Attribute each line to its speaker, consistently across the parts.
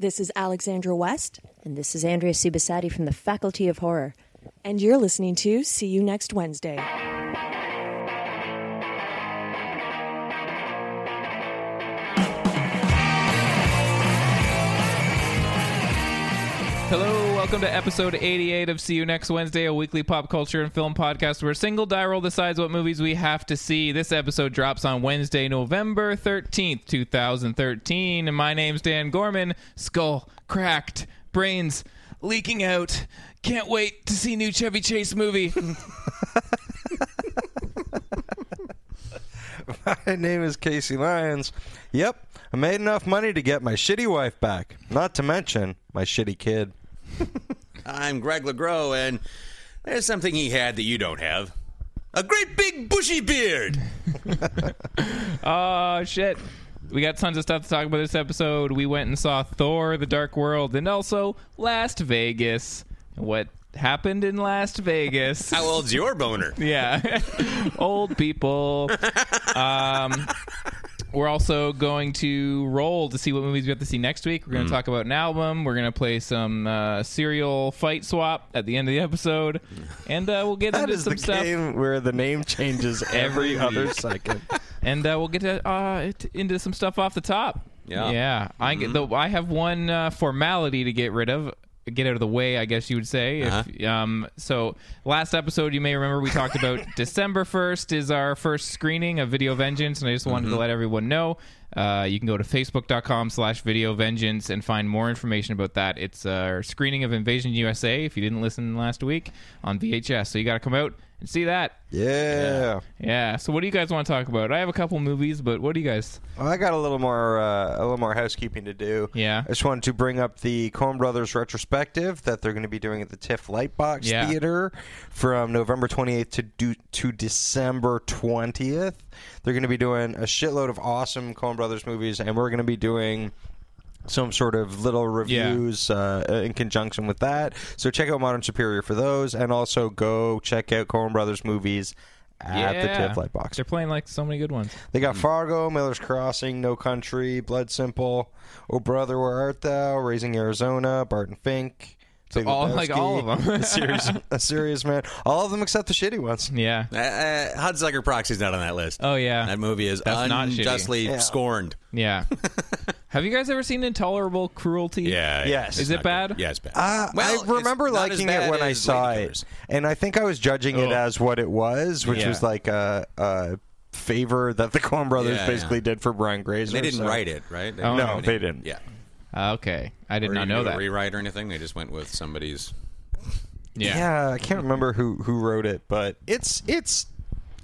Speaker 1: This is Alexandra West, and this is Andrea Cibisati from the Faculty of Horror. And you're listening to See You Next Wednesday.
Speaker 2: Hello, welcome to episode 88 of See You Next Wednesday, a weekly pop culture and film podcast where a single die roll decides what movies we have to see. This episode drops on Wednesday, November 13th, 2013. And my name's Dan Gorman. Skull cracked, brains leaking out. Can't wait to see new Chevy Chase movie.
Speaker 3: My name is Casey Lyons. Yep, I made enough money to get my shitty wife back, not to mention my shitty kid.
Speaker 4: I'm Greg LeGros, and there's something he had that you don't have a great big bushy beard.
Speaker 2: Oh shit. We got tons of stuff to talk about this episode. We went and saw Thor: The Dark World and also Las Vegas. What happened in Las Vegas?
Speaker 4: How old's your boner?
Speaker 2: yeah. Old people. Um we're also going to roll to see what movies we have to see next week. We're going to talk about an album. We're going to play some uh, serial fight swap at the end of the episode, and uh, we'll get
Speaker 3: That
Speaker 2: into
Speaker 3: is
Speaker 2: some
Speaker 3: the
Speaker 2: stuff.
Speaker 3: game where the name changes every
Speaker 2: Every
Speaker 3: other
Speaker 2: week.
Speaker 3: second.
Speaker 2: and uh, we'll get to, uh, t- into some stuff off the top.
Speaker 4: Yeah.
Speaker 2: yeah. I get though. I have one uh, formality to get rid of, get out of the way. I guess you would say. If, um, so last episode, you may remember we talked about December first is our first screening of Video Vengeance, and I just wanted to let everyone know. Uh, you can go to facebook.com slash video vengeance and find more information about that. It's our screening of Invasion USA, if you didn't listen last week, on VHS. So you got to come out and see that.
Speaker 3: Yeah.
Speaker 2: Yeah. So, what do you guys want to talk about? I have a couple movies, but what do you guys?
Speaker 3: Well, I got a little more uh, a little more housekeeping to do.
Speaker 2: Yeah.
Speaker 3: I just wanted to bring up the Coen Brothers retrospective that they're going to be doing at the TIFF Lightbox
Speaker 2: Yeah.
Speaker 3: Theater from November 28th to do, to December 20th. They're going to be doing a shitload of awesome Coen Brothers movies, and we're going to be doing some sort of little reviews uh, in conjunction with that. So check out Modern Superior for those, and also go check out Coen Brothers movies at
Speaker 2: Yeah.
Speaker 3: the TIFF Lightbox.
Speaker 2: They're playing like so many good ones.
Speaker 3: They
Speaker 4: Hmm.
Speaker 3: got Fargo, Miller's Crossing, No Country, Blood Simple, Oh Brother, Where Art Thou, Raising Arizona, Barton Fink.
Speaker 2: So
Speaker 3: Big
Speaker 2: all- like all of them.
Speaker 3: a, serious, a serious man. All of them except the shitty ones.
Speaker 2: Yeah.
Speaker 4: Uh, uh, Hudsucker Proxy's not on that list.
Speaker 2: Oh, yeah.
Speaker 4: that movie is
Speaker 2: That's not shitty.
Speaker 4: unjustly
Speaker 3: Yeah.
Speaker 4: scorned.
Speaker 2: Yeah. have you guys ever seen Intolerable Cruelty?
Speaker 4: Yeah.
Speaker 3: Yes.
Speaker 4: it's
Speaker 3: Is
Speaker 2: it
Speaker 4: not good.
Speaker 2: bad?
Speaker 4: Yeah, it's bad.
Speaker 3: Uh,
Speaker 4: Well,
Speaker 3: I remember
Speaker 4: it's not as
Speaker 3: liking it
Speaker 4: bad
Speaker 3: when I
Speaker 4: as Oh.
Speaker 3: saw
Speaker 4: Ladykillers.
Speaker 3: it, and I think I was judging
Speaker 2: Ugh.
Speaker 3: it as what it was, which
Speaker 2: Yeah.
Speaker 3: was like a, a favor that the Coen Brothers
Speaker 4: Yeah,
Speaker 3: basically
Speaker 4: yeah.
Speaker 3: did for Brian Grazer.
Speaker 4: They didn't
Speaker 3: so-
Speaker 4: write it, right? They
Speaker 2: Oh,
Speaker 4: didn't
Speaker 2: no,
Speaker 4: have any-
Speaker 3: they didn't.
Speaker 4: Yeah,
Speaker 2: Uh, okay. I did
Speaker 4: Or
Speaker 2: not
Speaker 4: even
Speaker 2: know
Speaker 4: do a
Speaker 2: that.
Speaker 4: rewrite or anything. They just went with somebody's.
Speaker 2: yeah.
Speaker 3: Yeah, Uh, I can't remember who who wrote it, but it's it's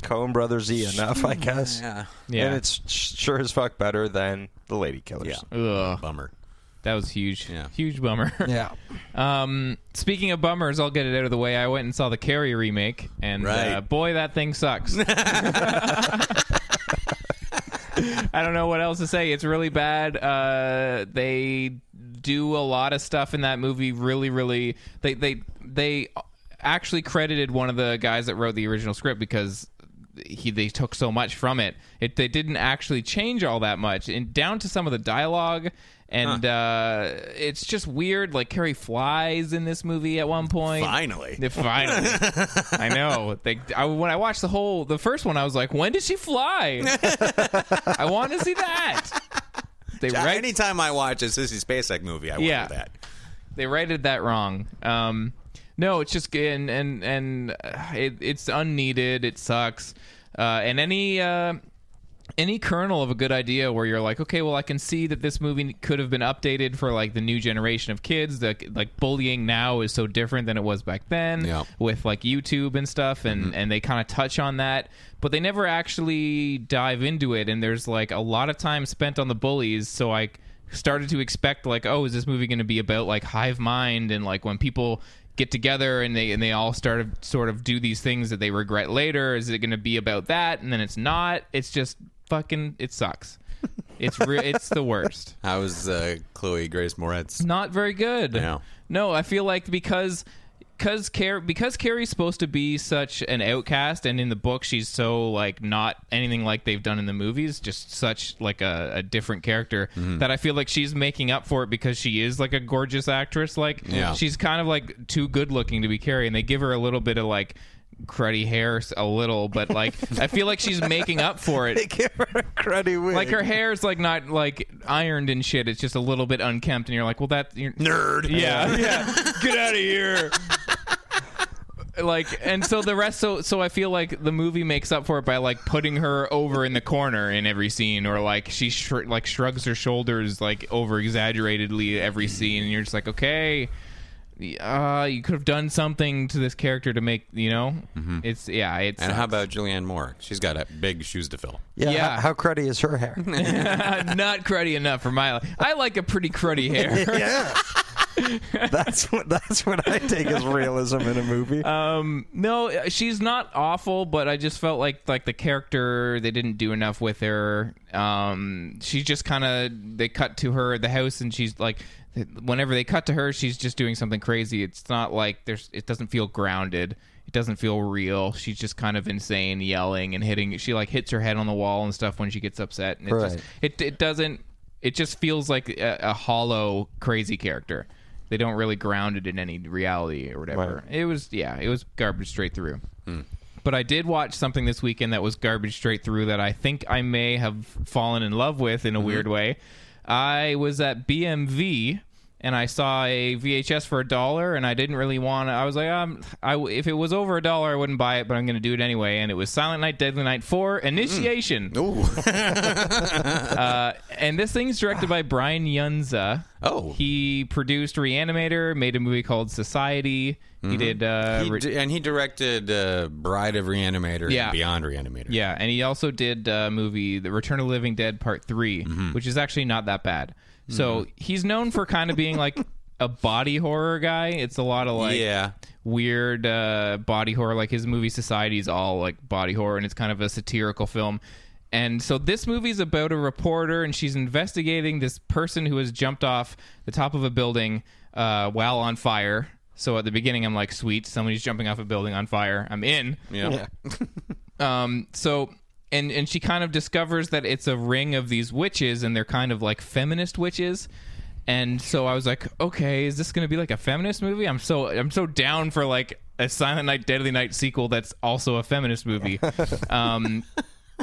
Speaker 3: Coen Brothers y enough, I guess.
Speaker 4: Yeah,
Speaker 2: Yeah.
Speaker 3: And it's sh- sure as fuck better than the Lady Killers.
Speaker 4: Yeah.
Speaker 2: Ugh.
Speaker 4: bummer.
Speaker 2: That was huge.
Speaker 4: Yeah.
Speaker 2: Huge bummer.
Speaker 3: Yeah.
Speaker 2: Um, speaking of bummers, I'll get it out of the way. I went and saw the Carrie remake, and
Speaker 4: Right.
Speaker 2: uh, boy, that thing sucks. I don't know what else to say. It's really bad. Uh, they do a lot of stuff in that movie. Really, really, they they they actually credited one of the guys that wrote the original script because he they took so much from it. It they didn't actually change all that much, and down to some of the dialogue. And uh, it's just weird. Like Carrie flies in this movie at one point.
Speaker 4: Finally.
Speaker 2: Yeah, Finally, I know. They, I, when I watched the whole the first one, I was like, "When did she fly?" I want to see that. They write-
Speaker 4: Uh, Anytime I watch a Sissy Spacek movie, I wonder
Speaker 2: Yeah.
Speaker 4: that.
Speaker 2: they righted that wrong. Um, no, it's just and and and uh, it, it's unneeded. It sucks. Uh, and any uh, any kernel of a good idea where you're like, okay, well, I can see that this movie could have been updated for like the new generation of kids. That like bullying now is so different than it was back then
Speaker 4: Yeah.
Speaker 2: with like YouTube and stuff, and and they kind of touch on that, but they never actually dive into it. And there's like a lot of time spent on the bullies, so I started to expect like, oh, is this movie going to be about like hive mind and like when people get together and they and they all start to sort of do these things that they regret later? Is it going to be about that? And then it's not. It's just fucking. It sucks. It's re- it's the worst
Speaker 4: How is uh, Chloe Grace Moretz?
Speaker 2: not very good.
Speaker 4: No.
Speaker 2: No, I feel like because because Car- because Carrie's supposed to be such an outcast, and in the book she's so like not anything like they've done in the movies, just such like a, a different character
Speaker 3: Mm-hmm.
Speaker 2: that I feel like she's making up for it because she is like a gorgeous actress. Like
Speaker 4: Yeah.
Speaker 2: she's kind of like too good looking to be Carrie, and they give her a little bit of like cruddy hair s- a little, but like I feel like she's making up for it.
Speaker 3: Give her a cruddy wig.
Speaker 2: Like her hair's like not like ironed and shit. It's just a little bit unkempt, and you're like, well, that you're,
Speaker 4: Nerd.
Speaker 2: yeah, yeah. Get out of here. Like and so the rest so so I feel like the movie makes up for it by like putting her over in the corner in every scene or like she shr- like shrugs her shoulders like over exaggeratedly every scene and you're just like okay uh you could have done something to this character to make you know it's yeah it's
Speaker 4: And how about Julianne Moore? She's got a big shoes to fill.
Speaker 3: yeah.
Speaker 2: yeah.
Speaker 3: How, how cruddy is her hair?
Speaker 2: not cruddy enough for my life I like a pretty cruddy hair
Speaker 3: yeah. that's what that's what I take as realism in a movie.
Speaker 2: Uh, No, she's not awful, but I just felt like like the character they didn't do enough with her. Um, she's just kind of they cut to her at the house, and she's like, whenever they cut to her, she's just doing something crazy. It's not like there's it doesn't feel grounded. It doesn't feel real. She's just kind of insane, yelling and hitting. She like hits her head on the wall and stuff when she gets upset, and it
Speaker 3: Right.
Speaker 2: just it it doesn't. It just feels like a, a hollow, crazy character. They don't really ground it in any reality or whatever.
Speaker 3: Right.
Speaker 2: It was yeah, it was garbage straight through. But I did watch something this weekend that was garbage straight through that I think I may have fallen in love with
Speaker 4: Mm-hmm.
Speaker 2: in a weird way. I was at BMV and I saw a VHS for a dollar and I didn't really want to. I was like, um, I, if it was over a dollar, I wouldn't buy it, but I'm going to do it anyway. And it was Silent Night, Deadly Night 4
Speaker 4: Mm-hmm.
Speaker 2: Initiation. Uh, And this thing's directed by Brian Yunza.
Speaker 4: Oh.
Speaker 2: He produced Reanimator, made a movie called Society. He did. Uh,
Speaker 4: Mm-hmm. He
Speaker 2: re-
Speaker 4: d- and he directed uh, Bride of Reanimator
Speaker 2: Yeah.
Speaker 4: and Beyond Reanimator.
Speaker 2: Yeah, and he also did a movie, The Return of the Living Dead Part 3, which is actually not that bad. So he's known for kind of being like a body horror guy. It's a lot of like
Speaker 4: yeah.
Speaker 2: weird uh, body horror. Like his movie Society is all like body horror, and it's kind of a satirical film. And so this movie's about a reporter, and she's investigating this person who has jumped off the top of a building uh, while on fire. So at the beginning, I'm like, sweet, somebody's jumping off a building on fire. I'm in
Speaker 4: Yeah.
Speaker 2: um so and and she kind of discovers that it's a ring of these witches and they're kind of like feminist witches and so i was like okay is this gonna be like a feminist movie i'm so i'm so down for like a silent night deadly night sequel that's also a feminist movie um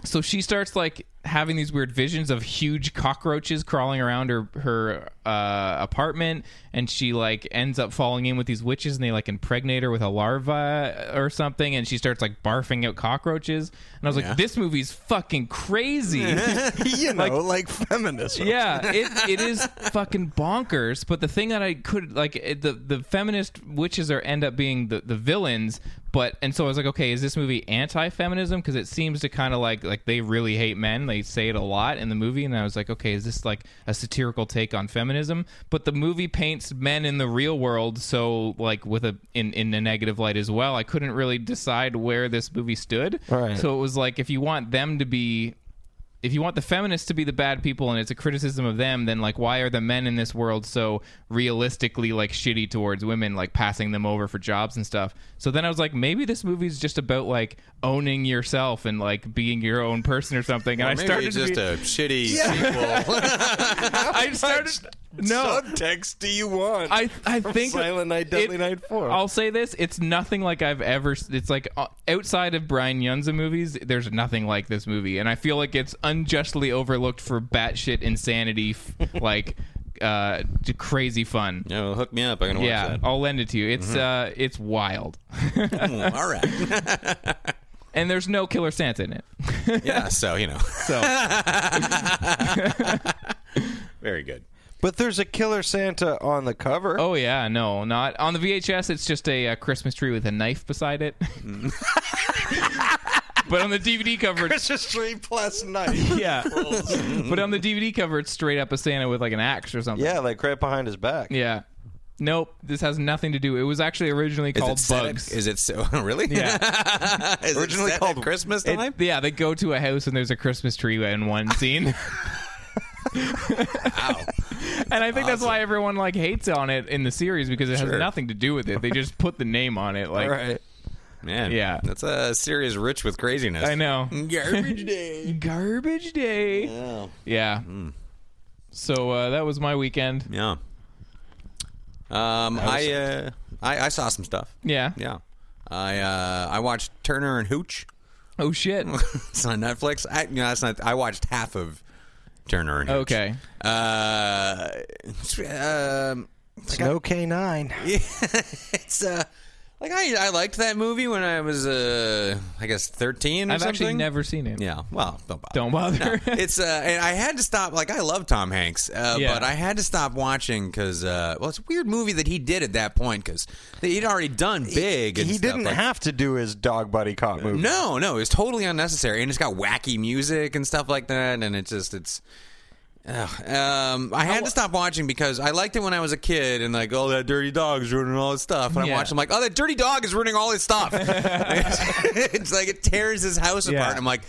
Speaker 2: so she starts like having these weird visions of huge cockroaches crawling around her her uh, apartment, and she like ends up falling in with these witches, and they like impregnate her with a larva or something, and she starts like barfing out cockroaches. And I was like, this movie's fucking crazy.
Speaker 3: you know, like, feminism.
Speaker 2: Yeah, it, it is fucking bonkers. But the thing that I could like it- the the feminist witches are end up being the, the villains. But and so I was like, okay, is this movie anti-feminism? Because it seems to kind of like like they really hate men. They say it a lot in the movie, and I was like, okay, is this like a satirical take on feminism? But the movie paints men in the real world so like with a in in a negative light as well. I couldn't really decide where this movie stood.
Speaker 3: Right.
Speaker 2: So it was like if you want them to be if you want the feminists to be the bad people and it's a criticism of them, then like why are the men in this world so realistically like shitty towards women, like passing them over for jobs and stuff? So then I was like, maybe this movie's just about like owning yourself and like being your own person or something. And
Speaker 4: Or
Speaker 2: I
Speaker 4: maybe
Speaker 2: started
Speaker 4: it's
Speaker 2: to
Speaker 4: just
Speaker 2: be-
Speaker 4: a shitty sequel.
Speaker 2: I started No.
Speaker 3: subtext do you want?
Speaker 2: I I
Speaker 3: from
Speaker 2: think
Speaker 3: Silent Night, Deadly Night 4?
Speaker 2: I'll say this: it's nothing like I've ever. s- It's like uh, outside of Brian Yunza movies, there's nothing like this movie, and I feel like it's unjustly overlooked for batshit insanity, f- like uh, d- crazy fun.
Speaker 4: No, hook me up. I'm gonna
Speaker 2: Yeah,
Speaker 4: watch
Speaker 2: I'll lend it to you. It's
Speaker 3: Mm-hmm.
Speaker 2: uh, it's wild,
Speaker 4: that.
Speaker 2: Oh.
Speaker 4: Mm, all right.
Speaker 2: and there's no Killer Santa in it.
Speaker 4: yeah. So you know,
Speaker 2: So
Speaker 4: very good.
Speaker 3: but there's a killer Santa on the cover.
Speaker 2: oh yeah, no, not on the VHS. It's just a, uh Christmas tree with a knife beside it. but on the DVD cover, it's
Speaker 3: Mm. Christmas tree plus knife.
Speaker 2: Yeah.
Speaker 4: Mm-hmm.
Speaker 2: but on the DVD cover, it's straight up a Santa with like an axe or something.
Speaker 3: yeah, like right behind his back.
Speaker 2: Yeah. Nope. This has nothing to do. It was actually originally
Speaker 4: Is
Speaker 2: called
Speaker 4: it set at-
Speaker 2: Bugs.
Speaker 4: Is it so? Really?
Speaker 2: Yeah.
Speaker 4: Is
Speaker 3: Originally
Speaker 4: it set
Speaker 3: called-
Speaker 4: at Christmas
Speaker 2: It-
Speaker 4: time.
Speaker 2: yeah, they go to a house and there's a Christmas tree in one scene.
Speaker 4: Wow.
Speaker 2: and I think that's why everyone like hates on it in the series because it has
Speaker 4: Sure.
Speaker 2: nothing to do with it. They just put the name on it. Like,
Speaker 4: Man.
Speaker 2: Yeah.
Speaker 4: That's a series rich with craziness.
Speaker 2: I know.
Speaker 4: Garbage day.
Speaker 2: Garbage day.
Speaker 4: Mm-hmm. yeah. Mm.
Speaker 2: Yeah. So uh, that was my weekend.
Speaker 4: Yeah. Um, I, uh, I I saw some stuff.
Speaker 2: Yeah.
Speaker 4: Yeah. I uh, I watched Turner and Hooch.
Speaker 2: Oh shit.
Speaker 4: it's on Netflix. I, you know, that's not. I watched half of Turner and Hooch.
Speaker 2: Okay.
Speaker 4: Uh, um,
Speaker 3: It's no K9.
Speaker 4: it's uh, like I I liked that movie when I was uh, I guess thirteen. Or
Speaker 2: I've
Speaker 4: something.
Speaker 2: actually never seen it.
Speaker 4: Yeah. Well, don't bother.
Speaker 2: Don't bother.
Speaker 4: it's uh, and I had to stop. Like I love Tom Hanks, uh,
Speaker 2: Yeah.
Speaker 4: but I had to stop watching because uh, well, it's a weird movie that he did at that point because he'd already done big. and
Speaker 3: He
Speaker 4: stuff,
Speaker 3: didn't
Speaker 4: like-
Speaker 3: have to do his dog buddy cop movie.
Speaker 4: No, no, it's totally unnecessary, and it's got wacky music and stuff like that, and it's just it's. Ugh. Um, I had to stop watching because I liked it when I was a kid, and like, oh, that dirty dog's ruining all his stuff. And
Speaker 2: Yeah.
Speaker 4: I watched, I'm like, oh, that dirty dog is ruining all his stuff. it's like it tears his house apart.
Speaker 2: Yeah.
Speaker 4: I'm like,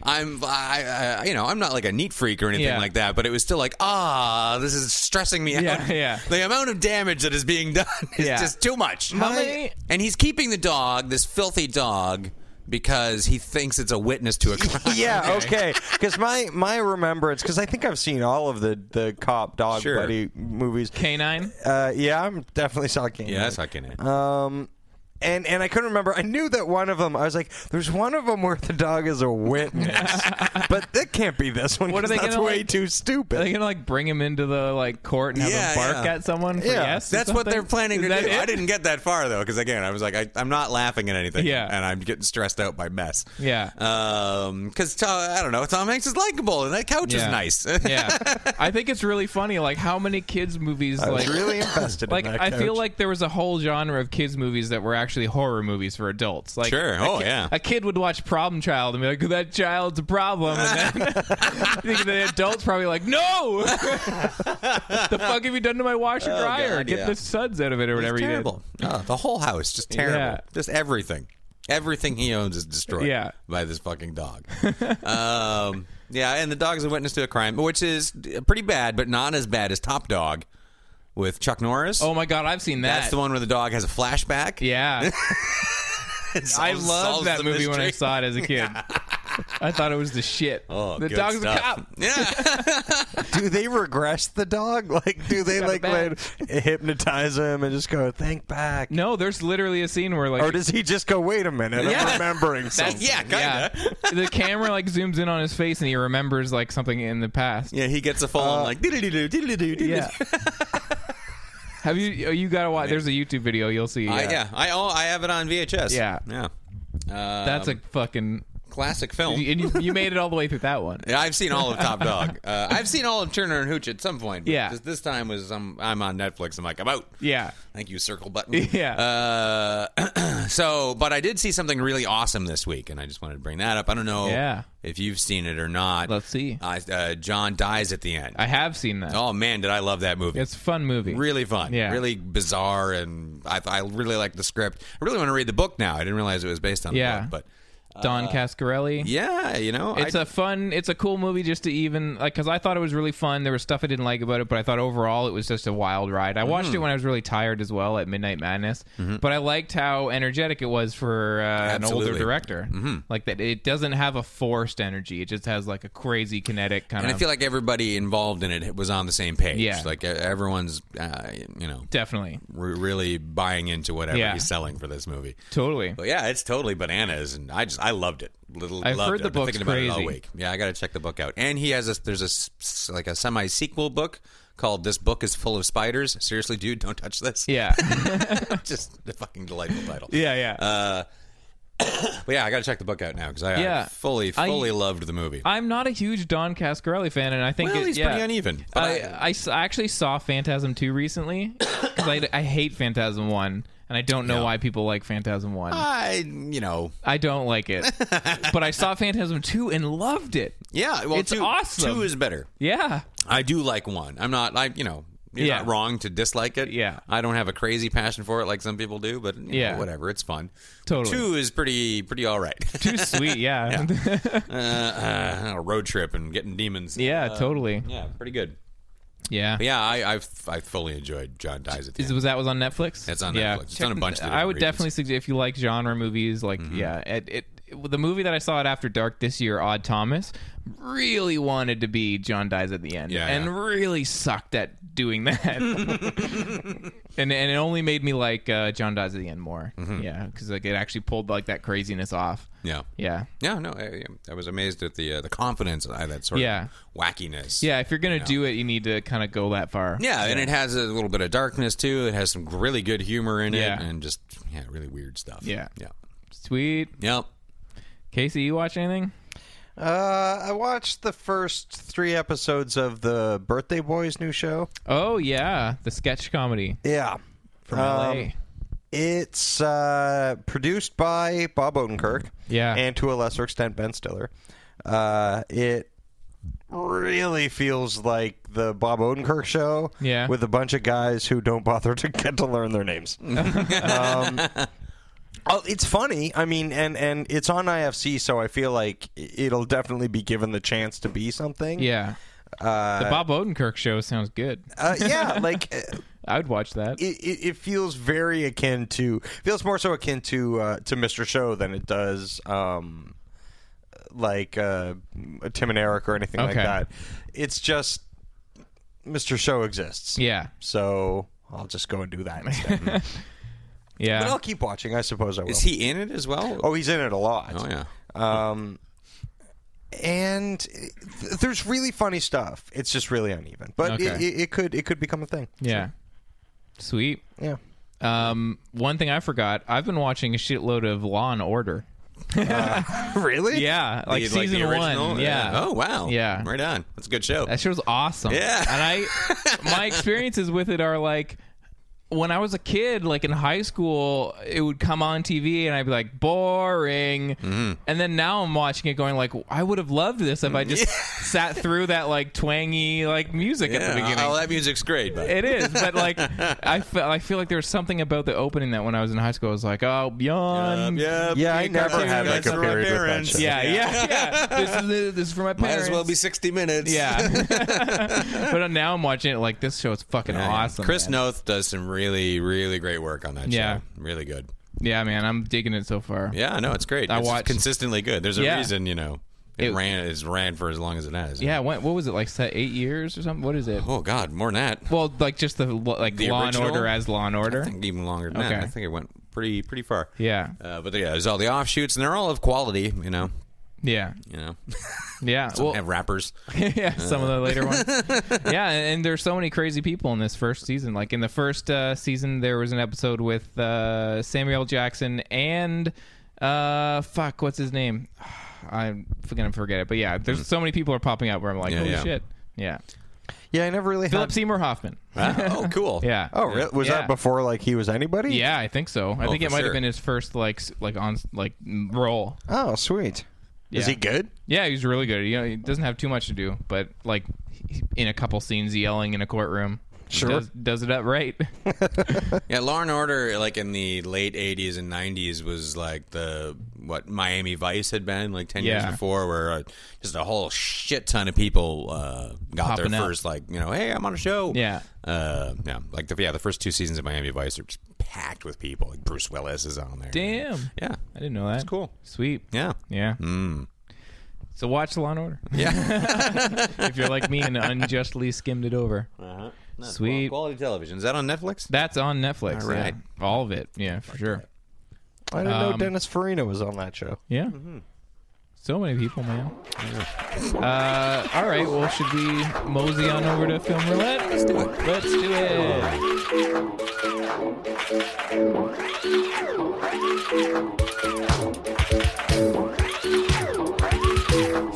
Speaker 4: I'm, I, I, you know, I'm not like a neat freak or anything
Speaker 2: Yeah.
Speaker 4: like that, but it was still like, ah, this is stressing me
Speaker 2: Yeah,
Speaker 4: out.
Speaker 2: yeah.
Speaker 4: The amount of damage that is being done is
Speaker 2: Yeah.
Speaker 4: just too much.
Speaker 2: How many-
Speaker 4: And he's keeping the dog, this filthy dog, because he thinks it's a witness to a crime.
Speaker 3: Yeah, okay. Because my my remembrance, because I think I've seen all of the the cop dog
Speaker 4: Sure.
Speaker 3: buddy movies.
Speaker 2: Canine.
Speaker 3: Uh, yeah, I'm definitely saw K9.
Speaker 4: Yeah, that's not it.
Speaker 2: Uh,
Speaker 3: Um, and and I couldn't remember. I knew that one of them. I was like, "There's one of them where the dog is a witness, but that can't be this one.
Speaker 2: What are
Speaker 3: 'cause
Speaker 2: they
Speaker 3: that's
Speaker 2: gonna,
Speaker 3: way
Speaker 2: like-
Speaker 3: too
Speaker 2: Are they
Speaker 3: stupid."
Speaker 2: gonna like bring him into the like court and have
Speaker 4: Yeah,
Speaker 2: him bark
Speaker 4: yeah.
Speaker 2: at someone? For
Speaker 3: Yeah.
Speaker 2: yes, or
Speaker 4: That's what
Speaker 2: something?
Speaker 4: they're planning
Speaker 2: Is
Speaker 4: to do.
Speaker 2: that it?
Speaker 4: I didn't get that far though, because again, I was like, I, I'm not laughing at anything,
Speaker 2: Yeah.
Speaker 4: and I'm getting stressed out by mess.
Speaker 2: Yeah.
Speaker 4: because I don't know, Tom Hanks is likable, and that couch
Speaker 2: Yeah.
Speaker 4: is nice.
Speaker 2: yeah, I think it's really funny. Like how many kids movies
Speaker 3: I was
Speaker 2: like
Speaker 3: really invested. in
Speaker 2: like
Speaker 3: that
Speaker 2: I feel
Speaker 3: couch.
Speaker 2: like there was a whole genre of kids movies that were actually horror movies for adults. Like
Speaker 4: Sure.
Speaker 2: a
Speaker 4: Oh,
Speaker 2: ki-
Speaker 4: yeah.
Speaker 2: a kid would watch Problem Child and be like, "That child's a problem," and then thinking the adults probably like, "No, the fuck have you done to my washer
Speaker 4: Oh,
Speaker 2: dryer?
Speaker 4: God,
Speaker 2: Get
Speaker 4: yeah.
Speaker 2: the suds out of it or whatever
Speaker 4: It's
Speaker 2: you did."
Speaker 4: terrible. Oh, the whole house, just terrible.
Speaker 2: Yeah.
Speaker 4: Just everything. Everything he owns is destroyed
Speaker 2: Yeah.
Speaker 4: by this fucking dog. um, yeah, and the dog's a witness to a crime, which is pretty bad, but not as bad as Top Dog with Chuck Norris.
Speaker 2: Oh my god, I've seen that.
Speaker 4: That's the one where the dog has a flashback.
Speaker 2: Yeah.
Speaker 4: It
Speaker 2: I
Speaker 4: solves-
Speaker 2: loved
Speaker 4: solves
Speaker 2: that
Speaker 4: the
Speaker 2: movie when I
Speaker 4: mystery.
Speaker 2: saw it as a kid. I thought it was the shit.
Speaker 4: Oh,
Speaker 2: the
Speaker 4: good
Speaker 2: dog's a
Speaker 4: stuff.
Speaker 2: cop.
Speaker 4: Yeah.
Speaker 3: do they regress the dog? Like, do they
Speaker 2: got a
Speaker 3: like let, hypnotize him and just go think back?
Speaker 2: No, there's literally a scene where like
Speaker 3: Or does he just go? Wait a minute, I'm
Speaker 4: Yeah.
Speaker 3: remembering something.
Speaker 4: yeah, kinda.
Speaker 2: the camera like zooms in on his face and he remembers like something in the past.
Speaker 4: Yeah, he gets a phone
Speaker 2: Uh,
Speaker 4: like diddle-doo-doo, diddle-doo-doo.
Speaker 2: Have you oh, you got to watch there's a YouTube video you'll see.
Speaker 4: I, yeah, I oh, I have it on VHS.
Speaker 2: Yeah.
Speaker 4: yeah.
Speaker 2: That's
Speaker 4: Um,
Speaker 2: a fucking
Speaker 4: Classic film.
Speaker 2: and you, you made it all the way through that one.
Speaker 4: oh. Yeah, I've seen all of Top Dog. Uh, I've seen all of Turner and Hooch at some point. but
Speaker 2: Yeah.
Speaker 4: This, this time was um, I'm on Netflix. I'm like, I'm out.
Speaker 2: Yeah.
Speaker 4: Thank you, circle button.
Speaker 2: Yeah.
Speaker 4: Uh, so, but I did see something really awesome this week, and I just wanted to bring that up. I don't know
Speaker 2: Yeah.
Speaker 4: if you've seen it or not.
Speaker 2: Let's see.
Speaker 4: I, uh, John dies at the end.
Speaker 2: I have seen that.
Speaker 4: oh, man, did I love that movie.
Speaker 2: It's a fun movie.
Speaker 4: Really fun.
Speaker 2: Yeah.
Speaker 4: Really bizarre, and I, I really like the script. I really want to read the book now. I didn't realize it was based on
Speaker 2: Yeah.
Speaker 4: the book,
Speaker 2: Don Cascarelli.
Speaker 4: Yeah, you know,
Speaker 2: It's
Speaker 4: I-
Speaker 2: a fun, it's a cool movie just to even like because I thought it was really fun. There was stuff I didn't like about it, but I thought overall it was just a wild ride. I watched it
Speaker 4: Mm.
Speaker 2: when I was really tired as well at Midnight Madness,
Speaker 4: Mm-hmm.
Speaker 2: but I liked how energetic it was for uh, an older
Speaker 4: Absolutely.
Speaker 2: director. Mm-hmm. Like that, it doesn't have a forced energy. It just has like a crazy kinetic kind
Speaker 4: and
Speaker 2: of.
Speaker 4: I feel like everybody involved in it was on the same page.
Speaker 2: Yeah.
Speaker 4: like e- everyone's, uh, you know,
Speaker 2: definitely,
Speaker 4: re- really buying into whatever
Speaker 2: Yeah.
Speaker 4: he's selling for this movie.
Speaker 2: totally.
Speaker 4: But yeah, it's totally bananas, and I just I loved it. Little,
Speaker 2: I've
Speaker 4: loved
Speaker 2: heard
Speaker 4: it.
Speaker 2: the
Speaker 4: I've been
Speaker 2: book's
Speaker 4: thinking about it all
Speaker 2: crazy.
Speaker 4: week. Yeah, I got to check the book out. And he has a there's a s- s- like a semi sequel book called "This Book Is Full of Spiders." Seriously, dude, don't touch this.
Speaker 2: Yeah,
Speaker 4: just a fucking delightful title.
Speaker 2: yeah, yeah.
Speaker 4: Uh, But yeah, I got to check the book out now because I, I
Speaker 2: Yeah.
Speaker 4: fully
Speaker 2: I-
Speaker 4: fully loved the movie.
Speaker 2: I'm not a huge Don Cascarelli fan, and I think
Speaker 4: well,
Speaker 2: it-
Speaker 4: he's
Speaker 2: yeah. Uh,
Speaker 4: pretty uneven. But
Speaker 2: I, I s- I actually saw Phantasm 2 recently because I, I hate Phantasm 1, and I don't know why people like Phantasm 1.
Speaker 4: I, you know,
Speaker 2: I don't like it. but I saw Phantasm 2 and loved it.
Speaker 4: yeah. Well,
Speaker 2: It's
Speaker 4: two,
Speaker 2: awesome.
Speaker 4: Two is better.
Speaker 2: Yeah.
Speaker 4: I do like one. I'm not. I you know. You're
Speaker 2: Yeah.
Speaker 4: not wrong to dislike it.
Speaker 2: Yeah.
Speaker 4: I don't have a crazy passion for it like some people do, but yeah,
Speaker 2: Yeah.
Speaker 4: whatever. It's fun.
Speaker 2: Totally.
Speaker 4: Two is pretty pretty all right.
Speaker 2: Too sweet, yeah. Yeah,
Speaker 4: uh, uh, a road trip and getting demons.
Speaker 2: totally.
Speaker 4: yeah, pretty good.
Speaker 2: Yeah.
Speaker 4: But yeah, I I've, I fully enjoyed John Dies at the
Speaker 2: Is,
Speaker 4: end.
Speaker 2: was that was on Netflix?
Speaker 4: It's on
Speaker 2: yeah.
Speaker 4: Netflix. It's on a bunch of different
Speaker 2: I would
Speaker 4: regions. Mm-hmm.
Speaker 2: definitely suggest if you like genre movies, like yeah, it, it, it- the movie that I saw at After Dark this year, Odd Thomas, really wanted to be John dies at the end,
Speaker 4: Yeah,
Speaker 2: and
Speaker 4: yeah.
Speaker 2: really sucked at doing that, and and it only made me like uh, John dies at the end more,
Speaker 4: Mm-hmm.
Speaker 2: yeah, because like it actually pulled like that craziness off,
Speaker 4: Yeah.
Speaker 2: yeah.
Speaker 4: Yeah, no, I, I was amazed at the uh, the confidence I that sort
Speaker 2: Yeah.
Speaker 4: of wackiness.
Speaker 2: Yeah, if you're gonna do it, you need to kind of go that far.
Speaker 4: Yeah, and it has a little bit of darkness too. It has some really good humor in
Speaker 2: Yeah.
Speaker 4: it, and just yeah, really weird stuff.
Speaker 2: Yeah.
Speaker 4: yeah,
Speaker 2: sweet.
Speaker 4: yep.
Speaker 2: Casey, you watch anything?
Speaker 3: Uh, I watched the first three episodes of the Birthday Boys new show.
Speaker 2: Oh yeah, the sketch comedy
Speaker 3: Yeah.
Speaker 2: from
Speaker 3: Um,
Speaker 2: LA.
Speaker 3: It's uh, produced by Bob Odenkirk.
Speaker 2: Yeah.
Speaker 3: And to a lesser extent, Ben Stiller. Uh, it really feels like the Bob Odenkirk show
Speaker 2: Yeah.
Speaker 3: with a bunch of guys who don't bother to get to learn their names. Um, Oh, it's funny. I mean, and and it's on IFC, so I feel like it'll definitely be given the chance to be something.
Speaker 2: Yeah. the Bob Odenkirk show sounds good.
Speaker 3: uh, yeah. Like uh,
Speaker 2: I would watch that.
Speaker 3: it, it, it feels very akin to feels more so akin to uh, to Mr. Show than it does um, like uh, Tim and Eric or anything like
Speaker 2: Okay.
Speaker 3: that. It's just Mr. Show exists.
Speaker 2: yeah.
Speaker 3: So I'll just go and do that. Instead. but
Speaker 2: Yeah.
Speaker 3: I'll keep watching. I suppose I will.
Speaker 4: Is he in it as well?
Speaker 3: oh, he's in it a lot.
Speaker 4: Oh, yeah.
Speaker 3: and uh, th- there's really funny stuff. It's just really uneven, but it,
Speaker 2: Okay.
Speaker 3: it, it could it could become a thing.
Speaker 2: Yeah. Sweet.
Speaker 3: Yeah.
Speaker 2: Um, one thing I forgot, I've been watching a shitload of Law and Order.
Speaker 3: Really?
Speaker 2: Yeah, like
Speaker 4: He's
Speaker 2: season
Speaker 4: the original?
Speaker 2: one. Yeah.
Speaker 4: Oh wow.
Speaker 2: Yeah.
Speaker 4: Right on. That's a good show.
Speaker 2: That show's awesome.
Speaker 4: Yeah.
Speaker 2: And I my experiences with it are like when I was a kid, like in high school, it would come on TV and I'd be like, boring.
Speaker 4: Mm-hmm.
Speaker 2: And then now I'm watching it going like, I would have loved this if I just sat through that like twangy like music at
Speaker 4: yeah.
Speaker 2: the beginning.
Speaker 4: Oh, that music's great. But
Speaker 2: It is, but like I feel, I feel like there was something about the opening that when I was in high school, I was like, oh, yawn.
Speaker 4: yeah.
Speaker 3: Yeah, I never had like a period with that show.
Speaker 2: Yeah, yeah, yeah. This, is, this is for my
Speaker 4: Might
Speaker 2: parents.
Speaker 4: as well be sixty minutes.
Speaker 2: Yeah. but now I'm watching it like this show is fucking
Speaker 4: Yeah.
Speaker 2: awesome.
Speaker 4: Chris
Speaker 2: man.
Speaker 4: Noth does some really, really great work on that
Speaker 2: Yeah.
Speaker 4: show. Really good.
Speaker 2: Yeah, man, I'm digging it so far.
Speaker 4: Yeah, no, it's great.
Speaker 2: I
Speaker 4: it's
Speaker 2: watched-
Speaker 4: consistently good. There's a
Speaker 2: Yeah.
Speaker 4: reason, you know, it,
Speaker 2: It-
Speaker 4: ran it's ran for as long as it has.
Speaker 2: Yeah, when, what was it like? Set eight years or something? What is it?
Speaker 4: Oh God, more than that.
Speaker 2: Well, like just the lo- like
Speaker 4: The
Speaker 2: Law
Speaker 4: original?
Speaker 2: and Order as Law and Order.
Speaker 4: I think even longer than that.
Speaker 2: Okay.
Speaker 4: I think it went pretty pretty far.
Speaker 2: Yeah.
Speaker 4: Uh, but yeah, there's all the offshoots, and they're all of quality. You know,
Speaker 2: Yeah,
Speaker 4: you know,
Speaker 2: yeah.
Speaker 4: Some
Speaker 2: well,
Speaker 4: have rappers.
Speaker 2: yeah, some of the later ones. yeah, and, and there's so many crazy people in this first season. Like in the first uh, season, there was an episode with uh, Samuel Jackson and uh, fuck, what's his name? I'm gonna forget it. But yeah, there's so many people are popping up where I'm like,
Speaker 4: Mm. Yeah,
Speaker 2: holy
Speaker 4: yeah.
Speaker 2: shit. Yeah,
Speaker 3: Yeah, I never really
Speaker 2: Philip
Speaker 3: had.
Speaker 2: Seymour Hoffman.
Speaker 4: Ah, oh, cool.
Speaker 2: Yeah.
Speaker 3: Oh, really? was
Speaker 2: Yeah.
Speaker 3: that before like he was anybody?
Speaker 2: Yeah, I think so. I
Speaker 4: Oh,
Speaker 2: think it
Speaker 4: for
Speaker 2: might
Speaker 4: sure.
Speaker 2: have been his first like s- like on like m- role.
Speaker 3: Oh, sweet. Is
Speaker 2: Yeah.
Speaker 3: he good?
Speaker 2: Yeah, he's uh, really good. You know, he doesn't have too much to do, but like he- in a couple scenes yelling in a courtroom.
Speaker 3: Sure.
Speaker 2: does, does it up right.
Speaker 4: Yeah, Law and Order, like in the late '80s and '90s, was like the what Miami Vice had been like ten
Speaker 2: Yeah.
Speaker 4: years before, where uh, just a whole shit ton of people uh, got
Speaker 2: Popping
Speaker 4: their
Speaker 2: up.
Speaker 4: first, like you know, hey, I'm on a show.
Speaker 2: Yeah.
Speaker 4: uh, yeah, like the yeah, the first two seasons of Miami Vice are just packed with people. Like Bruce Willis is on there.
Speaker 2: Damn.
Speaker 4: Yeah,
Speaker 2: I didn't know that. That's
Speaker 4: cool.
Speaker 2: Sweet.
Speaker 4: yeah,
Speaker 2: Yeah. So watch Law and Order.
Speaker 4: yeah.
Speaker 2: if you're like me and unjustly skimmed it over. Sweet.
Speaker 4: quality television. Is that on Netflix?
Speaker 2: That's on Netflix.
Speaker 4: All right.
Speaker 2: yeah. All of it. Yeah, for sure.
Speaker 3: I didn't
Speaker 2: Um,
Speaker 3: know Dennis Farina was on that show.
Speaker 2: Yeah. So many people, man. Uh, all right. Well, should we mosey on over to Film Roulette? Let's do it. Let's do it.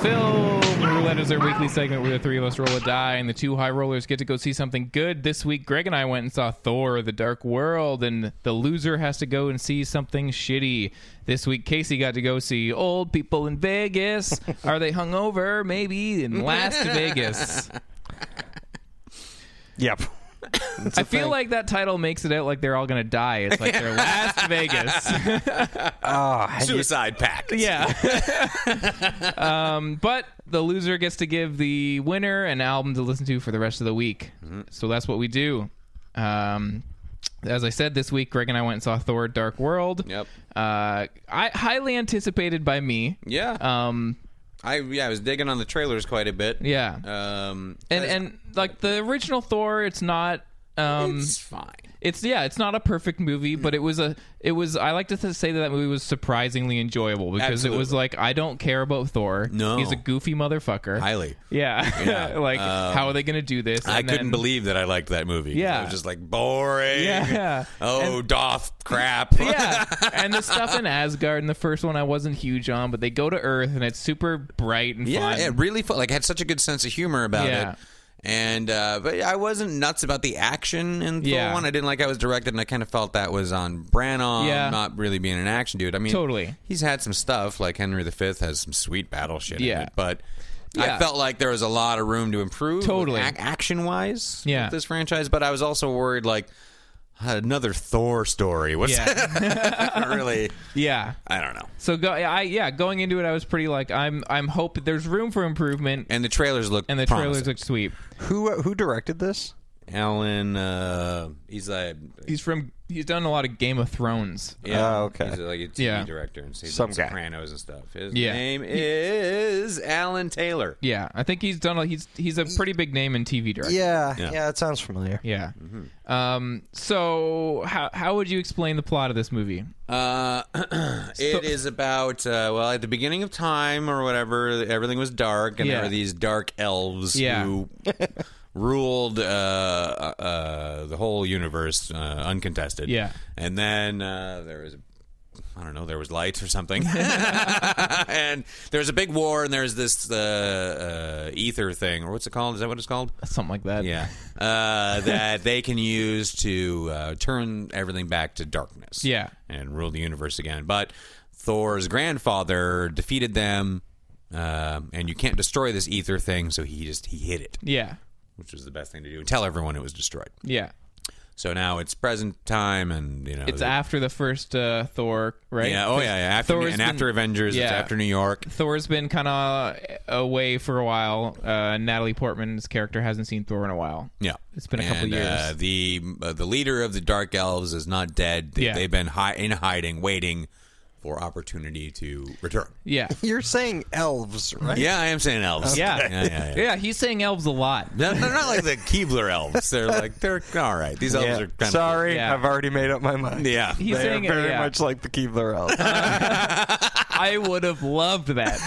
Speaker 2: Film Roulette is our weekly segment where the three of us roll a die and the two high rollers get to go see something good. This week, Greg and I went and saw Thor, The Dark World, and the loser has to go and see something shitty. This week, Casey got to go see Old People in Vegas. Are they hungover? Maybe in Las Vegas.
Speaker 3: Yep.
Speaker 2: I feel like that title makes it out like they're all going to die. It's like they're Las Vegas.
Speaker 3: Ah,
Speaker 4: Suicide Pact.
Speaker 2: Yeah. um, but the loser gets to give the winner an album to listen to for the rest of the week.
Speaker 4: Mm-hmm.
Speaker 2: So that's what we do. Um, as I said, this week Greg and I went and saw Thor: Dark World.
Speaker 4: Yep.
Speaker 2: Uh, I highly anticipated by me.
Speaker 4: Yeah.
Speaker 2: Um,
Speaker 4: I yeah, I was digging on the trailers quite a bit.
Speaker 2: yeah.
Speaker 4: Um,
Speaker 2: and and like the original Thor, it's not. Um,
Speaker 4: it's fine.
Speaker 2: It's yeah, it's not a perfect movie, but it was a it was I like to th- say that that movie was surprisingly enjoyable because it was
Speaker 4: Absolutely.
Speaker 2: like I don't care about Thor.
Speaker 4: No.
Speaker 2: he's a goofy motherfucker.
Speaker 4: Highly.
Speaker 2: yeah,
Speaker 4: Yeah,
Speaker 2: like
Speaker 4: um,
Speaker 2: how are they going to do this?
Speaker 4: I
Speaker 2: And then-
Speaker 4: couldn't believe that I liked that movie.
Speaker 2: Yeah.
Speaker 4: I was just like boring.
Speaker 2: Yeah.
Speaker 4: Oh, doth crap.
Speaker 2: yeah, and the stuff in Asgard in the first one I wasn't huge on, but they go to Earth and it's super bright and
Speaker 4: yeah.
Speaker 2: fun.
Speaker 4: It really fun. like had such a good sense of humor about
Speaker 2: Yeah.
Speaker 4: it. And uh, but I wasn't nuts about the action in the
Speaker 2: Yeah.
Speaker 4: one. I didn't like how it was directed, and I kind of felt that was on Branagh
Speaker 2: Yeah.
Speaker 4: not really being an action dude. I mean,
Speaker 2: Totally.
Speaker 4: he's had some stuff like Henry V has some sweet battle shit. in
Speaker 2: Yeah.
Speaker 4: it, but
Speaker 2: Yeah.
Speaker 4: I felt like there was a lot of room to improve,
Speaker 2: Totally.
Speaker 4: action wise.
Speaker 2: Yeah.
Speaker 4: with this franchise, but I was also worried like another Thor story. What's
Speaker 2: yeah,
Speaker 4: really?
Speaker 2: yeah.
Speaker 4: I don't know.
Speaker 2: So go, I yeah, going into it, I was pretty like I'm I'm hope there's room for improvement,
Speaker 4: And the trailers look
Speaker 2: and the trailers
Speaker 4: promising.
Speaker 2: look sweet.
Speaker 3: Who uh, who directed this?
Speaker 4: Alan. Uh, he's like
Speaker 2: He's from he's done a lot of Game of Thrones.
Speaker 4: yeah,
Speaker 3: Oh, okay.
Speaker 4: He's like a TV
Speaker 2: Yeah.
Speaker 4: director and he's
Speaker 3: Some
Speaker 4: Some
Speaker 3: guy.
Speaker 4: Sopranos and stuff. His
Speaker 2: Yeah.
Speaker 4: name is Alan Taylor.
Speaker 2: Yeah, I think he's done. A, he's he's a pretty big name in TV director.
Speaker 3: Yeah, yeah,
Speaker 4: Yeah.
Speaker 3: it sounds familiar.
Speaker 2: Yeah.
Speaker 4: Mm-hmm.
Speaker 2: Um. So how how would you explain the plot of this movie?
Speaker 4: Uh, it is about uh, well, at the beginning of time or whatever, everything was dark, and
Speaker 2: Yeah.
Speaker 4: there were these dark elves
Speaker 2: Yeah.
Speaker 4: who ruled uh, uh, the whole universe uh, uncontested.
Speaker 2: Yeah.
Speaker 4: and then uh, there was. I don't know. There was light or something, and there was a big war, and there's this uh, uh, ether thing, or what's it called? Is that what it's called?
Speaker 2: Something like that.
Speaker 4: Yeah, uh, that they can use to uh, turn everything back to darkness.
Speaker 2: Yeah.
Speaker 4: and rule the universe again. But Thor's grandfather defeated them, um, and you can't destroy this ether thing. So he just he hid it,
Speaker 2: Yeah.
Speaker 4: which was the best thing to do. Tell everyone it was destroyed.
Speaker 2: Yeah.
Speaker 4: So now it's present time, and you know
Speaker 2: It's
Speaker 4: the-
Speaker 2: after the first uh, Thor, right?
Speaker 4: Yeah, oh yeah, yeah. After
Speaker 2: Thor's
Speaker 4: and
Speaker 2: been-
Speaker 4: after Avengers, it's
Speaker 2: yeah.
Speaker 4: after New York.
Speaker 2: Thor's been kind of away for a while. Uh, Natalie Portman's character hasn't seen Thor in a while.
Speaker 4: Yeah,
Speaker 2: It's been a couple
Speaker 4: And, Uh,
Speaker 2: years.
Speaker 4: the uh, the leader of the Dark Elves is not dead. They,
Speaker 2: Yeah.
Speaker 4: they've been hi- in hiding, waiting for opportunity to return.
Speaker 2: Yeah.
Speaker 3: You're saying elves, right?
Speaker 4: Yeah, I am saying elves.
Speaker 2: Yeah.
Speaker 4: yeah, yeah. yeah.
Speaker 2: Yeah. He's saying elves a lot.
Speaker 4: No, they're not like the Keebler elves. They're like they're all right. These elves
Speaker 3: Yeah.
Speaker 4: are kind
Speaker 3: Sorry,
Speaker 2: Yeah.
Speaker 3: I've already made up my mind.
Speaker 4: of yeah.
Speaker 2: He's
Speaker 3: they
Speaker 2: saying
Speaker 3: are very
Speaker 2: yeah.
Speaker 3: much like the Keebler elves.
Speaker 2: I would have loved that.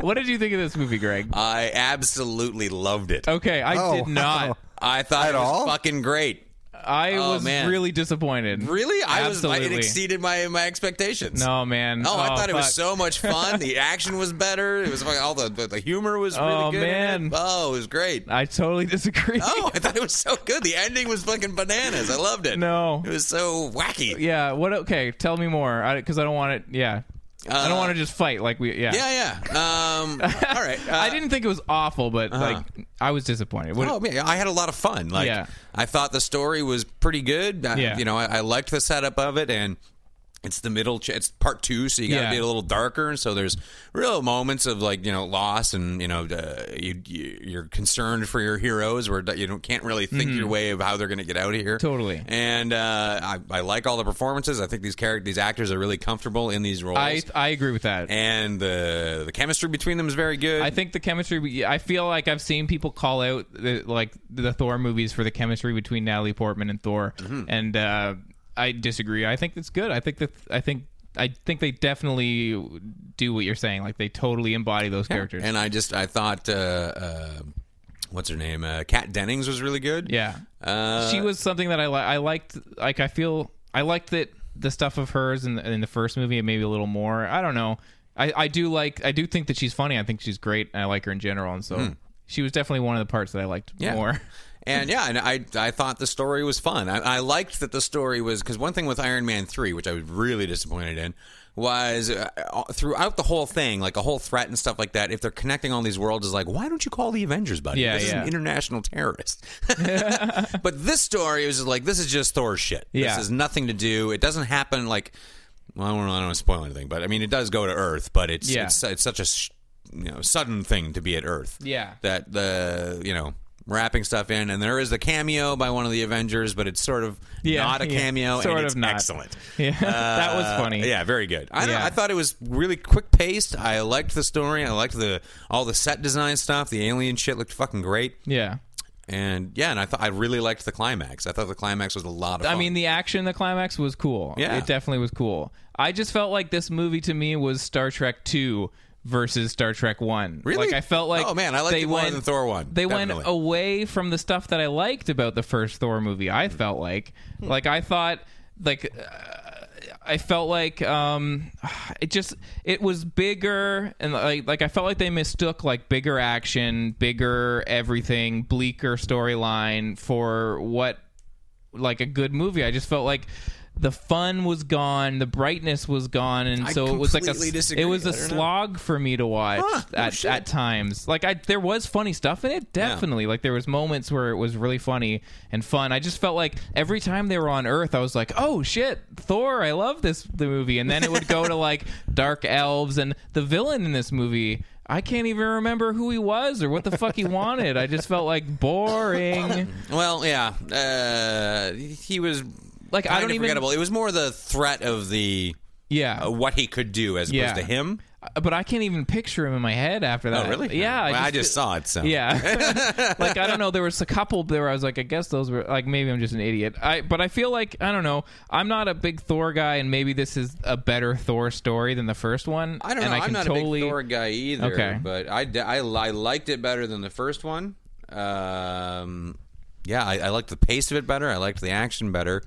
Speaker 2: what did you think of this movie, Greg?
Speaker 4: I absolutely loved it.
Speaker 2: Okay, I
Speaker 3: Oh,
Speaker 2: did not.
Speaker 4: I thought
Speaker 3: At
Speaker 4: it was
Speaker 3: all?
Speaker 4: fucking great.
Speaker 2: I
Speaker 4: Oh,
Speaker 2: was
Speaker 4: man.
Speaker 2: really disappointed.
Speaker 4: Really, I was. I,
Speaker 2: Absolutely.
Speaker 4: it exceeded my my expectations.
Speaker 2: No, man.
Speaker 4: Oh, I thought it was
Speaker 2: fuck.
Speaker 4: so much fun. The action was better. It was fucking- all the the, the humor was really
Speaker 2: Oh,
Speaker 4: good. in it.
Speaker 2: man.
Speaker 4: Oh, it was great.
Speaker 2: I totally disagree.
Speaker 4: Oh, I thought it was so good. The ending was fucking bananas. I loved it.
Speaker 2: No.
Speaker 4: it was so wacky.
Speaker 2: Yeah. What? Okay. Tell me more, because I, don't want it. Yeah. I don't
Speaker 4: Uh,
Speaker 2: want to just fight like we. Yeah.
Speaker 4: Yeah, yeah. Um, all right. Uh, uh-huh.
Speaker 2: I didn't think it was awful, but like I was disappointed. What-
Speaker 4: Oh, yeah, I had a lot of fun. Like,
Speaker 2: Yeah.
Speaker 4: I thought the story was pretty good. I,
Speaker 2: Yeah.
Speaker 4: You know, I, I liked the setup of it, and it's the middle. Ch- it's part two, so you got to
Speaker 2: Yeah.
Speaker 4: be a little darker. And so there's real moments of like you know loss, and you know uh, you, you you're concerned for your heroes, where you don't, can't really think your way of how they're going to get out of here.
Speaker 2: Mm-hmm. Totally.
Speaker 4: And uh, I, I like all the performances. I think these characters, these actors, are really comfortable in these roles.
Speaker 2: I I agree with that.
Speaker 4: and the the chemistry between them is very good.
Speaker 2: I think the chemistry. I feel like I've seen people call out the, like the Thor movies for the chemistry between Natalie Portman and Thor,
Speaker 4: Mm-hmm.
Speaker 2: and uh, I disagree. I think it's good. I think that I think I think they definitely do what you're saying. Like they totally embody those characters.
Speaker 4: And I just I thought uh, uh, what's her name? Uh, Kat Dennings was really good.
Speaker 2: yeah,
Speaker 4: Uh,
Speaker 2: she was something that I li- I liked. Like I feel I liked that the stuff of hers in the, in the first movie maybe a little more. I don't know. I, I do like I do think that she's funny. I think she's great, and I like her in general. And so she was definitely one of the parts that I liked
Speaker 4: Hmm. Yeah.
Speaker 2: more.
Speaker 4: And yeah, and I I thought the story was fun. I, I liked that the story was because one thing with Iron Man three, which I was really disappointed in, was uh, throughout the whole thing, like a whole threat and stuff like that. If they're connecting all these worlds, is like, why don't you call the Avengers, buddy?
Speaker 2: Yeah,
Speaker 4: this is
Speaker 2: yeah.
Speaker 4: an international terrorist. but this story was just like, this is just Thor shit.
Speaker 2: Yeah.
Speaker 4: This has nothing to do. It doesn't happen like. Well, I don't, I don't want to spoil anything, but I mean, it does go to Earth, but it's
Speaker 2: Yeah.
Speaker 4: it's, it's such a sh- you know sudden thing to be at Earth.
Speaker 2: Yeah.
Speaker 4: that the you know wrapping stuff in, and there is a cameo by one of the Avengers, but it's sort of
Speaker 2: Yeah,
Speaker 4: not a
Speaker 2: yeah.
Speaker 4: cameo. and
Speaker 2: Sort of
Speaker 4: it's
Speaker 2: not.
Speaker 4: excellent.
Speaker 2: Yeah, that was
Speaker 4: Uh,
Speaker 2: funny.
Speaker 4: Yeah, very good. I, don't know,
Speaker 2: Yeah.
Speaker 4: I thought it was really quick paced. I liked the story. I liked the all the set design stuff. The alien shit looked fucking great.
Speaker 2: yeah.
Speaker 4: And yeah, and I thought I really liked the climax. I thought the climax was a lot of.
Speaker 2: I
Speaker 4: fun.
Speaker 2: mean, the action, the climax was cool.
Speaker 4: Yeah.
Speaker 2: it definitely was cool. I just felt like this movie to me was Star Trek Two versus Star Trek One.
Speaker 4: Really?
Speaker 2: Like I felt like
Speaker 4: Oh, man, I liked
Speaker 2: they
Speaker 4: it more
Speaker 2: went,
Speaker 4: than Thor 1,
Speaker 2: They went
Speaker 4: definitely.
Speaker 2: away from the stuff that I liked about the first Thor movie.
Speaker 4: Hmm.
Speaker 2: I felt like, like I thought, like uh, I felt like um, it just it was bigger and like like I felt like they mistook like bigger action, bigger everything, bleaker storyline for what like a good movie. I just felt like the fun was gone, the brightness was gone, and
Speaker 4: I
Speaker 2: so it was like a
Speaker 4: completely disagree.
Speaker 2: it was
Speaker 4: I
Speaker 2: a
Speaker 4: don't know.
Speaker 2: slog for me to watch
Speaker 4: Huh, no
Speaker 2: at,
Speaker 4: shit.
Speaker 2: at times. Like I there was funny stuff in it, definitely. Like there was moments where it was really funny and fun. I just felt like every time they were on Earth, I was like, "Oh shit, Thor, I love this the movie." And then it would go to like dark elves and the villain in this movie I can't even remember who he was or what the fuck he wanted. I just felt like boring.
Speaker 4: Well, yeah, uh, he was
Speaker 2: Like, I
Speaker 4: kinda
Speaker 2: don't even-
Speaker 4: forgettable. It was more the threat of the
Speaker 2: Yeah.
Speaker 4: uh, what he could do as
Speaker 2: Yeah.
Speaker 4: opposed to him.
Speaker 2: Uh, but I can't even picture him in my head after that.
Speaker 4: Oh, really?
Speaker 2: Yeah.
Speaker 4: Well, I just saw it, so.
Speaker 2: Yeah. like I don't know. There was a couple there. Where I was like, I guess those were like maybe I'm just an idiot. I but I feel like I don't know. I'm not a big Thor guy, and maybe this is a better Thor story than the first one.
Speaker 4: I don't
Speaker 2: and
Speaker 4: know.
Speaker 2: I
Speaker 4: I'm
Speaker 2: can
Speaker 4: not
Speaker 2: totally
Speaker 4: a big Thor guy either.
Speaker 2: Okay.
Speaker 4: But I, d- I, li- I liked it better than the first one. Um, yeah, I, I liked the pace of it better. I liked the action better.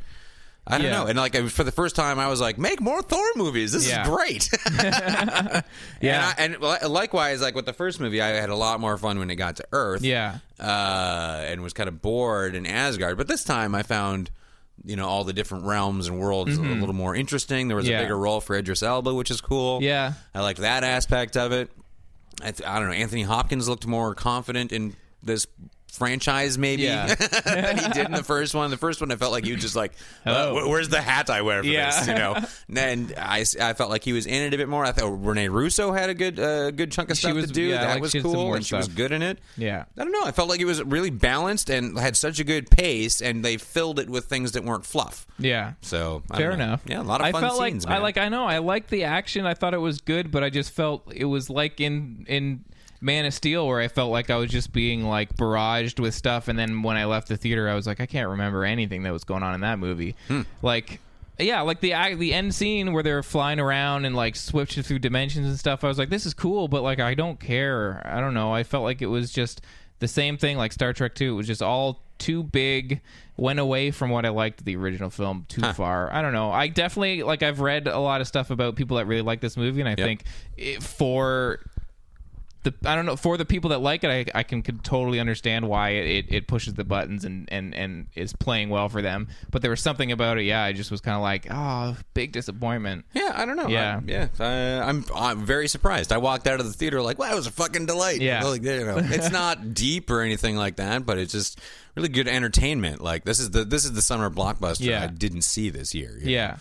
Speaker 4: I don't
Speaker 2: Yeah.
Speaker 4: know. And like I- for the first time, I was like, make more Thor movies. This
Speaker 2: Yeah.
Speaker 4: is great.
Speaker 2: Yeah.
Speaker 4: And, I, and li- likewise, like with the first movie, I had a lot more fun when it got to Earth.
Speaker 2: Yeah.
Speaker 4: uh, and was kind of bored in Asgard. But this time I found, you know, all the different realms and worlds a little more interesting. There was
Speaker 2: Mm-hmm. Yeah.
Speaker 4: a bigger role for Idris Elba, which is cool.
Speaker 2: Yeah.
Speaker 4: I liked that aspect of it. I, th- I don't know. Anthony Hopkins looked more confident in this franchise, maybe,
Speaker 2: Yeah.
Speaker 4: than he did in the first one. The first one, I felt like he was just like, uh,
Speaker 2: Oh.
Speaker 4: wh- where's the hat I wear for
Speaker 2: Yeah.
Speaker 4: this? You know, and I, s- I felt like he was in it a bit more. I thought Rene Russo had a good uh, good chunk of
Speaker 2: She
Speaker 4: stuff
Speaker 2: was-
Speaker 4: to do.
Speaker 2: yeah,
Speaker 4: that
Speaker 2: like,
Speaker 4: was
Speaker 2: she had some
Speaker 4: cool,
Speaker 2: more
Speaker 4: and she was
Speaker 2: stuff.
Speaker 4: good in it.
Speaker 2: Yeah.
Speaker 4: I don't know. I felt like it was really balanced and had such a good pace, and they filled it with things that weren't fluff.
Speaker 2: Yeah.
Speaker 4: So I
Speaker 2: Fair
Speaker 4: don't know.
Speaker 2: enough.
Speaker 4: Yeah, a lot of
Speaker 2: I
Speaker 4: fun
Speaker 2: felt
Speaker 4: scenes.
Speaker 2: Like, I
Speaker 4: man.
Speaker 2: like. I know. I liked the action. I thought it was good, but I just felt it was like in in Man of Steel, where I felt like I was just being like barraged with stuff, and then when I left the theater, I was like, I can't remember anything that was going on in that movie.
Speaker 4: Hmm.
Speaker 2: Like. Yeah, like the ac- the end scene where they're flying around and like switching through dimensions and stuff. I was like, this is cool, but like I don't care. I don't know. I felt like it was just the same thing like Star Trek 2. It was just all too big, went away from what I liked of the original film too far. I don't know. I definitely, like, I've read a lot of stuff about people that really like this movie, and I think it, for the I don't know for the people that like it, I, I can, could totally understand why it, it, it pushes the buttons and, and and is playing well for them. But there was something about it, yeah. I just was kind of like, oh, big disappointment.
Speaker 4: Yeah, I don't know.
Speaker 2: Yeah.
Speaker 4: I, yeah. I, I'm I'm very surprised. I walked out of the theater like, wow, it was a fucking delight.
Speaker 2: Yeah.
Speaker 4: Like, you know, it's not deep or anything like that, but it's just really good entertainment. Like this is the this is the summer blockbuster
Speaker 2: Yeah.
Speaker 4: I didn't see this year. you know?
Speaker 2: Yeah,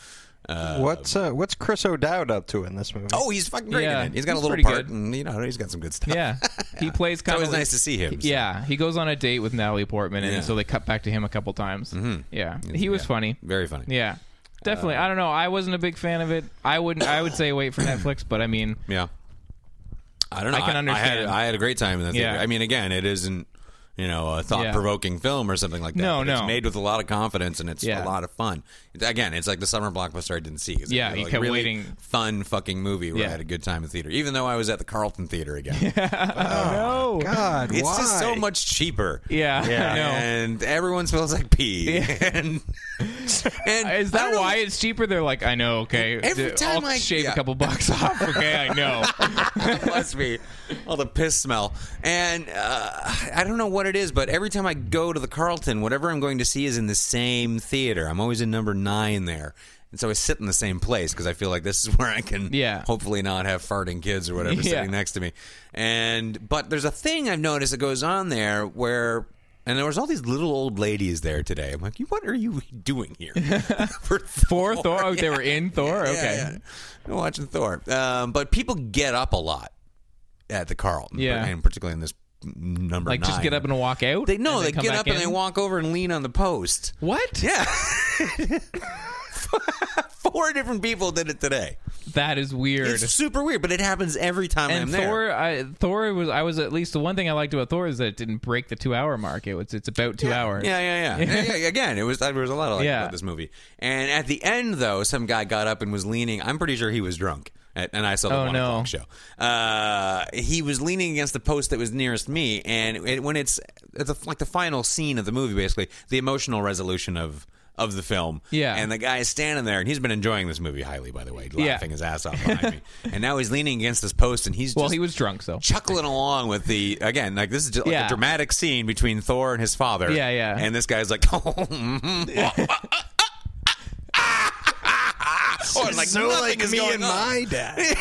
Speaker 2: Um,
Speaker 3: what's uh, what's Chris O'Dowd up to in this movie?
Speaker 4: Oh, he's fucking great
Speaker 2: Yeah,
Speaker 4: in it. He's got a
Speaker 2: he's
Speaker 4: little
Speaker 2: pretty
Speaker 4: part,
Speaker 2: good.
Speaker 4: and you know he's got some good stuff.
Speaker 2: yeah. He plays
Speaker 4: it's
Speaker 2: kind
Speaker 4: always
Speaker 2: of
Speaker 4: nice to see him. so.
Speaker 2: Yeah, he goes on a date with Natalie Portman, and
Speaker 4: Yeah. Mm-hmm.
Speaker 2: so they cut back to him a couple times. Yeah, he was funny.
Speaker 4: very funny.
Speaker 2: Yeah, definitely. I don't know. I wasn't a big fan of it. I wouldn't. I would say wait for Netflix, but I mean,
Speaker 4: Yeah. I don't know.
Speaker 2: I can
Speaker 4: I had,
Speaker 2: understand.
Speaker 4: I had a great time in that theater.
Speaker 2: Yeah.
Speaker 4: I mean, again, it isn't, you know, a thought provoking film or something like that.
Speaker 2: No,
Speaker 4: but It's
Speaker 2: no.
Speaker 4: made with a lot of confidence and it's
Speaker 2: Yeah.
Speaker 4: a lot of fun. It's- Again, it's like the summer blockbuster I didn't see. It's
Speaker 2: Yeah,
Speaker 4: like,
Speaker 2: you
Speaker 4: like,
Speaker 2: kept
Speaker 4: really
Speaker 2: waiting.
Speaker 4: Fun fucking movie where
Speaker 2: Yeah.
Speaker 4: I had a good time in theater, even though I was at the Carlton Theater again.
Speaker 3: no,
Speaker 4: Oh,
Speaker 3: God,
Speaker 4: It's just so
Speaker 3: why?
Speaker 4: much cheaper.
Speaker 2: yeah, I know.
Speaker 4: And everyone smells like pee. And, and
Speaker 2: Is
Speaker 4: I
Speaker 2: that
Speaker 4: don't know-
Speaker 2: why it's cheaper? They're like, I know, okay.
Speaker 4: Every
Speaker 2: d-
Speaker 4: time
Speaker 2: I'll
Speaker 4: I-
Speaker 2: shave
Speaker 4: yeah.
Speaker 2: a couple bucks off, okay, I know.
Speaker 4: Must be all the piss smell. And uh, I don't know what it is, but every time I go to the Carlton, whatever I'm going to see is in the same theater. I'm always in number nine there. And so I sit in the same place because I feel like this is where I can
Speaker 2: Yeah.
Speaker 4: hopefully not have farting kids or whatever
Speaker 2: Yeah.
Speaker 4: sitting next to me. And but there's a thing I've noticed that goes on there where and there was all these little old ladies there today. I'm like, "You- what are you doing here? For
Speaker 2: Thor, Thor. Oh, they were in Thor. Okay.
Speaker 4: yeah, yeah. I'm watching Thor. Um, but people get up a lot at the Carlton,
Speaker 2: Yeah.
Speaker 4: and particularly in this number
Speaker 2: Like, just
Speaker 4: nine.
Speaker 2: get up and walk out.
Speaker 4: They no,
Speaker 2: and
Speaker 4: they,
Speaker 2: come
Speaker 4: get
Speaker 2: back
Speaker 4: up and they
Speaker 2: in?
Speaker 4: walk over and lean on the post.
Speaker 2: What?
Speaker 4: Yeah. Four different people did it today.
Speaker 2: That is weird.
Speaker 4: It's super weird, but it happens every time I'm
Speaker 2: and
Speaker 4: there.
Speaker 2: Thor, I, Thor was. I was at least the one thing I liked about Thor is that it didn't break the two-hour mark. It was. It's about two hours.
Speaker 4: Yeah, yeah, yeah. yeah, yeah. Again, it was there was a lot of like
Speaker 2: Yeah.
Speaker 4: about this movie. And at the end, though, some guy got up and was leaning. I'm pretty sure he was drunk. At, and I saw the
Speaker 2: Oh,
Speaker 4: one
Speaker 2: no.
Speaker 4: o'clock show. Uh, he was leaning against the post that was nearest me, and it, when it's it's a, like the final scene of the movie, basically the emotional resolution of of the film.
Speaker 2: Yeah.
Speaker 4: and the guy is standing there, and he's been enjoying this movie highly, by the way,
Speaker 2: Yeah.
Speaker 4: laughing his ass off behind me. And now he's leaning against this post, and he's
Speaker 2: Well,
Speaker 4: just
Speaker 2: he was drunk, so.
Speaker 4: chuckling along with the again like this is just like
Speaker 2: Yeah.
Speaker 4: a dramatic scene between Thor and his father.
Speaker 2: Yeah, yeah.
Speaker 4: And this guy's like, oh, and, like
Speaker 3: so
Speaker 4: nothing
Speaker 3: like
Speaker 4: is
Speaker 3: me
Speaker 4: going
Speaker 3: and
Speaker 4: on.
Speaker 3: my dad.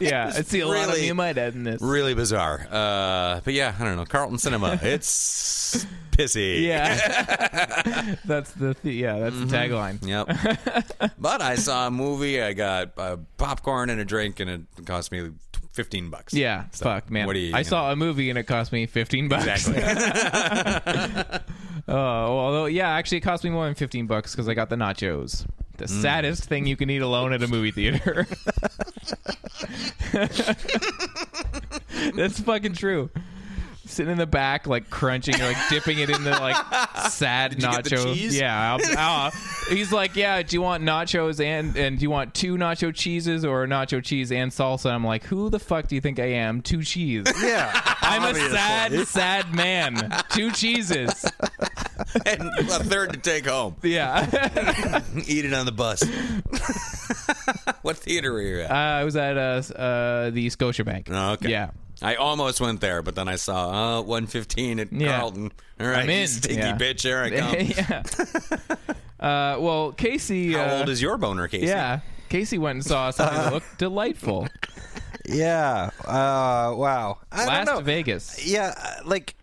Speaker 2: Yeah, I see a lot of
Speaker 4: really-
Speaker 2: me and my dad in this.
Speaker 4: really bizarre. Uh, but yeah, I don't know. Carlton Cinema, it's pissy.
Speaker 2: Yeah, that's the th- yeah, that's
Speaker 4: Mm-hmm.
Speaker 2: the tagline.
Speaker 4: Yep. but I saw a movie. I got uh, popcorn and a drink, and it cost me fifteen bucks.
Speaker 2: Yeah,
Speaker 4: So,
Speaker 2: fuck, man.
Speaker 4: What do you?
Speaker 2: I
Speaker 4: you know.
Speaker 2: saw a movie and it cost me fifteen bucks.
Speaker 4: exactly.
Speaker 2: Oh, although yeah, actually, it cost me more than fifteen bucks because I got the nachos. The
Speaker 4: Mm.
Speaker 2: saddest thing you can eat alone at a movie theater. That's fucking true. Sitting in the back, like crunching, or like dipping it into like sad
Speaker 4: you
Speaker 2: nachos.
Speaker 4: get the cheese?
Speaker 2: Yeah, I'll, I'll- he's like, yeah. Do you want nachos and and do you want two nacho cheeses or nacho cheese and salsa? I'm like, who the fuck do you think I am? Two cheese.
Speaker 3: yeah,
Speaker 2: I'm a
Speaker 3: obviously.
Speaker 2: sad, sad man. Two cheeses.
Speaker 4: and a third to take home.
Speaker 2: Yeah.
Speaker 4: Eat it on the bus. what theater were you at?
Speaker 2: Uh, I was at uh, s- uh, the Scotiabank.
Speaker 4: Oh, okay.
Speaker 2: Yeah.
Speaker 4: I almost went there, but then I saw uh, 115 at
Speaker 2: Yeah.
Speaker 4: Carlton. All right,
Speaker 2: I'm
Speaker 4: you
Speaker 2: in.
Speaker 4: stinky
Speaker 2: Yeah.
Speaker 4: bitch. Here I come.
Speaker 2: yeah. Uh, well, Casey.
Speaker 4: How
Speaker 2: uh,
Speaker 4: old is your boner, Casey?
Speaker 2: Yeah. Casey went and saw something that looked delightful.
Speaker 3: yeah. Uh, wow. I
Speaker 2: Last
Speaker 3: don't know.
Speaker 2: Vegas.
Speaker 3: yeah uh, like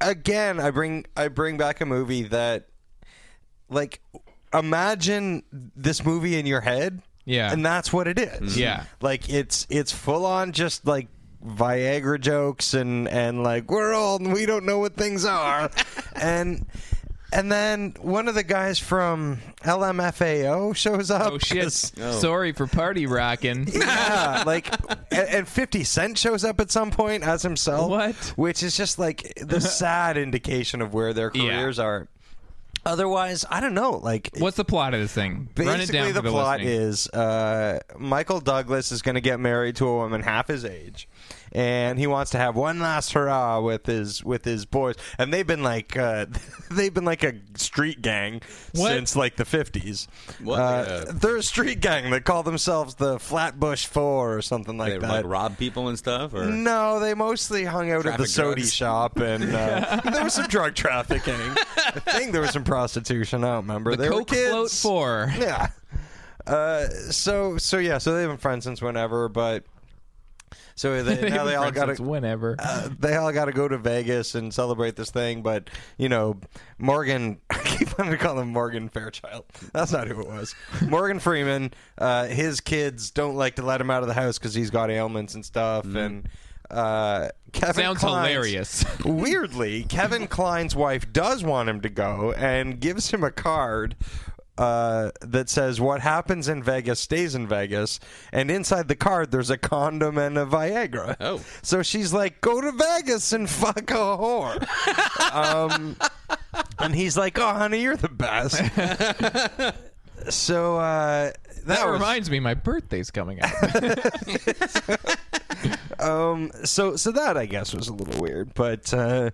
Speaker 3: again i bring i bring back a movie that like imagine this movie in your head
Speaker 2: Yeah. Mm-hmm.
Speaker 3: and that's what it is
Speaker 2: Yeah.
Speaker 3: like it's it's full on just like viagra jokes and and like we're old and we don't know what things are and and then one of the guys from lmfao shows up
Speaker 2: Oh shit!
Speaker 3: 'cause-
Speaker 2: Sorry for party rocking.
Speaker 3: yeah, like and, and 50 Cent shows up at some point as himself.
Speaker 2: What?
Speaker 3: Which is just like the sad indication of where their
Speaker 2: Yeah.
Speaker 3: careers are. Otherwise, I don't know. Like
Speaker 2: What's the plot of this thing? Run it
Speaker 3: basically
Speaker 2: down for
Speaker 3: the,
Speaker 2: the
Speaker 3: plot
Speaker 2: listening.
Speaker 3: is uh, Michael Douglas is going to get married to a woman half his age. and he wants to have one last hurrah with his with his boys. And they've been like uh, they've been like a street gang
Speaker 2: What?
Speaker 3: since like the fifties.
Speaker 4: What?
Speaker 3: Uh,
Speaker 4: Yeah.
Speaker 3: They're a street gang. They call themselves the Flatbush Four or something like
Speaker 4: They
Speaker 3: that.
Speaker 4: like rob people and stuff, or
Speaker 3: No, they mostly hung out at the
Speaker 4: Traffic
Speaker 3: sody
Speaker 4: drugs.
Speaker 3: shop, and uh, there was some drug trafficking. I think there was some prostitution. I don't remember.
Speaker 2: The
Speaker 3: They were
Speaker 2: Coke Float
Speaker 3: kids.
Speaker 2: Four.
Speaker 3: Yeah. Uh, so so yeah. So they've been friends since whenever, but so they, now they all got to
Speaker 2: whenever.
Speaker 3: uh, they all got to go to Vegas and celebrate this thing. But you know, Morgan, I keep wanting to call him Morgan Fairchild. That's not who it was. Morgan Freeman. Uh, his kids don't like to let him out of the house because he's got ailments and stuff. And uh, Kevin
Speaker 2: Mm-hmm. Sounds
Speaker 3: Kline's-
Speaker 2: hilarious.
Speaker 3: Weirdly, Kevin Klein's wife does want him to go and gives him a card uh, that says, What happens in Vegas stays in Vegas. And inside the card, there's a condom and a Viagra.
Speaker 4: Oh.
Speaker 3: So she's like, Go to Vegas and fuck a whore. um, and he's like, Oh, honey, you're the best. so uh, that,
Speaker 2: that
Speaker 3: was-
Speaker 2: reminds me, my birthday's coming up.
Speaker 3: um so so that I guess was a little weird, but uh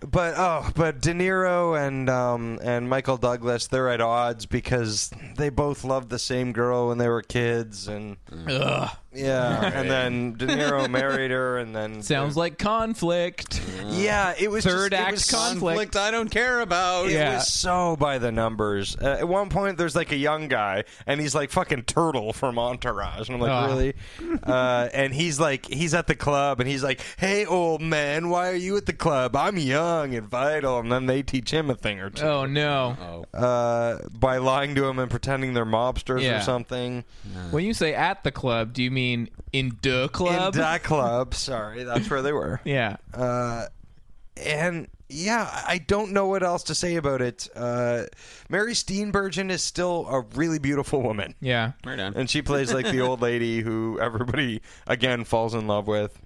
Speaker 3: but oh, but De Niro and um and Michael Douglas, they're at odds because they both loved the same girl when they were kids and yeah, and then De Niro married her and then
Speaker 2: Sounds like conflict.
Speaker 3: Yeah, it was
Speaker 2: Third
Speaker 3: just, it
Speaker 2: act
Speaker 3: was
Speaker 2: conflict.
Speaker 4: conflict I don't care about.
Speaker 3: it
Speaker 2: Yeah.
Speaker 3: was so by the numbers. Uh, at one point, there's like a young guy, and he's like fucking turtle from Entourage, and I'm like,
Speaker 2: Ah.
Speaker 3: really? uh, and he's like, he's at the club, and he's like, hey, old man, why are you at the club? I'm young and vital, and then they teach him a thing or two
Speaker 2: Oh no!
Speaker 3: uh, by lying to him and pretending they're mobsters
Speaker 2: Yeah.
Speaker 3: or something.
Speaker 2: When you say at the club, do you mean in the club?
Speaker 3: In that club, sorry, that's where they were.
Speaker 2: yeah.
Speaker 3: and yeah, I I don't know what else to say about it. Uh, Mary Steenburgen is still a really beautiful woman.
Speaker 2: yeah.
Speaker 4: Right on.
Speaker 3: And she plays like the old lady who everybody again falls in love with.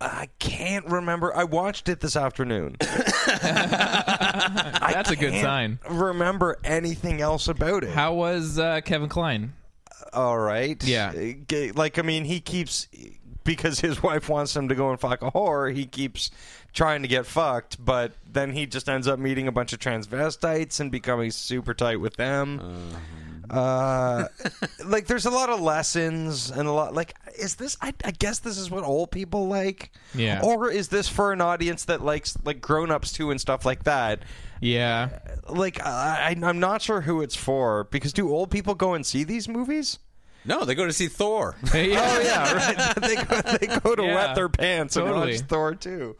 Speaker 3: I can't remember. I watched it this afternoon.
Speaker 2: That's a good sign.
Speaker 3: remember anything else about it?
Speaker 2: How was uh, Kevin Klein?
Speaker 3: All right.
Speaker 2: Yeah.
Speaker 3: Uh, g- Like I mean, he keeps because his wife wants him to go and fuck a whore. He keeps trying to get fucked, but then he just ends up meeting a bunch of transvestites and becoming super tight with them.
Speaker 2: Uh-huh.
Speaker 3: Uh, like there's a lot of lessons and a lot like is this I, I guess this is what old people like
Speaker 2: Yeah.
Speaker 3: or is this for an audience that likes like grown-ups too and stuff like that
Speaker 2: Yeah.
Speaker 3: like I, I i'm not sure who it's for because do old people go and see these movies
Speaker 4: No, they go to see Thor.
Speaker 2: yeah.
Speaker 3: Oh yeah, right. they, go, they go to
Speaker 2: Yeah,
Speaker 3: wet their pants and
Speaker 2: totally.
Speaker 3: watch Thor too.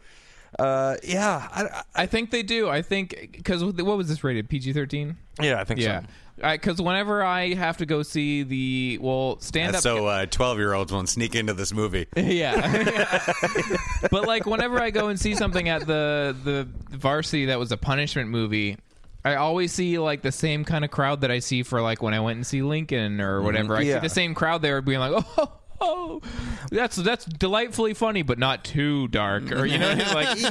Speaker 3: Uh, yeah, I,
Speaker 2: I think they do. I think because what was this rated? PG thirteen.
Speaker 3: I- yeah, I think
Speaker 2: Yeah. Because whenever I have to go see the well stand up,
Speaker 4: so uh, twelve-year-olds won't sneak into this movie.
Speaker 2: yeah. but like whenever I go and see something at the the varsity that was a punishment movie. I always see like the same kind of crowd that I see for like when I went and see Lincoln or whatever. I
Speaker 3: Mm-hmm. Yeah.
Speaker 2: see the same crowd there being like, oh, oh, that's that's delightfully funny, but not too dark, or you know, what I mean? like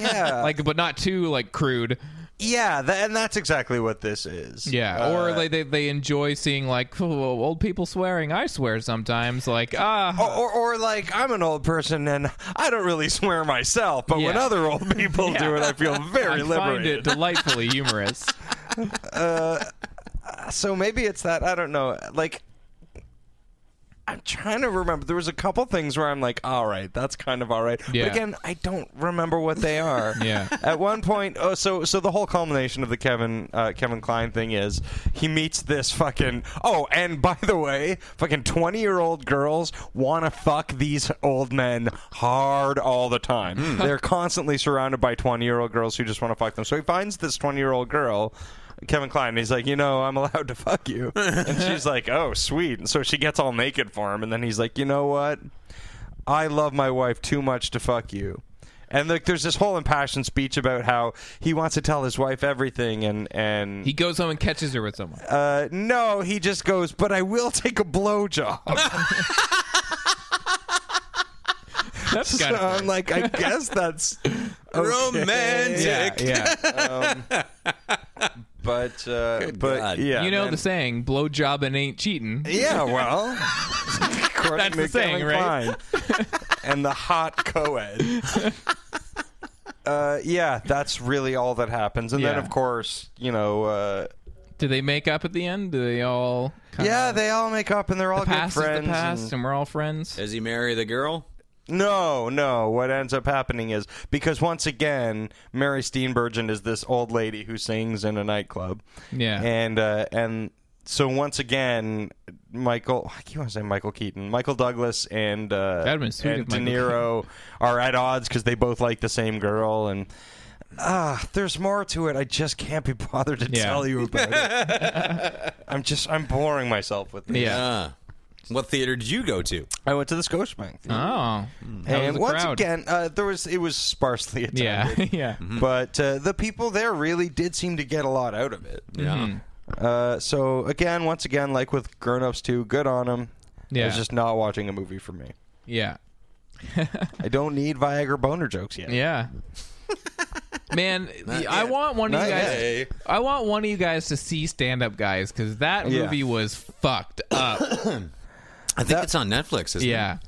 Speaker 3: Yeah.
Speaker 2: like but not too like crude.
Speaker 3: Yeah, tha- and that's exactly what this is. Uh,
Speaker 2: Yeah, or they, they they enjoy seeing like oh, old people swearing. I swear sometimes, like ah,
Speaker 3: Or, or, or like I'm an old person and I don't really swear myself, but when
Speaker 2: Yeah.
Speaker 3: other old people do it, I feel Oh,
Speaker 2: I find
Speaker 3: very
Speaker 2: it
Speaker 3: liberated.
Speaker 2: delightfully humorous.
Speaker 3: So maybe it's that I don't know. Like I'm trying to remember. There was a couple things where I'm like, all right, that's kind of all right.
Speaker 2: Yeah.
Speaker 3: But again, I don't remember what they are.
Speaker 2: Yeah.
Speaker 3: At one point, oh, so so the whole culmination of the Kevin uh, Kevin Klein thing is he meets this fucking oh, and by the way, fucking twenty year old girls want to fuck these old men hard all the time. They're constantly surrounded by twenty year old girls who just want to fuck them. So he finds this twenty year old girl. Kevin Klein, and he's like, you know, I'm allowed to fuck you. And she's like, oh, sweet. And so she gets all naked for him. And then he's like, you know what? I love my wife too much to fuck you. And like, there's this whole impassioned speech about how he wants to tell his wife everything, and and
Speaker 2: He goes home and catches her with someone.
Speaker 3: uh, no, he just goes, but I will take a blowjob.
Speaker 2: That's
Speaker 3: so
Speaker 2: kind of
Speaker 3: I'm like, I guess that's okay. Um,
Speaker 4: Romantic.
Speaker 2: yeah, yeah.
Speaker 3: But uh,
Speaker 4: Good
Speaker 3: but
Speaker 4: God.
Speaker 3: yeah,
Speaker 2: you know
Speaker 3: man.
Speaker 2: the saying, blow job and ain't cheating.
Speaker 3: Yeah, well, according
Speaker 2: That's
Speaker 3: to
Speaker 2: the saying,
Speaker 3: Kevin
Speaker 2: right?
Speaker 3: Kline and the hot co-ed. uh, yeah, that's really all that happens, and then
Speaker 2: Yeah.
Speaker 3: of course, you know, uh,
Speaker 2: Do they make up at the end? Do they all kinda-
Speaker 3: yeah, they all make up and they're all
Speaker 2: the
Speaker 3: good
Speaker 2: past is
Speaker 3: friends.
Speaker 2: the past
Speaker 3: and-
Speaker 2: and, we're all friends?
Speaker 4: Does he marry the girl?
Speaker 3: No, no. What ends up happening is because once again, Mary Steenburgen is this old lady who sings in a nightclub.
Speaker 2: Yeah.
Speaker 3: and uh, and so once again, Michael. I keep on saying Michael Keaton, Michael Douglas, and uh,
Speaker 2: That'd been sweet
Speaker 3: and
Speaker 2: if
Speaker 3: De
Speaker 2: Michael
Speaker 3: Niro are at odds because they both like the same girl and. Ah, there's more to it. I just can't be bothered to
Speaker 2: Yeah.
Speaker 3: tell you about it. I'm just I'm boring myself with this.
Speaker 2: Yeah.
Speaker 4: Uh, what theater did you go to?
Speaker 3: I went to the Scotiabank.
Speaker 2: Oh, How was
Speaker 3: And
Speaker 2: the
Speaker 3: once
Speaker 2: crowd?
Speaker 3: again, uh, there was it was sparsely attended.
Speaker 2: yeah, yeah.
Speaker 3: But uh, the people there really did seem to get a lot out of it.
Speaker 4: Yeah.
Speaker 2: Mm-hmm.
Speaker 3: Uh, so again, once again, like with Grown Ups too, good on them.
Speaker 2: Yeah.
Speaker 3: It's just not watching a movie for me.
Speaker 2: Yeah.
Speaker 3: I don't need Viagra boner jokes yet.
Speaker 2: Yeah. Man, the- I want one of
Speaker 3: Not
Speaker 2: you guys.
Speaker 4: yet.
Speaker 2: I want one of you guys to see Stand Up Guys because that
Speaker 3: Yeah.
Speaker 2: movie was fucked up.
Speaker 4: I think it's on Netflix. Isn't
Speaker 2: yeah,
Speaker 4: it?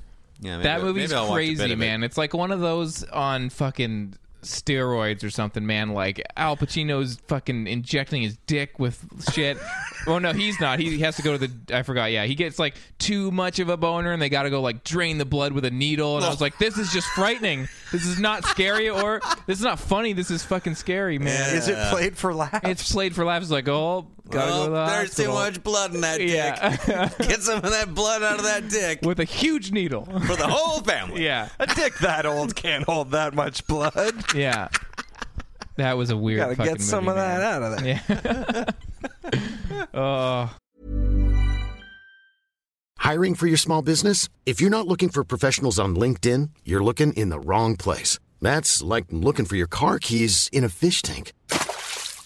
Speaker 4: yeah. maybe-
Speaker 2: that movie's
Speaker 4: maybe I'll watch a bit
Speaker 2: crazy,
Speaker 4: of it.
Speaker 2: man. It's like one of those on fucking steroids or something, man. Like Al Pacino's fucking injecting his dick with shit. oh no, he's not. He, he has to go to the. I forgot. Yeah, he gets like too much of a boner, and they got to go like drain the blood with a needle. And I was like, this is just frightening. This is not scary or this is not funny. This is fucking scary, man.
Speaker 3: Is it played for laughs?
Speaker 2: It's played for laughs. It's like, oh, gotta go to the
Speaker 4: Oh, there's too
Speaker 2: hospital.
Speaker 4: much blood in that
Speaker 2: Yeah.
Speaker 4: dick. Get some of that blood out of that dick
Speaker 2: with a huge needle.
Speaker 4: for the whole family.
Speaker 2: yeah,
Speaker 3: a dick that old can't hold that much blood.
Speaker 2: yeah. That was a weird.
Speaker 3: Gotta
Speaker 2: fucking
Speaker 3: get some
Speaker 2: movie,
Speaker 3: of
Speaker 2: man. Oh,
Speaker 3: that out of there.
Speaker 5: Hiring for your small business? If you're not looking for professionals on LinkedIn, you're looking in the wrong place. That's like looking for your car keys in a fish tank.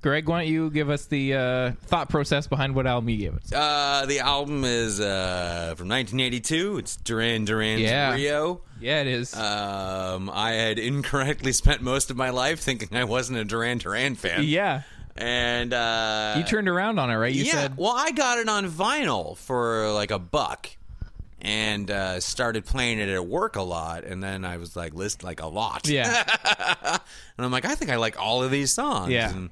Speaker 2: Greg, why don't you give us the uh, thought process behind what album you gave us?
Speaker 4: Uh, the album is uh, from 1982. It's Duran Duran's
Speaker 2: Yeah.
Speaker 4: Rio.
Speaker 2: Yeah, it is.
Speaker 4: Um, I had incorrectly spent most of my life thinking I wasn't a Duran Duran fan.
Speaker 2: yeah,
Speaker 4: And uh,
Speaker 2: you turned around on it, right? You
Speaker 4: yeah.
Speaker 2: said,
Speaker 4: Well, I got it on vinyl for like a buck, and uh, started playing it at work a lot. And then I was like, list like a lot.
Speaker 2: "Yeah,
Speaker 4: And I'm like, I think I like all of these songs.
Speaker 2: Yeah.
Speaker 4: And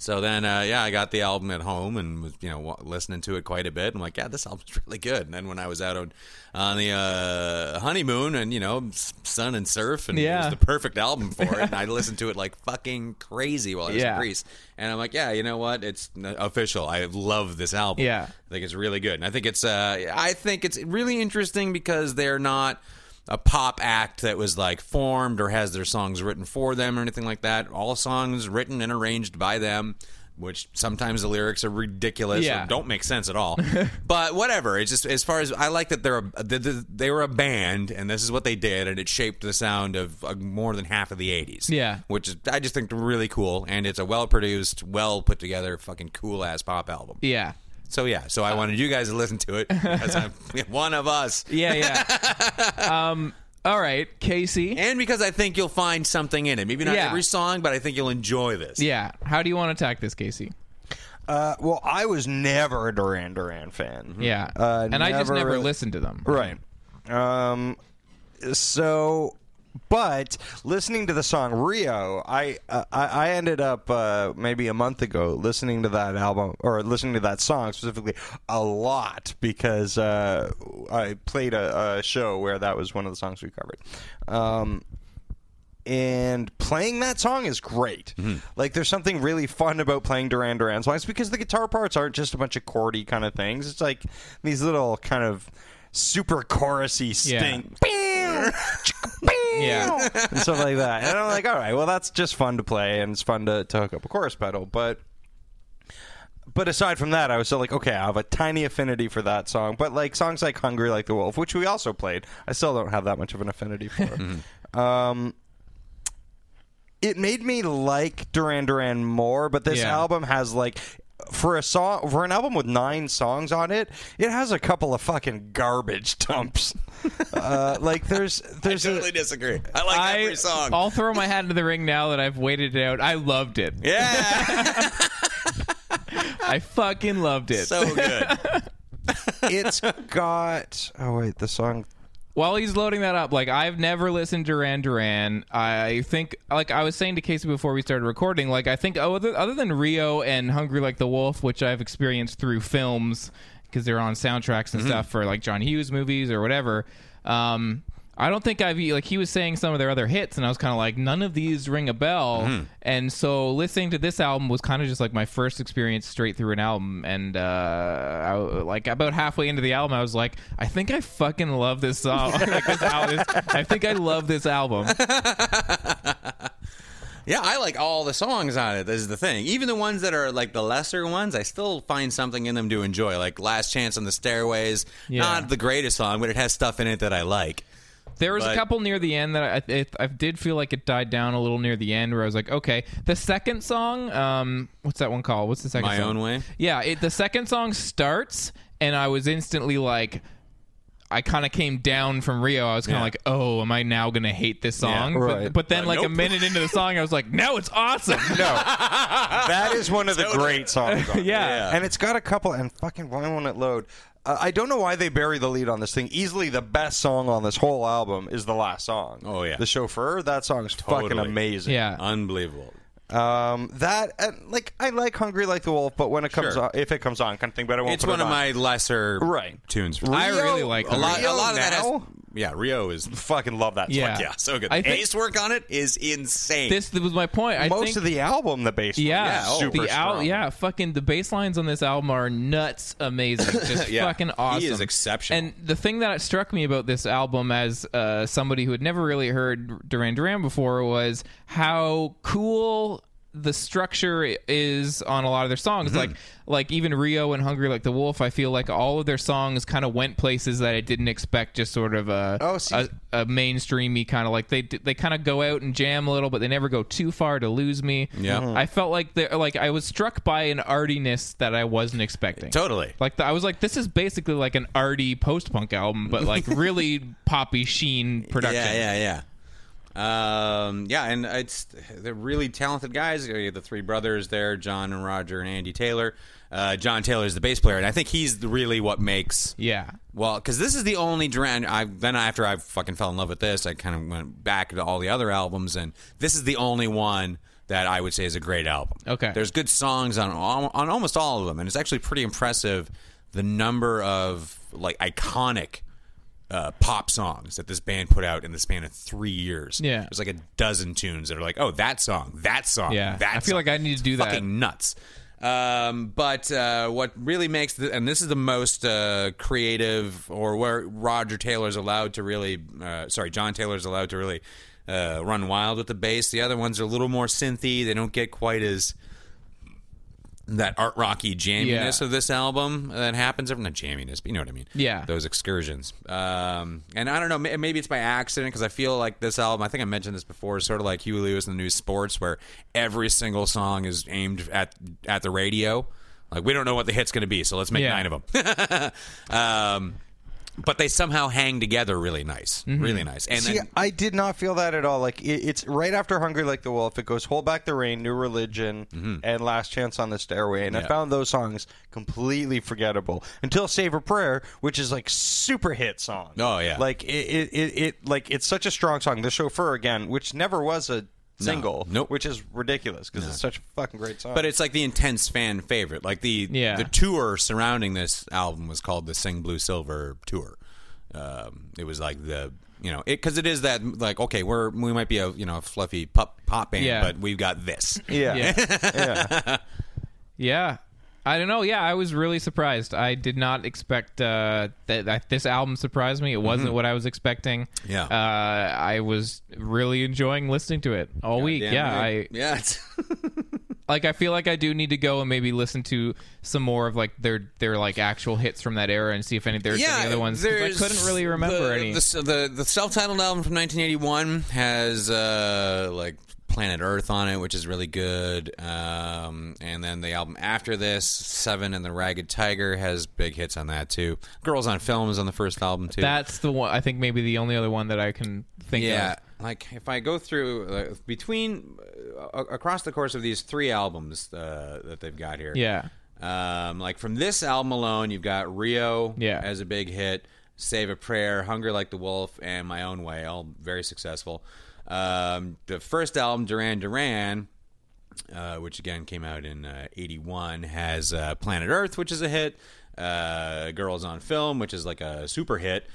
Speaker 4: so then, uh, yeah, I got the album at home and was, you know, wa- listening to it quite a bit. I'm like, yeah, this album's really good. And then when I was out on, on the uh, honeymoon and, you know, s- sun and surf, and
Speaker 2: Yeah.
Speaker 4: it was the perfect album for it. and I listened to it like fucking crazy while I was
Speaker 2: Yeah.
Speaker 4: in Greece. And I'm like, yeah, you know what? It's n- official. I love this album.
Speaker 2: Yeah.
Speaker 4: I think it's really good. And I think it's uh, I think it's really interesting because they're not a pop act that was like formed or has their songs written for them or anything like that. All songs written and arranged by them, which sometimes the lyrics are ridiculous
Speaker 2: Yeah.
Speaker 4: or don't make sense at all. but whatever. It's just as far as I like that they're a, they, they- they were a band and this is what they did and it shaped the sound of uh, more than half of the 80s.
Speaker 2: Yeah.
Speaker 4: Which is, I just think really cool and it's a well-produced, well put together fucking cool ass pop album.
Speaker 2: yeah,
Speaker 4: So yeah, so
Speaker 2: Uh,
Speaker 4: I wanted you guys to listen to it because I'm one of us,
Speaker 2: yeah, yeah." um, all right, Casey.
Speaker 4: and because I think you'll find something in it. Maybe not
Speaker 2: Yeah.
Speaker 4: every song, but I think you'll enjoy this.
Speaker 2: Yeah, how do you want to attack this, Casey?
Speaker 3: Uh, well, I was never a Duran Duran fan.
Speaker 2: Yeah,
Speaker 3: Uh,
Speaker 2: and I just never
Speaker 3: really-
Speaker 2: listened to them.
Speaker 3: Right. Um, so, But listening to the song Rio, I uh, I, I ended up uh, maybe a month ago listening to that album or listening to that song specifically a lot because uh, I played a, a show where that was one of the songs we covered. Um, and playing that song is great. Like, there's something really fun about playing Duran Duran songs because the guitar parts aren't just a bunch of chordy kind of things. It's like these little kind of super chorusy
Speaker 2: Yeah.
Speaker 3: sting. Yeah. and stuff like that. And I'm like, all right, well, that's just fun to play and it's fun to, to hook up a chorus pedal. But but aside from that, I was still like, okay, I have a tiny affinity for that song. But like songs like "Hungry Like the Wolf," which we also played, I still don't have that much of an affinity
Speaker 2: Mm-hmm.
Speaker 3: for. um, it made me like Duran Duran more, but this
Speaker 2: Yeah.
Speaker 3: album has like. For a song, for an album with nine songs on it, it has a couple of fucking garbage dumps. uh, like there's, there's a-
Speaker 4: totally disagree. I like every song.
Speaker 2: I'll throw my hat into the ring now that I've waited it out. I loved it.
Speaker 4: Yeah.
Speaker 2: I fucking loved it.
Speaker 4: So good.
Speaker 3: it's got. Oh wait, the song.
Speaker 2: While he's loading that up, like I've never listened to Duran Duran. I think, like I was saying to Casey before we started recording, like I think oh, other, other than Rio and Hungry Like the Wolf, which I've experienced through films because they're on soundtracks and stuff for like John Hughes movies or whatever. Um, I don't think I've e, like he was saying some of their other hits, and I was kind of like, none of these ring a bell.
Speaker 4: Mm-hmm.
Speaker 2: And so listening to this album was kind of just like my first experience straight through an album. And uh, I, like about halfway into the album, I was like, I think I fucking love this song. like, this album, I think I love this album.
Speaker 4: Yeah, I like all the songs on it. This is the thing. Even the ones that are like the lesser ones, I still find something in them to enjoy. Like Last Chance on the Stairways.
Speaker 2: Yeah.
Speaker 4: Not the greatest song, but it has stuff in it that I like.
Speaker 2: There was a
Speaker 4: But-
Speaker 2: couple near the end that I, it, I did feel like it died down a little near the end, where I was like, okay, the second song, um, what's that one called? What's the second?
Speaker 4: My
Speaker 2: song?
Speaker 4: Own Way?
Speaker 2: Yeah, it, the second song starts, and I was instantly like. I kind of came down from Rio. I was kind of
Speaker 4: Yeah.
Speaker 2: like, "Oh, am I now gonna hate this song?" But-
Speaker 3: right.
Speaker 2: but, then, like a
Speaker 4: nope.
Speaker 2: minute into the song, I was like, "No, it's awesome."
Speaker 3: That is one of the great songs. On it.
Speaker 2: Yeah.
Speaker 3: and it's got a couple. And fucking why won't it load? Uh, I don't know why they bury the lead on this thing. Easily the best song on this whole album is the last song.
Speaker 4: Oh, yeah.
Speaker 3: the chauffeur. That song's fucking
Speaker 4: Totally.
Speaker 3: amazing.
Speaker 2: yeah,
Speaker 4: Unbelievable.
Speaker 3: Um, that and, like I like "Hungry Like the Wolf," but when it comes
Speaker 4: Sure.
Speaker 3: on, if it comes on, kind of thing. But I won't.
Speaker 4: It's
Speaker 3: put
Speaker 4: one
Speaker 3: it
Speaker 4: of
Speaker 3: on.
Speaker 4: my lesser
Speaker 3: Right.
Speaker 4: tunes.
Speaker 2: I
Speaker 3: Rio-
Speaker 2: really like
Speaker 4: a lot,
Speaker 3: Rio
Speaker 4: a lot of that has.
Speaker 3: now?
Speaker 4: Yeah, Rio is.
Speaker 3: Fucking love that.
Speaker 2: Yeah.
Speaker 3: song.
Speaker 4: Yeah, so good.
Speaker 2: I think-
Speaker 4: Ace work on it is insane.
Speaker 2: this was my point. I
Speaker 3: Most
Speaker 2: think
Speaker 3: of the album, the bass.
Speaker 2: Yeah,
Speaker 3: is super
Speaker 2: the al-
Speaker 3: strong.
Speaker 2: yeah, fucking the bass lines on this album are nuts, amazing, just
Speaker 4: Yeah.
Speaker 2: fucking
Speaker 4: He
Speaker 2: awesome.
Speaker 4: is exceptional.
Speaker 2: And the thing that struck me about this album, as uh, somebody who had never really heard Duran Duran before, was how cool the structure is on a lot of their songs. Like, like even Rio and Hungry Like the Wolf, I feel like all of their songs kind of went places that I didn't expect. Just sort of a
Speaker 3: Oh, see.
Speaker 2: a, a mainstreamy kind of like they they kind of go out and jam a little, but they never go too far to lose me.
Speaker 4: Yeah. Mhm.
Speaker 2: I felt like the like I was struck by an artiness that I wasn't expecting.
Speaker 4: Totally.
Speaker 2: Like the, I was like, this is basically like an arty post punk album, but like really poppy sheen production.
Speaker 4: Yeah, yeah, yeah. Um, yeah, and it's they're really talented guys. You have the three brothers there, John and Roger and Andy Taylor. Uh, John Taylor is the bass player, and I think he's the- really what makes.
Speaker 2: Yeah.
Speaker 4: Well, because this is the only Duran. I then after I fucking fell in love with this, I kind of went back to all the other albums, and this is the only one that I would say is a great album.
Speaker 2: Okay.
Speaker 4: there's good songs on al- on almost all of them, and it's actually pretty impressive the number of like iconic uh, pop songs that this band put out in the span of three years.
Speaker 2: Yeah.
Speaker 4: there's like a dozen tunes that are like, oh, that song, that song,
Speaker 2: Yeah.
Speaker 4: that.
Speaker 2: I feel
Speaker 4: song."
Speaker 2: like I need to do that.
Speaker 4: Fucking nuts. Um, but uh, what really makes the, and this is the most uh, creative, or where Roger Taylor's allowed to really, uh, sorry, John Taylor's allowed to really uh, run wild with the bass. The other ones are a little more synthy. They don't get quite as that art rocky jamminess
Speaker 2: Yeah.
Speaker 4: of this album that happens. Not jamminess, but you know what I mean.
Speaker 2: Yeah.
Speaker 4: Those excursions. Um, and I don't know, may- maybe it's by accident because I feel like this album, I think I mentioned this before, is sort of like Huey Lewis and the New Sports, where every single song is aimed at, at the radio. Like, we don't know what the hit's going to be, so let's make
Speaker 2: Yeah.
Speaker 4: nine of them. um, but they somehow hang together really nice, really nice. And
Speaker 3: See,
Speaker 4: then,
Speaker 3: I did not feel that at all. Like it, it's right after "Hungry Like the Wolf," it goes "Hold Back the Rain," "New Religion," and "Last Chance on the Stairway," and I
Speaker 4: Mm-hmm. Yeah.
Speaker 3: found those songs completely forgettable until "Save a Prayer," which is like super hit song.
Speaker 4: oh yeah,
Speaker 3: Like it, it, it, it, like it's such a strong song. The chauffeur again, which never was a single,
Speaker 4: Nope.
Speaker 3: which is ridiculous because it's such a fucking great song.
Speaker 4: but it's like the intense fan favorite. Like the
Speaker 2: Yeah.
Speaker 4: the tour surrounding this album was called the Sing Blue Silver tour. Um, it was like the you know it because it is that like okay we're we might be a you know a fluffy pop pop band
Speaker 2: Yeah.
Speaker 4: but we've got this
Speaker 3: yeah,
Speaker 2: Yeah. Yeah. I don't know. Yeah, I was really surprised. I did not expect uh, that, that this album surprised me. It wasn't what I was expecting.
Speaker 4: Mm-hmm. Yeah.
Speaker 2: Uh, I was really enjoying listening to it all week.
Speaker 4: Damn
Speaker 2: yeah.
Speaker 4: right.
Speaker 2: I
Speaker 4: yeah it's-
Speaker 2: like. I feel like I do need to go and maybe listen to some more of like their their like actual hits from that era and see if any there's any other ones. 'cause I
Speaker 4: there's
Speaker 2: couldn't really remember
Speaker 4: the,
Speaker 2: any.
Speaker 4: The, the, the self-titled album from 1981 has uh, like Planet Earth on it, which is really good. Um, and then the album after this, Seven and the Ragged Tiger, has big hits on that too. Girls on Film is on the first album too.
Speaker 2: That's the one. I think maybe the only other one that I can think
Speaker 4: yeah.
Speaker 2: of.
Speaker 4: Like if I go through uh, between uh, across the course of these three albums uh, that they've got here,
Speaker 2: Yeah.
Speaker 4: um, like from this album alone, you've got Rio
Speaker 2: Yeah.
Speaker 4: as a big hit, Save a Prayer, Hunger Like the Wolf, and My Own Way, all very successful. Um, the first album, Duran Duran, uh, which again came out in uh, 81, has uh, Planet Earth, which is a hit, uh, Girls on Film, which is like a super hit.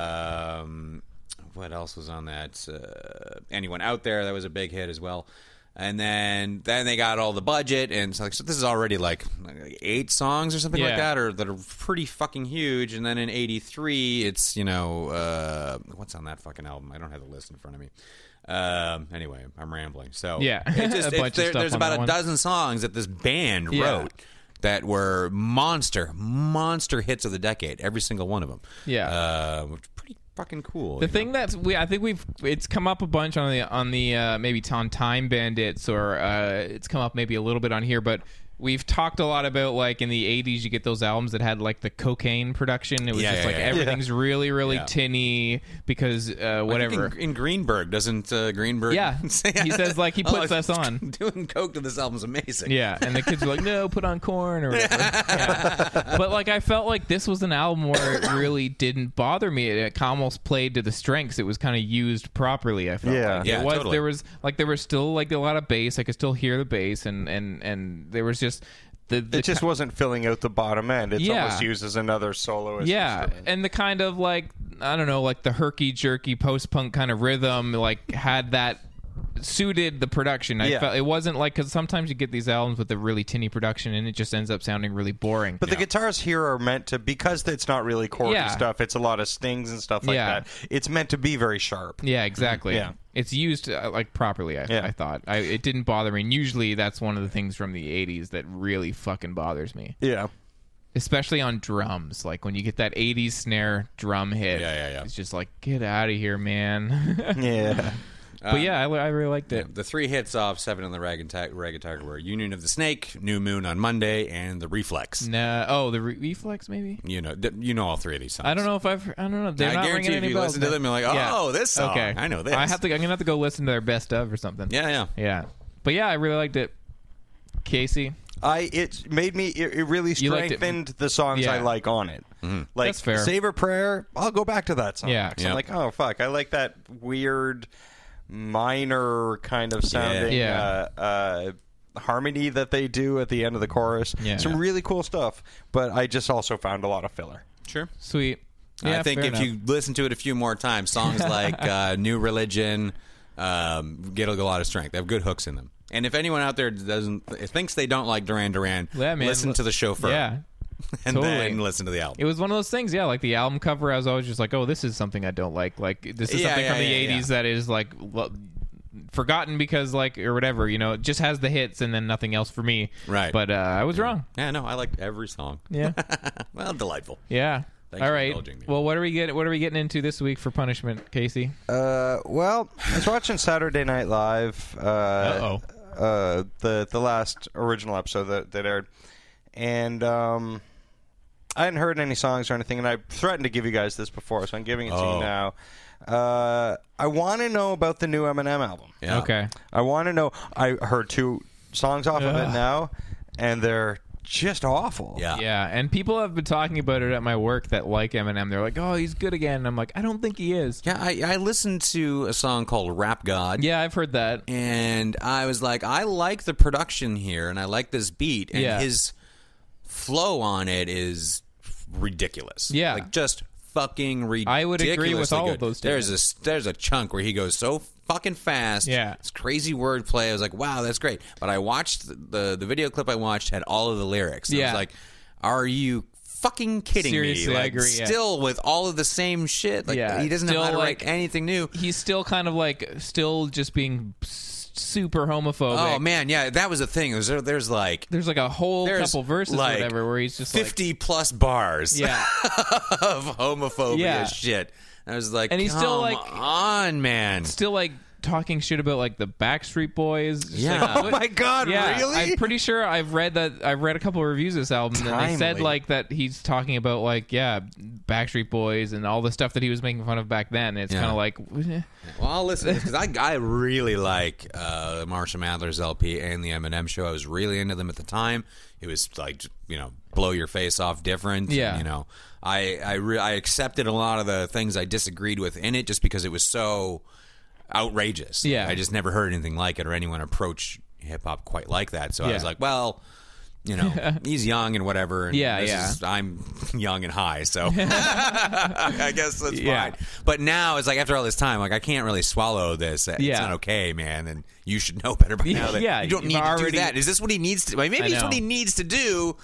Speaker 4: Um, what else was on that? Uh, anyone out there? That was a big hit as well. And then then they got all the budget, and so, like, so this is already like eight songs or something like
Speaker 2: Yeah.
Speaker 4: that, or that are pretty fucking huge. And then in '83, it's you know uh, what's on that fucking album? I don't have the list in front of me. Um, anyway, I'm rambling. So
Speaker 2: Yeah.
Speaker 4: it's Oh. just,
Speaker 2: A
Speaker 4: it's-
Speaker 2: bunch of
Speaker 4: there-
Speaker 2: stuff
Speaker 4: there's
Speaker 2: on
Speaker 4: about
Speaker 2: that
Speaker 4: a
Speaker 2: one.
Speaker 4: dozen songs that this band
Speaker 2: Yeah.
Speaker 4: wrote that were monster, monster hits of the decade. Every single one of them.
Speaker 2: Yeah.
Speaker 4: uh, which is pretty fucking cool.
Speaker 2: The
Speaker 4: you
Speaker 2: thing that's we I think we've it's come up a bunch on the on the uh, maybe on Time Bandits or uh, it's come up maybe a little bit on here, but we've talked a lot about like in the '80s you get those albums that had like the cocaine production. It was
Speaker 4: Yeah,
Speaker 2: just
Speaker 4: yeah,
Speaker 2: like
Speaker 4: yeah.
Speaker 2: everything's really really
Speaker 4: Yeah.
Speaker 2: tinny because uh,
Speaker 4: I think
Speaker 2: whatever.
Speaker 4: In, in Greenberg, doesn't uh, Greenberg?
Speaker 2: Yeah.
Speaker 4: say-
Speaker 2: He says, like, he
Speaker 4: Oh,
Speaker 2: puts us on.
Speaker 4: Doing coke to this album's amazing.
Speaker 2: Yeah, and the kids were like, "No, put on corn or whatever." Yeah. But like, I felt like this was an album where it really didn't bother me. It, it almost played to the strengths. It was kind of used properly. I felt
Speaker 3: Yeah.
Speaker 2: like.
Speaker 4: Yeah,
Speaker 2: it was.
Speaker 4: totally.
Speaker 2: There was like there was still like a lot of bass. I could still hear the bass, and and and there was just the, the
Speaker 3: it just
Speaker 2: ki-
Speaker 3: wasn't filling out the bottom end. It's
Speaker 2: Yeah.
Speaker 3: almost used as another soloist.
Speaker 2: yeah,
Speaker 3: instrument.
Speaker 2: and the kind of like I don't know, like the herky jerky post punk kind of rhythm, like had that suited the production. I
Speaker 3: Yeah.
Speaker 2: felt it wasn't like because sometimes you get these albums with a really tinny production and it just ends up sounding really boring.
Speaker 3: But the guitars here are meant to because it's not really chordy
Speaker 2: Yeah.
Speaker 3: stuff. It's a lot of stings and stuff like
Speaker 2: Yeah.
Speaker 3: that. It's meant to be very sharp.
Speaker 2: Yeah, exactly.
Speaker 3: Yeah.
Speaker 2: It's used uh, like properly, I,
Speaker 3: Yeah.
Speaker 2: I thought. I, it didn't bother me. And usually that's one of the things from the 80s that really fucking bothers me.
Speaker 3: Yeah.
Speaker 2: Especially on drums. Like when you get that 80s snare drum hit.
Speaker 4: Yeah, yeah, yeah.
Speaker 2: It's just like, get out of here, man.
Speaker 3: Yeah. Uh,
Speaker 2: but yeah, I, li- I really liked it.
Speaker 4: The three hits off Seven on the Ragged, Ti- Ragged Tiger were Union of the Snake, New Moon on Monday, and The Reflex.
Speaker 2: Nah, oh, the re- Reflex maybe?
Speaker 4: You know, th- you know all three of these songs.
Speaker 2: I don't know if I've. I don't know. They're
Speaker 4: I
Speaker 2: not
Speaker 4: guarantee
Speaker 2: ringing
Speaker 4: if
Speaker 2: any
Speaker 4: you
Speaker 2: bells,
Speaker 4: listen to
Speaker 2: but-
Speaker 4: them, you're like, "Oh, this song.
Speaker 2: Okay.
Speaker 4: I know
Speaker 2: I
Speaker 4: this."
Speaker 2: have to. I'm gonna have to go listen to their best of or something.
Speaker 4: Yeah, yeah.
Speaker 2: Yeah. But yeah, I really liked it. Casey,
Speaker 3: I it made me it, it really
Speaker 2: You liked it.
Speaker 3: strengthened the songs
Speaker 2: Yeah.
Speaker 3: I
Speaker 2: Mm-hmm.
Speaker 3: like on it. Like
Speaker 2: That's fair.
Speaker 3: Save a Prayer, I'll go back to that song.
Speaker 2: Yeah.
Speaker 3: 'Cause
Speaker 4: Yeah.
Speaker 3: I'm like, oh fuck, I like that weird minor kind of sounding
Speaker 2: Yeah.
Speaker 3: Uh, uh harmony that they do at the end of the chorus.
Speaker 2: Yeah.
Speaker 3: Some really cool stuff, but I just also found a lot of filler.
Speaker 4: Sure.
Speaker 2: sweet.
Speaker 4: I
Speaker 2: Yeah,
Speaker 4: think
Speaker 2: fair
Speaker 4: if
Speaker 2: enough.
Speaker 4: you listen to it a few more times, songs like uh, New Religion um, get a lot of strength. They have good hooks in them. And if anyone out there doesn't thinks they don't like Duran Duran,
Speaker 2: Yeah, man.
Speaker 4: listen to the chauffeur.
Speaker 2: Yeah.
Speaker 4: and
Speaker 2: totally.
Speaker 4: then listen to the album.
Speaker 2: It was one of those things, yeah. Like the album cover, I was always just like, "Oh, this is something I don't like." Like this is
Speaker 4: Yeah,
Speaker 2: something
Speaker 4: yeah,
Speaker 2: from the
Speaker 4: yeah,
Speaker 2: '80s
Speaker 4: yeah.
Speaker 2: that is like lo- forgotten because like or whatever, you know. It just has the hits and then nothing else for me.
Speaker 4: Right.
Speaker 2: But uh, I was wrong.
Speaker 4: yeah, no, I liked every song.
Speaker 2: Yeah.
Speaker 4: well, delightful.
Speaker 2: Yeah.
Speaker 4: Thanks
Speaker 2: All
Speaker 4: for
Speaker 2: right.
Speaker 4: indulging me.
Speaker 2: Well, what are we getting? What are we getting into this week for punishment, Casey?
Speaker 3: Uh, well, I was watching Saturday Night Live. Uh,
Speaker 2: Uh-oh.
Speaker 3: uh, the the last original episode that, that aired, and um, I hadn't heard any songs or anything, and I threatened to give you guys this before, so I'm giving it to
Speaker 4: Oh.
Speaker 3: you now. Uh, I want to know about the new Eminem album.
Speaker 4: Yeah.
Speaker 2: Okay.
Speaker 3: I want to know. I heard two songs off of it
Speaker 2: Ugh.
Speaker 3: now, and they're just awful.
Speaker 4: Yeah.
Speaker 2: Yeah, and people have been talking about it at my work that like Eminem. They're like, "Oh, he's good again." And I'm like, "I don't think he is."
Speaker 4: Yeah, I, I listened to a song called Rap God.
Speaker 2: Yeah, I've heard that.
Speaker 4: And I was like, I like the production here and I like this beat. And
Speaker 2: Yeah.
Speaker 4: his flow on it is ridiculous.
Speaker 2: Yeah.
Speaker 4: Like just fucking ridiculous.
Speaker 2: I would agree with all of those
Speaker 4: There's a, there's a chunk where he goes so fucking fast.
Speaker 2: Yeah.
Speaker 4: It's crazy wordplay. I was like, wow, that's great. But I watched the, the video clip I watched had all of the lyrics. And I
Speaker 2: Yeah.
Speaker 4: was like, are you fucking kidding
Speaker 2: Seriously,
Speaker 4: me?
Speaker 2: I
Speaker 4: Like,
Speaker 2: agree, yeah.
Speaker 4: Still with all of the same shit. Like,
Speaker 2: Yeah,
Speaker 4: he doesn't know
Speaker 2: still,
Speaker 4: how to
Speaker 2: like-
Speaker 4: write anything new.
Speaker 2: He's still kind of like still just being s- super homophobic.
Speaker 4: Oh man, yeah, that was a thing. There's, there's like
Speaker 2: There's like a whole
Speaker 4: there's
Speaker 2: couple verses
Speaker 4: like
Speaker 2: or whatever where he's just
Speaker 4: fifty plus bars
Speaker 2: like, yeah,
Speaker 4: of homophobia
Speaker 2: Yeah.
Speaker 4: shit. I was like,
Speaker 2: And he's still,
Speaker 4: "Come
Speaker 2: like-
Speaker 4: on, man.
Speaker 2: still like talking shit about like the Backstreet Boys. Just,
Speaker 4: Yeah.
Speaker 2: like,
Speaker 4: Oh
Speaker 2: what-
Speaker 4: my God,
Speaker 2: Yeah,
Speaker 4: really?
Speaker 2: I'm pretty sure I've read that. I've read a couple of reviews of this album, and they said
Speaker 3: Timely.
Speaker 2: like that he's talking about like yeah, Backstreet Boys and all the stuff that he was making fun of back then. It's
Speaker 4: Yeah.
Speaker 2: kind of like eh.
Speaker 4: Well, I'll listen because I, I really like uh, Marsha Mathers LP and the Eminem Show. I was really into them at the time. It was like you know, blow your face off, different. and,
Speaker 2: Yeah.
Speaker 4: you know, I I, re- I accepted a lot of the things I disagreed with in it just because it was so outrageous.
Speaker 2: Yeah.
Speaker 4: I just never heard anything like it or anyone approach hip hop quite like that. So I
Speaker 2: Yeah.
Speaker 4: was like, well. You know, he's young and whatever. And
Speaker 2: Yeah,
Speaker 4: this
Speaker 2: yeah.
Speaker 4: Is, I'm young and high, so I guess that's
Speaker 2: Yeah.
Speaker 4: fine. But now it's like after all this time, like I can't really swallow this. It's
Speaker 2: Yeah.
Speaker 4: not okay, man. And you should know better by now. That
Speaker 2: Yeah,
Speaker 4: you don't
Speaker 2: you've
Speaker 4: need to
Speaker 2: already-
Speaker 4: do that. Is this what he needs to? Well,
Speaker 2: I
Speaker 4: maybe it's what
Speaker 2: know.
Speaker 4: he needs to do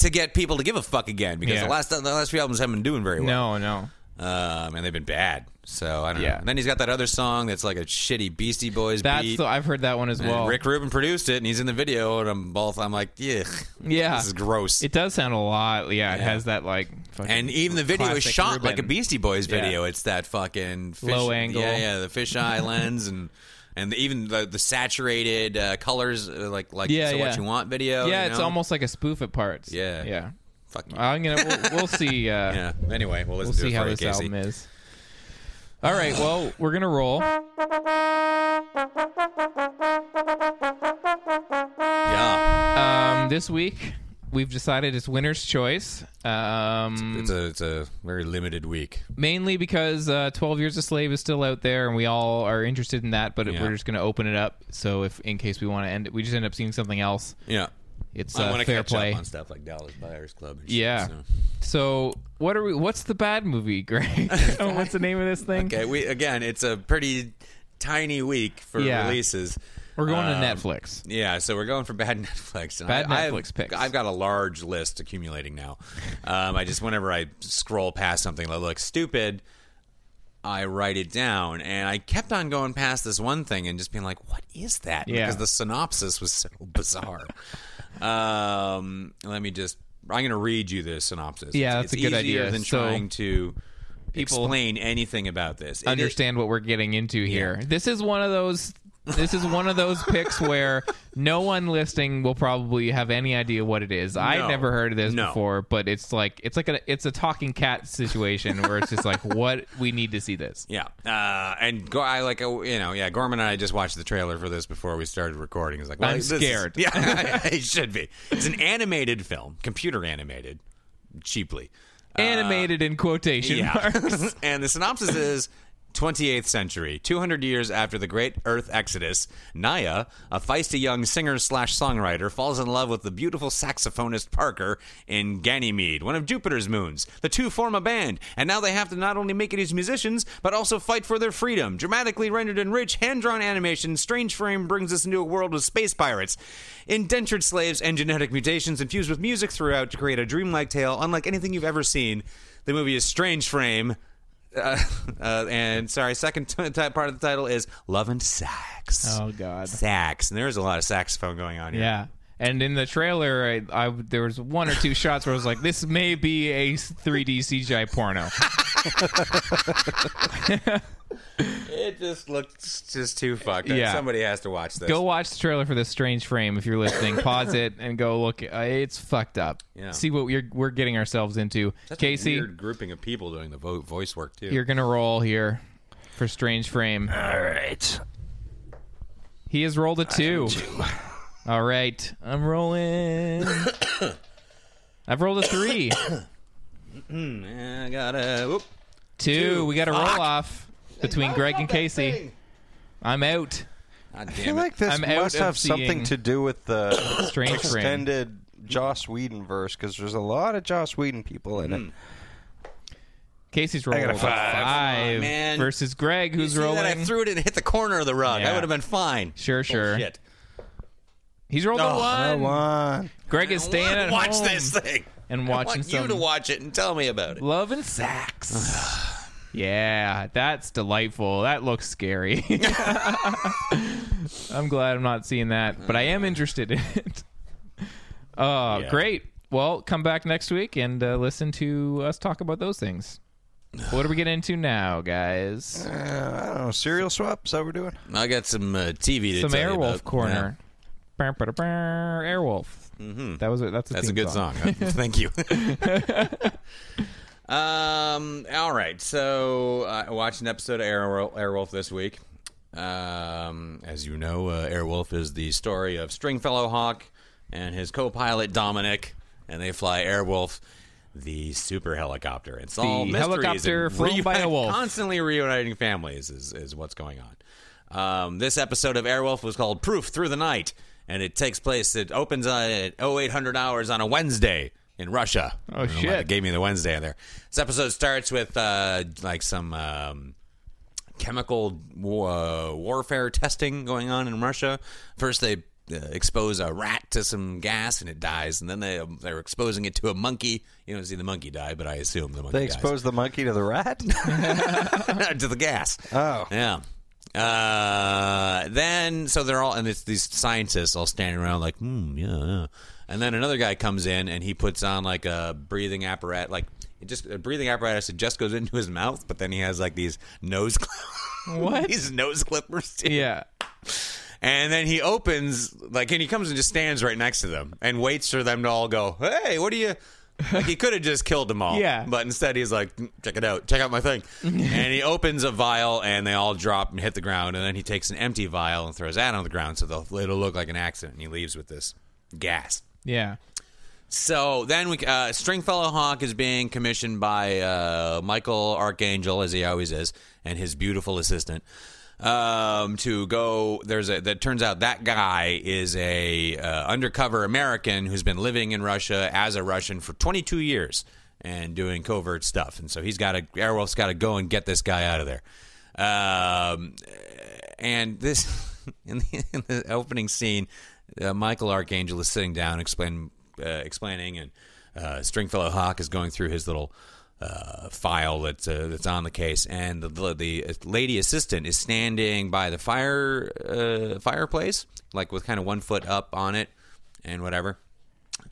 Speaker 4: to get people to give a fuck again. Because
Speaker 2: Yeah.
Speaker 4: the last the last few albums haven't been doing very
Speaker 2: no,
Speaker 4: well.
Speaker 2: no.
Speaker 4: um, and they've been bad. So I don't know.
Speaker 2: Yeah.
Speaker 4: And then he's got that other song that's like a shitty Beastie Boys
Speaker 2: That's
Speaker 4: beat.
Speaker 2: the, I've heard that one as
Speaker 4: and
Speaker 2: well.
Speaker 4: Rick Rubin produced it, and he's in the video, and I'm both. I'm like, yeah,
Speaker 2: Yeah.
Speaker 4: this is gross.
Speaker 2: It does sound a lot. Yeah, it has that like. fucking
Speaker 4: And even the video is
Speaker 2: classic
Speaker 4: shot
Speaker 2: Rubin.
Speaker 4: like a Beastie Boys
Speaker 2: Yeah.
Speaker 4: video. It's that fucking fish,
Speaker 2: Low angle.
Speaker 4: Yeah, yeah, the fisheye lens and and the, even the, the saturated uh, colors, uh, like like
Speaker 2: Yeah,
Speaker 4: so
Speaker 2: yeah.
Speaker 4: what you want video.
Speaker 2: Yeah,
Speaker 4: you
Speaker 2: it's
Speaker 4: know?
Speaker 2: almost like a spoof at parts.
Speaker 4: Yeah.
Speaker 2: yeah.
Speaker 4: Fuck you.
Speaker 2: I'm gonna. We'll, we'll see. Uh,
Speaker 4: yeah. Anyway, we'll
Speaker 2: We'll
Speaker 4: listen to
Speaker 2: see
Speaker 4: it
Speaker 2: how
Speaker 4: for you,
Speaker 2: this
Speaker 4: Casey.
Speaker 2: album is. All right, well, we're gonna roll.
Speaker 4: Yeah,
Speaker 2: Um, this week we've decided it's winner's choice. Um,
Speaker 4: it's a it's a very limited week.
Speaker 2: mainly because uh, 12 years a slave is still out there and we all are interested in that but
Speaker 4: Yeah.
Speaker 2: we're just going to open it up so if in case we want to end it we just end up seeing something else
Speaker 4: Yeah,
Speaker 2: it's
Speaker 4: I
Speaker 2: uh,
Speaker 4: wanna
Speaker 2: fair
Speaker 4: catch
Speaker 2: play
Speaker 4: up on stuff like Dallas Buyers Club. And shit,
Speaker 2: yeah
Speaker 4: so.
Speaker 2: so what are we what's the bad movie greg Oh, what's the name of this thing
Speaker 4: Okay. We again, it's a pretty tiny week for
Speaker 2: Yeah.
Speaker 4: releases.
Speaker 2: we're going
Speaker 4: Um,
Speaker 2: to netflix
Speaker 4: Yeah, so we're going for bad Netflix. And
Speaker 2: Bad
Speaker 4: I,
Speaker 2: Netflix
Speaker 4: I've,
Speaker 2: picks.
Speaker 4: I've got a large list accumulating now. Um, I just whenever I scroll past something that looks stupid, I write it down, and I kept on going past this one thing and just being like, "What is that?"
Speaker 2: Yeah.
Speaker 4: Because the synopsis was so bizarre. um, let me just. I'm going to read you the synopsis.
Speaker 2: Yeah, that's
Speaker 4: it's, it's
Speaker 2: a good
Speaker 4: easier
Speaker 2: idea.
Speaker 4: than
Speaker 2: So
Speaker 4: trying to
Speaker 2: people
Speaker 4: explain anything about this. It- it-
Speaker 2: understand what we're getting into here this is one of those this is one of those picks where no one listening will probably have any idea what it is. I
Speaker 4: No.
Speaker 2: never heard of this
Speaker 4: No.
Speaker 2: before, but it's like it's like a it's a talking cat situation where it's just like what we need to see this.
Speaker 4: Yeah, uh, and go, I like uh, you know yeah. Gorman and I just watched the trailer for this before we started recording. It's like well,
Speaker 2: I'm
Speaker 4: this
Speaker 2: scared.
Speaker 4: Is, yeah, it should be. It's an animated film, computer animated, cheaply.
Speaker 2: Animated in quotation marks.
Speaker 4: and the synopsis is 28th century, 200 years after the Great Earth Exodus, Naya, a feisty young singer slash songwriter, falls in love with the beautiful saxophonist Parker in Ganymede, one of Jupiter's moons. The two form a band, and now they have to not only make it as musicians, but also fight for their freedom. Dramatically rendered in rich, hand drawn animation, Strange Frame brings us into a world of space pirates, indentured slaves, and genetic mutations infused with music throughout to create a dreamlike tale unlike anything you've ever seen. The movie is Strange Frame. Uh, uh, and sorry, second t- t- part of the title is Love and Sax.
Speaker 2: Oh, God.
Speaker 4: Sax. And there's a lot of saxophone going on here.
Speaker 2: Yeah. And in the trailer, I, I there was one or two shots where I was like, "This may be a 3D CGI porno."
Speaker 4: it just looks just too fucked up.
Speaker 2: Yeah.
Speaker 4: Somebody has to watch this.
Speaker 2: Go watch the trailer for this strange frame if you're listening. Pause it and go look. Uh, it's fucked up.
Speaker 4: Yeah.
Speaker 2: See what we're we're getting ourselves into.
Speaker 4: Such a
Speaker 2: Casey,
Speaker 4: weird grouping of people doing the vo- voice work too.
Speaker 2: you're gonna roll here for strange frame. All right. He has rolled a two. All right, I'm rolling. I've rolled a three.
Speaker 4: Mm, I gotta. Whoop.
Speaker 2: Two.
Speaker 4: Two.
Speaker 2: We got a roll
Speaker 4: Fuck.
Speaker 2: off between Greg and Casey. I'm out.
Speaker 4: God
Speaker 3: I
Speaker 4: damn
Speaker 3: feel
Speaker 4: it.
Speaker 3: like this
Speaker 2: I'm out
Speaker 3: must
Speaker 2: of
Speaker 3: have something
Speaker 2: seeing-
Speaker 3: to do with the
Speaker 2: Strange Frame.
Speaker 3: extended Joss Whedon verse because there's a lot of Joss Whedon people in it.
Speaker 4: Hmm.
Speaker 2: Casey's rolling
Speaker 3: got a
Speaker 2: a
Speaker 3: five.
Speaker 2: five
Speaker 4: man.
Speaker 2: versus Greg,
Speaker 4: You
Speaker 2: who's
Speaker 4: see that?
Speaker 2: rolling.
Speaker 4: I threw it and hit the corner of the rug.
Speaker 2: Yeah.
Speaker 4: That would have been fine.
Speaker 2: Sure, sure.
Speaker 4: Shit.
Speaker 2: He's rolled
Speaker 4: Oh,
Speaker 2: a one.
Speaker 3: Come on.
Speaker 2: Greg is staying at
Speaker 4: watch
Speaker 2: home
Speaker 4: this thing
Speaker 2: and
Speaker 4: I
Speaker 2: watching
Speaker 4: want
Speaker 2: some
Speaker 4: you to watch it and tell me about it.
Speaker 2: Love and Sex. yeah, that's delightful. That looks scary. I'm glad I'm not seeing that, but I am interested in it. Uh, great. Well, come back next week and uh, listen to us talk about those things. What are we getting into now, guys?
Speaker 3: I don't know. Oh, Serial swap? Is that what we're doing?
Speaker 4: I got some uh, TV to
Speaker 2: Some
Speaker 4: tell you
Speaker 2: Airwolf
Speaker 4: about.
Speaker 2: corner. Brr, brr, brr, Airwolf. Mm-hmm. That was a, that's a
Speaker 4: That's a
Speaker 2: theme
Speaker 4: good song. Uh, Thank you. um. All right. So uh, I watched an episode of Airwolf, Airwolf this week. Um, as you know, uh, Airwolf is the story of Stringfellow Hawk and his co-pilot Dominic, and they fly Airwolf, the super helicopter. It's all mysteries and
Speaker 2: helicopter flown by a
Speaker 4: reunite-
Speaker 2: wolf.
Speaker 4: Constantly reuniting families is is what's going on. Um, this episode of Airwolf was called Proof Through the Night, and it takes place. It opens uh, at 0800 hours on a Wednesday in Russia. Oh
Speaker 2: shit.
Speaker 4: gave me the Wednesday there. This episode starts with uh, like some. Um, chemical uh, warfare testing going on in Russia. First, they uh, expose a rat to some gas and it dies, and then they they're exposing it to a monkey. You don't see the monkey die, but I assume the monkey
Speaker 3: They
Speaker 4: dies.
Speaker 3: exposed the monkey to the rat?
Speaker 4: to the gas.
Speaker 3: Oh.
Speaker 4: Yeah. Uh, then, so they're all, and it's these scientists all standing around like, hmm, yeah, yeah. And then another guy comes in and he puts on like a breathing apparatus, like it just a breathing apparatus that just goes into his mouth, but then he has like these nose, cl-
Speaker 2: What?
Speaker 4: these nose clippers. Too.
Speaker 2: Yeah.
Speaker 4: And then he opens, like, and he comes and just stands right next to them and waits for them to all go, hey, what are you. Like, he could have just killed them all.
Speaker 2: Yeah.
Speaker 4: But instead, he's like, "Mm, check it out. Check out my thing. and he opens a vial, and they all drop and hit the ground. And then he takes an empty vial and throws that on the ground so they'll, it'll look like an accident. And he leaves with this gas.
Speaker 2: Yeah.
Speaker 4: So then we uh, Stringfellow Hawk is being commissioned by uh, Michael Archangel, as he always is, and his beautiful assistant um, to go. There's a that turns out that guy is a uh, undercover American who's been living in Russia as a Russian for 22 years and doing covert stuff, and so he's got to Airwolf's got to go and get this guy out of there. Um, and this in the, in the opening scene, uh, Michael Archangel is sitting down, explain, uh, explaining, and uh, Stringfellow Hawk is going through his little uh, file that's uh, that's on the case, and the the lady assistant is standing by the fire uh, fireplace, like with kind of one foot up on it, and whatever.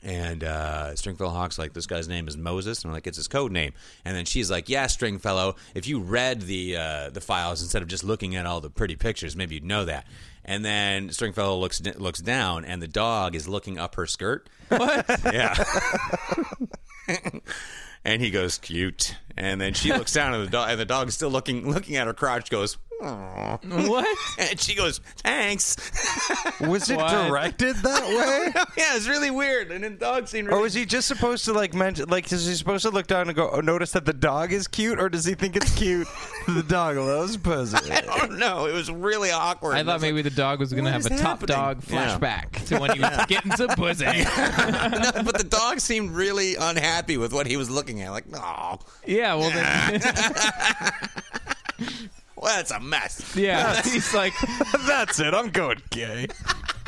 Speaker 4: And uh, Stringfellow Hawk's like, this guy's name is Moses, and I'm like, it's his code name. And then she's like, yeah, Stringfellow, if you read the uh, the files instead of just looking at all the pretty pictures, maybe you'd know that. And then Stringfellow looks looks down, and the dog is looking up her skirt. What? yeah. and he goes, cute. And then she looks down, at the dog, and the dog's still looking looking at her crotch. Goes, "Aw."
Speaker 2: What?
Speaker 4: and she goes, thanks.
Speaker 3: Was it directed that way?
Speaker 4: yeah, it's really weird. And the dog scene. Really
Speaker 3: Or was he just supposed to like mention, like, is he supposed to look down and go, oh, notice that the dog is cute? Or does he think it's cute? that the dog loves pussy.
Speaker 4: I don't know. Oh, It was really awkward.
Speaker 2: I thought
Speaker 4: It was
Speaker 2: maybe the dog was going to
Speaker 4: what
Speaker 2: have
Speaker 4: is
Speaker 2: a top
Speaker 4: happening?
Speaker 2: dog
Speaker 4: Yeah.
Speaker 2: flashback to when he was getting some pussy.
Speaker 4: like- no, but the dog seemed really unhappy with what he was looking at. Like, oh,
Speaker 2: yeah, well, then,
Speaker 4: well, that's a mess.
Speaker 2: yeah, he's like
Speaker 3: That's it. I'm going gay.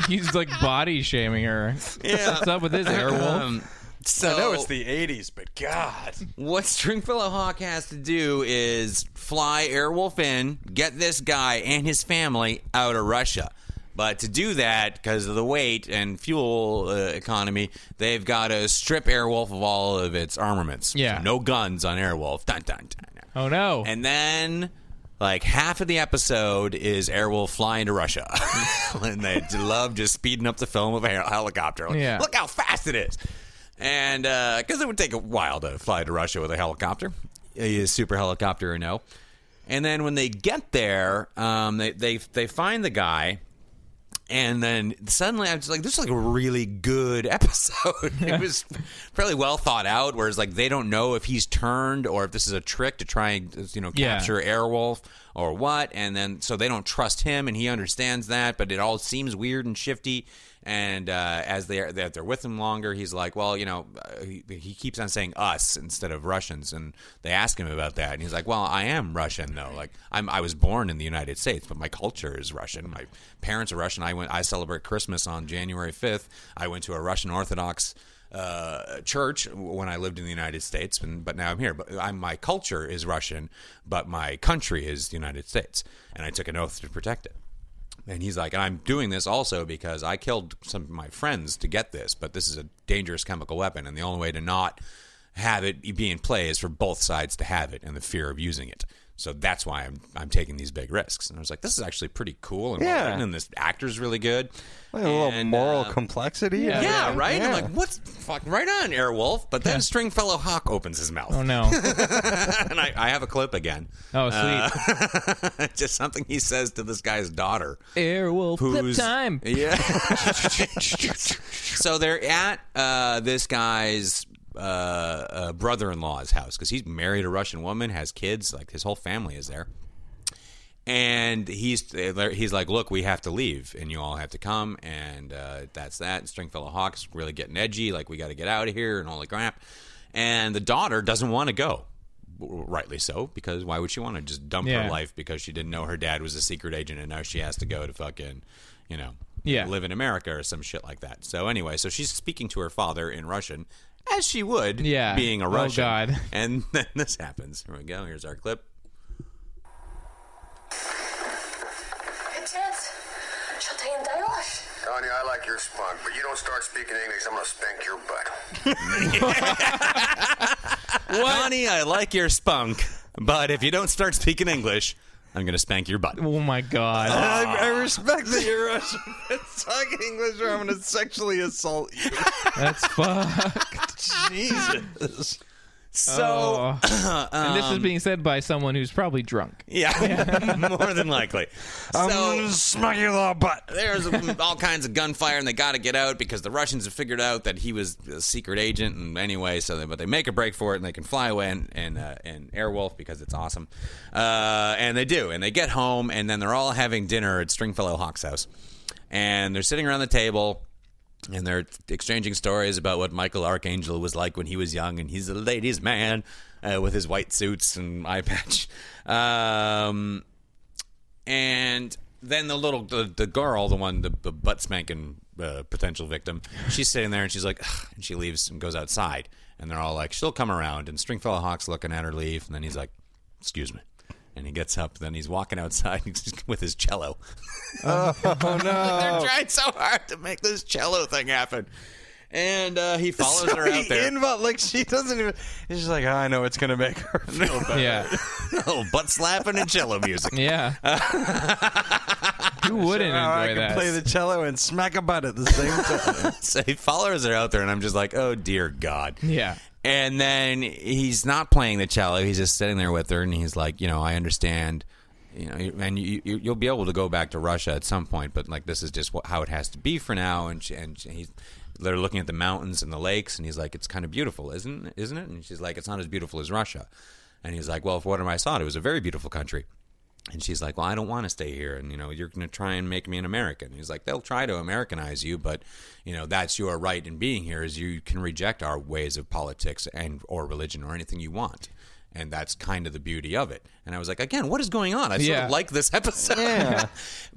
Speaker 2: he's like body shaming her.
Speaker 4: Yeah.
Speaker 2: What's up with this airwolf?
Speaker 4: Um, so
Speaker 3: the 80s, but God.
Speaker 4: what Stringfellow Hawk has to do is fly Airwolf in, get this guy and his family out of Russia. But to do that, because of the weight and fuel uh, economy, they've got to strip Airwolf of all of its armaments.
Speaker 2: Yeah.
Speaker 4: So no guns on Airwolf. Dun, dun, dun, dun.
Speaker 2: Oh no!
Speaker 4: And then like half of the episode is Airwolf flying to Russia, and they love just speeding up the film of a hel- helicopter. Like,
Speaker 6: Yeah.
Speaker 4: Look how fast it is, and because it would take a while to fly to Russia with a helicopter, a super helicopter or no. And then when they get there, um, they they they find the guy. And then suddenly I'm just like, this is like a really good episode. it was fairly well thought out, whereas like they don't know if he's turned or if this is a trick to try and you know
Speaker 2: Yeah.
Speaker 4: capture Airwolf or what. And then so they don't trust him, and he understands that, but it all seems weird and shifty. And uh, as they're that they're with him longer, he's like, well, you know, uh, he, he keeps on saying us instead of Russians, and they ask him about that, and he's like, well, I am Russian though. Like I'm I was born in the United States, but my culture is Russian. My parents are Russian. I went I celebrate Christmas on January fifth. I went to a Russian Orthodox uh, church when I lived in the United States, and, but now I'm here. But I'm, my culture is Russian, but my country is the United States, and I took an oath to protect it. And he's like, and I'm doing this also because I killed some of my friends to get this, but this is a dangerous chemical weapon, and the only way to not have it be in play is for both sides to have it and the fear of using it. So that's why I'm I'm taking these big risks. And I was like, this is actually pretty cool and well
Speaker 3: Yeah.
Speaker 4: written, and this actor's really good.
Speaker 3: a little
Speaker 4: And,
Speaker 3: moral
Speaker 4: uh,
Speaker 3: complexity.
Speaker 4: yeah,
Speaker 3: and
Speaker 4: yeah,
Speaker 3: everything.
Speaker 4: right. I'm
Speaker 3: Yeah.
Speaker 4: like, what's fuck right on, Airwolf? But then Stringfellow Hawk opens his mouth.
Speaker 2: Oh no!
Speaker 4: and I, I have a clip again.
Speaker 2: Oh,
Speaker 4: Uh, sweet! just something he says to this guy's daughter.
Speaker 2: Airwolf clip
Speaker 4: Who's-
Speaker 2: time.
Speaker 4: Yeah. so they're at uh, this guy's uh, uh, brother-in-law's house because he's married a Russian woman, has kids, like his whole family is there. And he's he's like, look, we have to leave, and you all have to come, and uh, that's that. And Stringfellow Hawk's really getting edgy, like we got to get out of here and all that crap. And the daughter doesn't want to go, rightly so, because why would she want to just dump
Speaker 2: Yeah.
Speaker 4: her life because she didn't know her dad was a secret agent, and now she has to go to fucking, you know,
Speaker 2: Yeah.
Speaker 4: live in America or some shit like that. So anyway, so she's speaking to her father in Russian, as she would,
Speaker 2: Yeah.
Speaker 4: being a
Speaker 2: Oh,
Speaker 4: Russian.
Speaker 2: God.
Speaker 4: And then this happens. Here we go. Here's our clip.
Speaker 7: Intense. Shut the end даешь?
Speaker 8: Tony, I like your spunk, but you don't start speaking English, I'm gonna spank your butt.
Speaker 4: Connie, I like your spunk, but if you don't start speaking English, I'm gonna spank your butt.
Speaker 2: Oh my god!
Speaker 3: I, I respect that you're Russian. but Talk English, or I'm going to sexually assault you.
Speaker 2: That's
Speaker 4: Oh.
Speaker 2: fucked.
Speaker 3: Jesus.
Speaker 4: So,
Speaker 2: Oh. and this is
Speaker 4: um,
Speaker 2: being said by someone who's probably drunk.
Speaker 4: Yeah, more than likely.
Speaker 2: I'm
Speaker 4: so,
Speaker 2: gonna
Speaker 3: smack your little butt.
Speaker 4: There's all kinds of gunfire, and they got to get out because the Russians have figured out that he was a secret agent. And anyway, so they, but they make a break for it, and they can fly away and and, uh, and Airwolf because it's awesome. Uh, and they do, and they get home, and then they're all having dinner at Stringfellow Hawk's house, and they're sitting around the table. And they're exchanging stories about what Michael Archangel was like when he was young, and he's a ladies' man uh, with his white suits and eye patch. Um, and then the little the, the girl, the one the, the butt spanking uh, potential victim, she's sitting there and she's like, "Ugh," and she leaves and goes outside, and they're all like, she'll come around. And Stringfellow Hawk's looking at her leave, and then he's like, "Excuse me," and he gets up. Then he's walking outside with his cello.
Speaker 3: Oh,
Speaker 4: They're
Speaker 3: no.
Speaker 4: trying so hard to make this cello thing happen. And uh, he follows
Speaker 3: So
Speaker 4: her out
Speaker 3: he
Speaker 4: there.
Speaker 3: invo- like she doesn't even. She's like, I know it's gonna make her feel better.
Speaker 2: Yeah.
Speaker 4: oh, butt slapping and cello music.
Speaker 2: Yeah. Who wouldn't
Speaker 4: Oh,
Speaker 3: Somehow I
Speaker 2: enjoy
Speaker 3: can
Speaker 2: that?
Speaker 3: play the cello and smack a butt at the same time.
Speaker 4: so he follows her out there, and I'm just like, oh dear God.
Speaker 2: Yeah.
Speaker 4: And then he's not playing the cello. He's just sitting there with her, and he's like, you know, I understand, you know, and you, you you'll be able to go back to Russia at some point, but like this is just what, how it has to be for now. And she, and she, he's they're looking at the mountains and the lakes, and he's like, it's kind of beautiful, isn't isn't it? And she's like, it's not as beautiful as Russia. And he's like, well, for what am I saw it? It was a very beautiful country. And she's like, "Well, I don't want to stay here, and you know, you're going to try and make me an American." And he's like, "They'll try to Americanize you, but you know, that's your right in being here. Is you can reject our ways of politics and or religion or anything you want." And that's kind of the beauty of it. And I was like, again, what is going on? I sort
Speaker 6: Yeah.
Speaker 4: of like this episode.
Speaker 6: Yeah.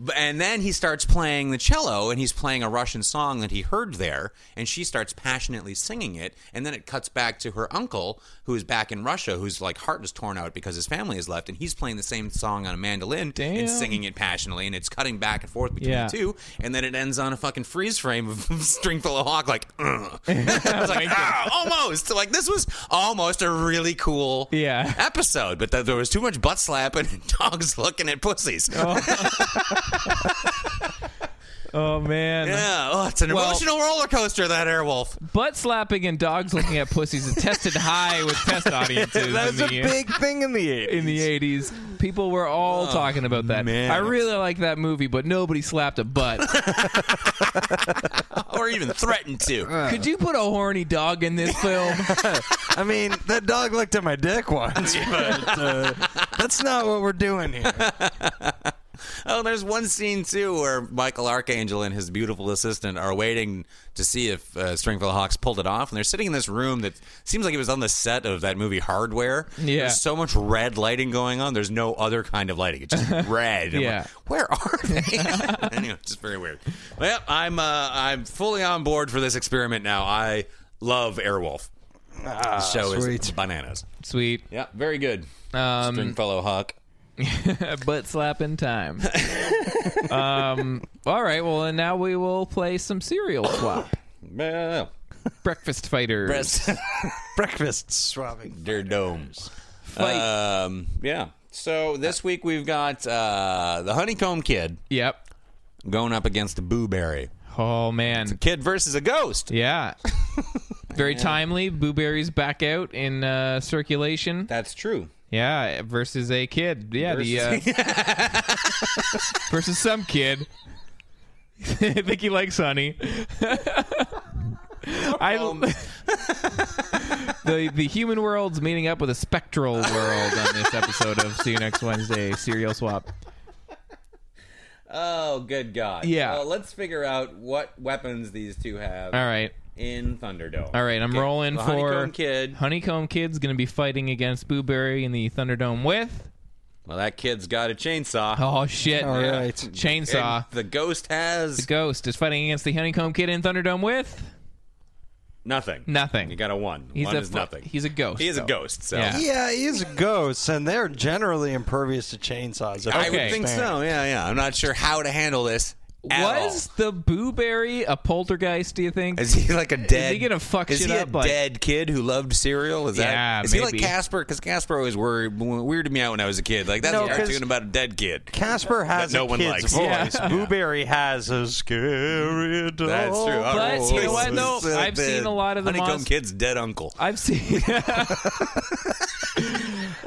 Speaker 4: B- and then he starts playing the cello, and he's playing a Russian song that he heard there, and she starts passionately singing it. And then it cuts back to her uncle, who is back in Russia, whose like heart is torn out because his family has left, and he's playing the same song on a mandolin
Speaker 2: Damn.
Speaker 4: and singing it passionately, and it's cutting back and forth between
Speaker 2: Yeah.
Speaker 4: the two, and then it ends on a fucking freeze frame of Stringfellow Hawk like, "Ugh." I was like, "Ah, almost like this was almost a really cool
Speaker 2: Yeah.
Speaker 4: episode, but th- there was too much butt slapping and dogs looking at pussies.
Speaker 2: Oh man.
Speaker 4: Yeah, oh, it's an emotional roller coaster that Airwolf.
Speaker 2: Butt slapping and dogs looking at pussies is tested high with test audiences.
Speaker 3: That
Speaker 2: in
Speaker 3: was
Speaker 2: the,
Speaker 3: a big thing in the 80s.
Speaker 2: In the 80s, people were all talking about that.
Speaker 4: Oh, man.
Speaker 2: I really like that movie, but nobody slapped a butt.
Speaker 4: or even threatened to.
Speaker 2: Could you put a horny dog in this film?
Speaker 3: I mean, that dog looked at my dick once, but uh, that's not what we're doing here.
Speaker 4: Oh, there's one scene too where Michael Archangel and his beautiful assistant are waiting to see if uh, Stringfellow Hawks pulled it off, and they're sitting in this room that seems like it was on the set of that movie Hardware.
Speaker 2: Yeah.
Speaker 4: there's so much red lighting going on. There's no other kind of lighting. It's just red. I'm
Speaker 2: Yeah.
Speaker 4: like, where are they? anyway, it's just very weird. Well, I'm uh, I'm fully on board for this experiment now. I love Airwolf.
Speaker 2: Ah,
Speaker 4: the show is
Speaker 3: sweet.
Speaker 4: bananas.
Speaker 2: Sweet.
Speaker 4: Yeah, very good.
Speaker 2: Um,
Speaker 4: Stringfellow Hawk.
Speaker 2: butt slapping time. um, all right. Well, and now we will play some cereal swap.
Speaker 4: Yeah.
Speaker 2: Breakfast fighters.
Speaker 4: Breast-
Speaker 3: Breakfast swabbing.
Speaker 4: Their domes.
Speaker 2: Fight.
Speaker 4: Um, yeah. So this week we've got uh, the Honeycomb Kid
Speaker 2: yep.
Speaker 4: going up against the Boo Berry.
Speaker 2: Oh man.
Speaker 4: Kid versus a ghost.
Speaker 2: Yeah. Very timely. Boo Berry's back out in uh, circulation.
Speaker 4: That's true.
Speaker 2: Yeah, versus a kid. Yeah, the uh, versus some kid. I think he likes honey. I
Speaker 4: Um.
Speaker 2: the the human world's meeting up with a spectral world on this episode of See You Next Wednesday Serial Swap.
Speaker 4: Oh, good God.
Speaker 2: Yeah. Well,
Speaker 4: let's figure out what weapons these two have
Speaker 2: All right,
Speaker 4: in Thunderdome.
Speaker 2: all right. I'm rolling
Speaker 4: the
Speaker 2: for
Speaker 4: Honeycomb Kid.
Speaker 2: Honeycomb Kid's gonna be fighting against Booberry in the Thunderdome with
Speaker 4: Well, that kid's got a chainsaw.
Speaker 2: oh shit,
Speaker 3: All
Speaker 2: Yeah.
Speaker 3: right.
Speaker 2: chainsaw.
Speaker 4: And the ghost has
Speaker 2: The Ghost is fighting against the Honeycomb Kid in Thunderdome with
Speaker 4: nothing.
Speaker 2: nothing.
Speaker 4: You got a one. one
Speaker 2: a
Speaker 4: is
Speaker 2: fu-
Speaker 4: nothing.
Speaker 2: He's a ghost.
Speaker 4: he is a
Speaker 2: though.
Speaker 4: ghost. So
Speaker 2: Yeah.
Speaker 3: Yeah, he is a ghost, and they're generally impervious to chainsaws. if
Speaker 4: I
Speaker 3: I'm
Speaker 4: would
Speaker 2: Okay.
Speaker 4: think
Speaker 3: fair.
Speaker 4: so. Yeah, yeah. I'm not sure how to handle this. at all.
Speaker 2: Was the Boo Berry a poltergeist? Do you think?
Speaker 4: Is he like a dead?
Speaker 2: he gonna fuck
Speaker 4: is
Speaker 2: shit
Speaker 4: he a
Speaker 2: up, like-
Speaker 4: dead kid who loved cereal? Is that?
Speaker 2: Yeah,
Speaker 4: is he like
Speaker 2: maybe.
Speaker 4: Casper? Because Casper always worried, weirded me out when I was a kid. Like that's
Speaker 3: No,
Speaker 4: a
Speaker 3: 'cause-
Speaker 4: cartoon about a dead kid.
Speaker 3: Casper has
Speaker 4: That no
Speaker 3: a
Speaker 4: one
Speaker 3: kid's
Speaker 4: likes.
Speaker 3: voice.
Speaker 2: Yeah.
Speaker 3: Blueberry has a scary dog.
Speaker 4: That's true. Oh,
Speaker 2: But you know what, though?
Speaker 4: so
Speaker 2: I've seen
Speaker 4: dead.
Speaker 2: a lot of the
Speaker 4: Honeycomb
Speaker 2: monst-
Speaker 4: Kid's dead uncle.
Speaker 2: I've seen.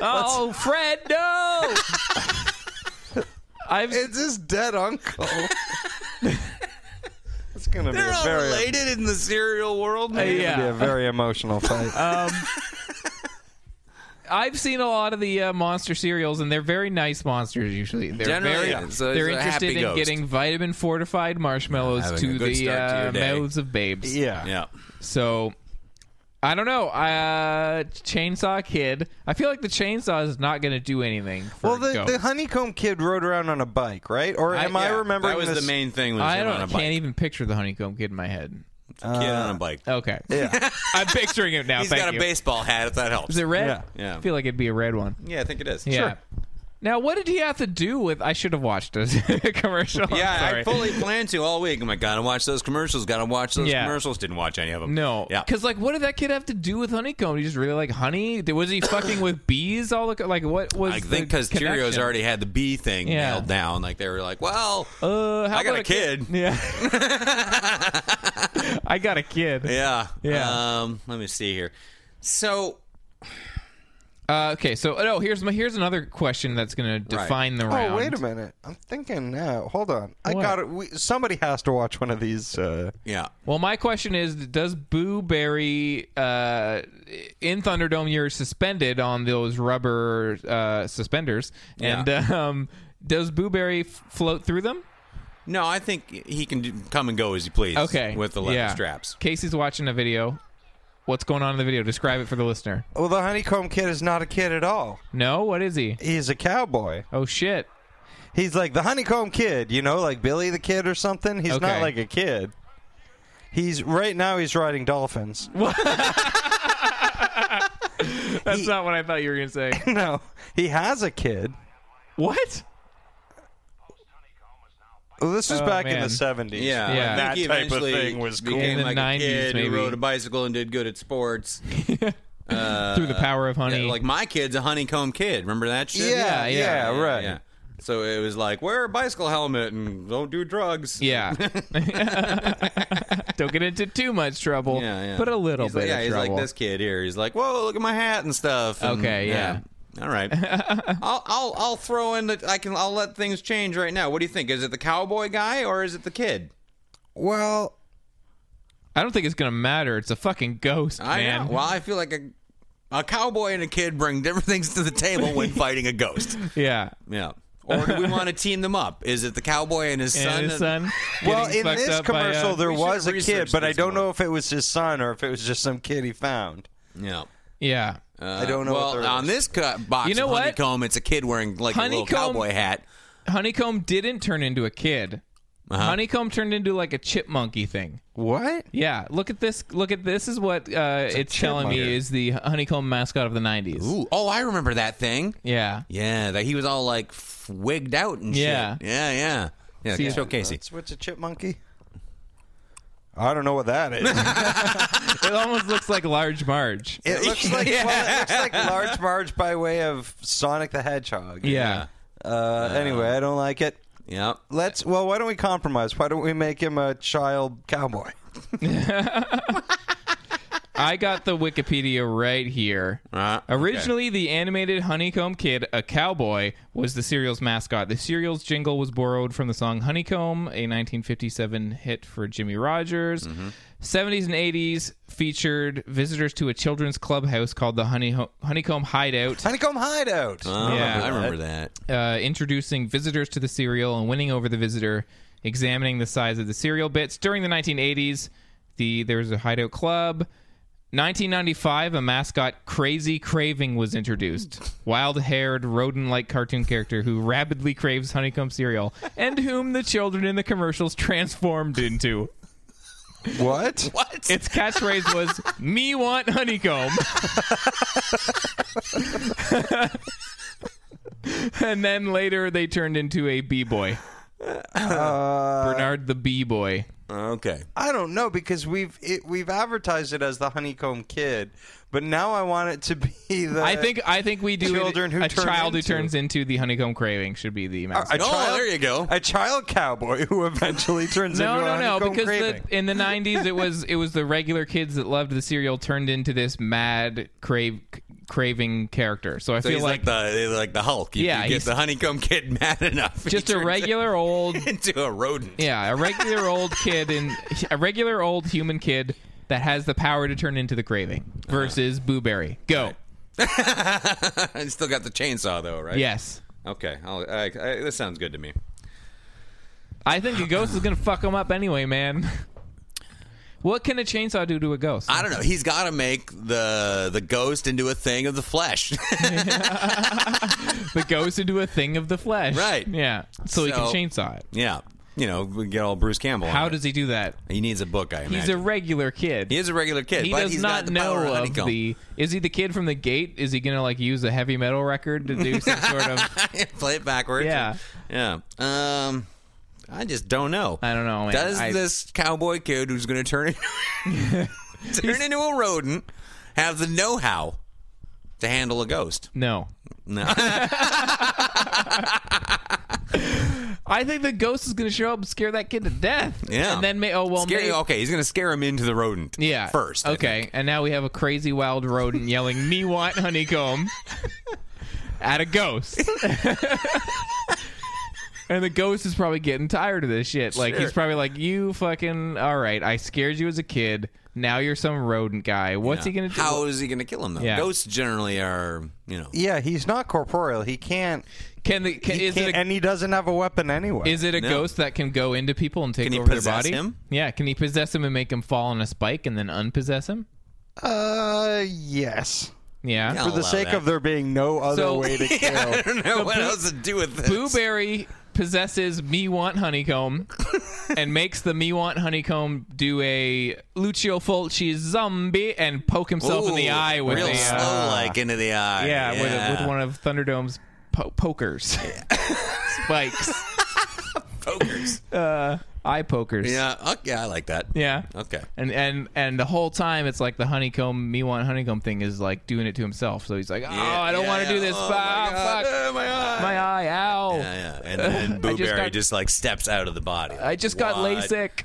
Speaker 2: oh, Fred, no! I've
Speaker 3: It's his dead uncle. it's gonna
Speaker 4: Uh, They're
Speaker 3: be a
Speaker 4: all
Speaker 3: very
Speaker 4: related in the cereal world.
Speaker 2: Uh,
Speaker 4: man.
Speaker 3: It's gonna be a
Speaker 2: yeah.
Speaker 3: very emotional fight.
Speaker 4: Uh,
Speaker 2: I've seen a lot of the uh, monster cereals, and they're very nice monsters. Usually, they're
Speaker 4: Generally,
Speaker 2: very
Speaker 4: yeah. So
Speaker 2: they're
Speaker 4: it's a
Speaker 2: interested
Speaker 4: happy
Speaker 2: in
Speaker 4: ghost.
Speaker 2: getting vitamin fortified marshmallows
Speaker 4: Having a
Speaker 2: to
Speaker 4: good
Speaker 2: the
Speaker 4: start to your
Speaker 2: uh,
Speaker 4: day.
Speaker 2: mouths of babes.
Speaker 3: yeah.
Speaker 4: yeah.
Speaker 2: So I don't know. Uh, chainsaw Kid. I feel like the chainsaw is not going to do anything. For
Speaker 3: Well, the,
Speaker 2: Go.
Speaker 3: the honeycomb kid rode around on a bike, right? Or am I,
Speaker 4: Yeah,
Speaker 3: remembering
Speaker 4: that was
Speaker 3: this-
Speaker 4: the main thing. Was
Speaker 2: I
Speaker 4: him
Speaker 2: don't.
Speaker 4: on a
Speaker 2: I
Speaker 4: bike.
Speaker 2: can't even picture the honeycomb kid in my head.
Speaker 4: Kid on a bike.
Speaker 2: Okay.
Speaker 3: Yeah.
Speaker 2: I'm picturing it now.
Speaker 4: He's
Speaker 2: thank
Speaker 4: got a
Speaker 2: you.
Speaker 4: baseball hat. If that helps.
Speaker 2: Is it red?
Speaker 3: Yeah.
Speaker 4: Yeah.
Speaker 2: I feel like it'd be a red one.
Speaker 4: Yeah, I think it is.
Speaker 2: Yeah.
Speaker 4: Sure.
Speaker 2: Now, what did he have to do with? I should have watched a commercial. I'm
Speaker 4: Yeah, I
Speaker 2: sorry.
Speaker 4: fully planned to all week. I'm like, gotta watch those commercials. Gotta watch those
Speaker 2: Yeah.
Speaker 4: commercials. Didn't watch any of them.
Speaker 2: No,
Speaker 4: Yeah.
Speaker 2: because like, what did that kid have to do with honeycomb? He just really like honey. Did- Was he fucking with bees all the like? What was?
Speaker 4: I think
Speaker 2: the
Speaker 4: because Cheerios
Speaker 2: connection?
Speaker 4: already had the bee thing
Speaker 2: Yeah.
Speaker 4: nailed down. Like they were like, well,
Speaker 2: Uh, how
Speaker 4: I got
Speaker 2: about
Speaker 4: a kid.
Speaker 2: Yeah. I got a kid.
Speaker 4: yeah,
Speaker 2: Yeah.
Speaker 4: Um, let me see here. So
Speaker 2: Uh, okay, so no, here's my here's another question that's going to define the round.
Speaker 3: Oh, wait a minute. I'm thinking now. Hold on. I
Speaker 2: What?
Speaker 3: got it. We, somebody has to watch one of these. Uh,
Speaker 4: yeah,
Speaker 2: Well, my question is, does Boo Berry uh, in Thunderdome you're suspended on those rubber uh, suspenders, and um, does Boo Berry f- float through them?
Speaker 4: no, I think he can do, come and go as he please.
Speaker 2: Okay,
Speaker 4: with the leather
Speaker 2: yeah.
Speaker 4: straps.
Speaker 2: Casey's watching a video. What's going on in the video? Describe it for the listener.
Speaker 3: well, the honeycomb kid is not a kid at all.
Speaker 2: No, what is he?
Speaker 3: He's a cowboy.
Speaker 2: Oh shit!
Speaker 3: He's like the honeycomb kid, you know, like Billy the Kid or something. He's
Speaker 2: Okay.
Speaker 3: not like a kid. He's right now. He's riding dolphins.
Speaker 2: That's not what I thought you were going to say.
Speaker 3: no, he has a kid.
Speaker 2: what?
Speaker 3: Well, this was
Speaker 2: Oh,
Speaker 3: back in
Speaker 2: man.
Speaker 3: the seventies.
Speaker 4: Yeah,
Speaker 2: Yeah.
Speaker 4: I
Speaker 2: That
Speaker 4: think he
Speaker 3: type of
Speaker 4: eventually
Speaker 3: thing was cool.
Speaker 2: In
Speaker 4: became
Speaker 2: the
Speaker 4: like a
Speaker 2: 90s
Speaker 4: kid who
Speaker 2: maybe.
Speaker 4: rode a bicycle and did good at sports. Uh,
Speaker 2: Through the power of honey.
Speaker 4: yeah, like my kid's a honeycomb kid. Remember that shit?
Speaker 2: Yeah, Yeah, yeah, yeah, right.
Speaker 4: yeah. So it was like wear a bicycle helmet and don't do drugs.
Speaker 2: Yeah. Don't get into too much trouble,
Speaker 4: Yeah, yeah.
Speaker 2: but a little
Speaker 4: He's
Speaker 2: bit
Speaker 4: Like, yeah,
Speaker 2: of
Speaker 4: he's
Speaker 2: trouble.
Speaker 4: like this kid here. He's like, whoa, look at my hat and stuff. And,
Speaker 2: Okay, yeah.
Speaker 4: All right, I'll, I'll I'll throw in the I can I'll let things change right now. What do you think? Is it the cowboy guy or is it the kid?
Speaker 3: Well,
Speaker 2: I don't think it's gonna matter. It's a fucking ghost,
Speaker 4: I
Speaker 2: man.
Speaker 4: know. Well, I feel like a a cowboy and a kid bring different things to the table when fighting a ghost.
Speaker 2: yeah.
Speaker 4: Yeah. Or do we want to team them up? Is it the cowboy and his
Speaker 2: And
Speaker 4: son?
Speaker 2: his son
Speaker 3: Well, in this
Speaker 2: uh,
Speaker 3: commercial, there was a kid, but I don't know if it was his son or if it was just some kid he found.
Speaker 4: Yeah.
Speaker 2: Yeah.
Speaker 4: Uh.
Speaker 3: I don't know what
Speaker 4: Well,
Speaker 3: there
Speaker 4: on
Speaker 3: is.
Speaker 4: this co- box
Speaker 2: You know
Speaker 4: of
Speaker 2: what?
Speaker 4: honeycomb, it's a kid wearing like a little
Speaker 2: Honeycomb-
Speaker 4: cowboy hat.
Speaker 2: Honeycomb didn't turn into a kid.
Speaker 4: Uh-huh.
Speaker 2: Honeycomb turned into like a chipmunky thing.
Speaker 3: What?
Speaker 2: Yeah, look at this. Look at this. Is what uh, it's, telling me
Speaker 4: chipmunk.
Speaker 2: is the honeycomb mascot of the '90s.
Speaker 4: Ooh, oh, I remember that thing.
Speaker 2: Yeah,
Speaker 4: Yeah, that he was all like f- wigged out and
Speaker 2: Yeah.
Speaker 4: shit. Yeah, yeah, yeah.
Speaker 2: See,
Speaker 4: show Casey.
Speaker 3: That's what's a chipmunky? I don't know what that is.
Speaker 2: it almost looks like Large Marge.
Speaker 3: It looks like well, it looks like Large Marge by way of Sonic the Hedgehog.
Speaker 2: Yeah.
Speaker 3: Uh, anyway, I don't like it.
Speaker 4: Yep.
Speaker 3: Let's. Well, why don't we compromise? Why don't we make him a child cowboy?
Speaker 2: I got the Wikipedia right here. Originally, the animated Honeycomb Kid, a cowboy, was the serial's mascot. The serial's jingle was borrowed from the song Honeycomb, a 1957 hit for Jimmy Rogers. 70s and 80s featured visitors to a children's clubhouse called the Honeyho- Honeycomb Hideout.
Speaker 3: Honeycomb Hideout.
Speaker 4: Oh,
Speaker 2: Yeah.
Speaker 4: I remember that.
Speaker 2: uh, introducing visitors to the cereal and winning over the visitor, examining the size of the cereal bits. During the 1980s, the there was a hideout club. 1995, a mascot, Crazy Craving, was introduced. Wild-haired, rodent-like cartoon character who rapidly craves honeycomb cereal and whom the children in the commercials transformed into.
Speaker 3: What?
Speaker 4: What?
Speaker 2: Its catchphrase was "Me want honeycomb," and then later they turned into a b boy,
Speaker 3: Uh,
Speaker 2: Bernard the b boy.
Speaker 4: Okay.
Speaker 3: I don't know because we've it, we've advertised it as the Honeycomb Kid, but now I want it to be the.
Speaker 2: I think I think we do it-
Speaker 3: Children who
Speaker 2: a
Speaker 3: turn
Speaker 2: child
Speaker 3: into-
Speaker 2: who turns into the honeycomb craving should be the
Speaker 3: a,
Speaker 2: mascot.
Speaker 3: a child,
Speaker 4: there you go.
Speaker 3: A child cowboy who eventually turns
Speaker 2: No,
Speaker 3: into a
Speaker 2: no, no!
Speaker 3: honeycomb
Speaker 2: Because the,
Speaker 3: craving.
Speaker 2: in the '90s, it was it was the regular kids that loved the cereal turned into this mad crave craving character. So I
Speaker 4: So
Speaker 2: feel
Speaker 4: he's like, the like the Hulk. You,
Speaker 2: Yeah,
Speaker 4: you get
Speaker 2: he's-
Speaker 4: the honeycomb kid mad enough. he
Speaker 2: just a
Speaker 4: turns
Speaker 2: regular old
Speaker 4: into a rodent.
Speaker 2: Yeah, a regular old kid and a regular old human kid that has the power to turn into the craving versus Boo Berry. Go.
Speaker 4: I still got the chainsaw though, right?
Speaker 2: Yes.
Speaker 4: Okay. I'll, I, I, this sounds good to me.
Speaker 2: I think a ghost is going to fuck him up anyway, man. What can a chainsaw do to a ghost?
Speaker 4: I don't know. He's got to make the the ghost into a thing of the flesh.
Speaker 2: The ghost into a thing of the flesh.
Speaker 4: Right.
Speaker 2: Yeah. So, he can
Speaker 4: So-
Speaker 2: chainsaw it.
Speaker 4: yeah. You know, we get all Bruce Campbell. on
Speaker 2: How
Speaker 4: it.
Speaker 2: does he do that?
Speaker 4: he needs a book? I
Speaker 2: He's
Speaker 4: imagine.
Speaker 2: a regular kid.
Speaker 4: he is a regular kid.
Speaker 2: he
Speaker 4: but
Speaker 2: does
Speaker 4: he's
Speaker 2: not
Speaker 4: got the power
Speaker 2: know of
Speaker 4: honeycomb.
Speaker 2: the. Is he the kid from the gate? Is he gonna like use a heavy metal record to do some sort of?
Speaker 4: play it backwards.
Speaker 2: Yeah.
Speaker 4: Yeah. Um, I just don't know.
Speaker 2: I don't know. Man.
Speaker 4: Does
Speaker 2: I-
Speaker 4: this cowboy kid who's going to turn in- turn into a rodent have the know-how to handle a ghost?
Speaker 2: No.
Speaker 4: No.
Speaker 2: I think the ghost is going to show up and scare that kid to death.
Speaker 4: Yeah.
Speaker 2: And then, may- oh, well,
Speaker 4: Scare-
Speaker 2: maybe.
Speaker 4: okay, he's going to scare him into the rodent.
Speaker 2: Yeah.
Speaker 4: First. I think.
Speaker 2: Okay. And now we have a crazy wild rodent yelling, Me want honeycomb at a ghost. and the ghost is probably getting tired of this shit. Like, he's probably like, You fucking, all right, I scared you as a kid. Now you're some rodent guy. What's he
Speaker 4: Yeah.
Speaker 2: going to do?
Speaker 4: How is he going to kill him though?
Speaker 2: Yeah.
Speaker 4: Ghosts generally are, you know.
Speaker 3: yeah, he's not corporeal. He can't.
Speaker 2: can the, can,
Speaker 3: he
Speaker 2: is,
Speaker 3: can't
Speaker 2: it a,
Speaker 3: and he doesn't have a weapon anyway.
Speaker 2: is it a
Speaker 4: No.
Speaker 2: ghost that can go into people and take
Speaker 4: Can he
Speaker 2: over their
Speaker 4: possess
Speaker 2: body?
Speaker 4: him?
Speaker 2: Yeah. Can he possess him and make him fall on a spike and then unpossess him?
Speaker 3: uh, yes.
Speaker 2: Yeah.
Speaker 4: Yeah.
Speaker 3: For
Speaker 4: I'll
Speaker 3: the
Speaker 4: allow
Speaker 3: sake
Speaker 4: that.
Speaker 3: of there being no other
Speaker 2: So-
Speaker 3: way to kill.
Speaker 4: I don't know what else to do with this.
Speaker 2: Blueberry possesses me want honeycomb and makes the me want honeycomb do a Lucio Fulci zombie and poke himself in the
Speaker 4: Ooh,
Speaker 2: eye with
Speaker 4: real
Speaker 2: a
Speaker 4: slow,
Speaker 2: uh,
Speaker 4: like into the eye.
Speaker 2: yeah, With, a, with one of Thunderdome's po- pokers spikes. Uh,
Speaker 4: pokers.
Speaker 2: eye pokers.
Speaker 4: Yeah. Okay. I like that.
Speaker 2: Yeah.
Speaker 4: Okay.
Speaker 2: And and and the whole time it's like the honeycomb me want honeycomb thing is like doing it to himself. So he's like, oh, I don't
Speaker 4: yeah,
Speaker 2: want to
Speaker 4: yeah.
Speaker 2: do this. fuck,
Speaker 4: Oh, my God.
Speaker 2: fuck.
Speaker 4: Oh, my eye.
Speaker 2: my eye, ow.
Speaker 4: Yeah, yeah. And then
Speaker 2: I
Speaker 4: Boo
Speaker 2: just
Speaker 4: Berry
Speaker 2: got-
Speaker 4: just, like steps out of the body.
Speaker 2: I just got
Speaker 4: What?
Speaker 2: LASIK.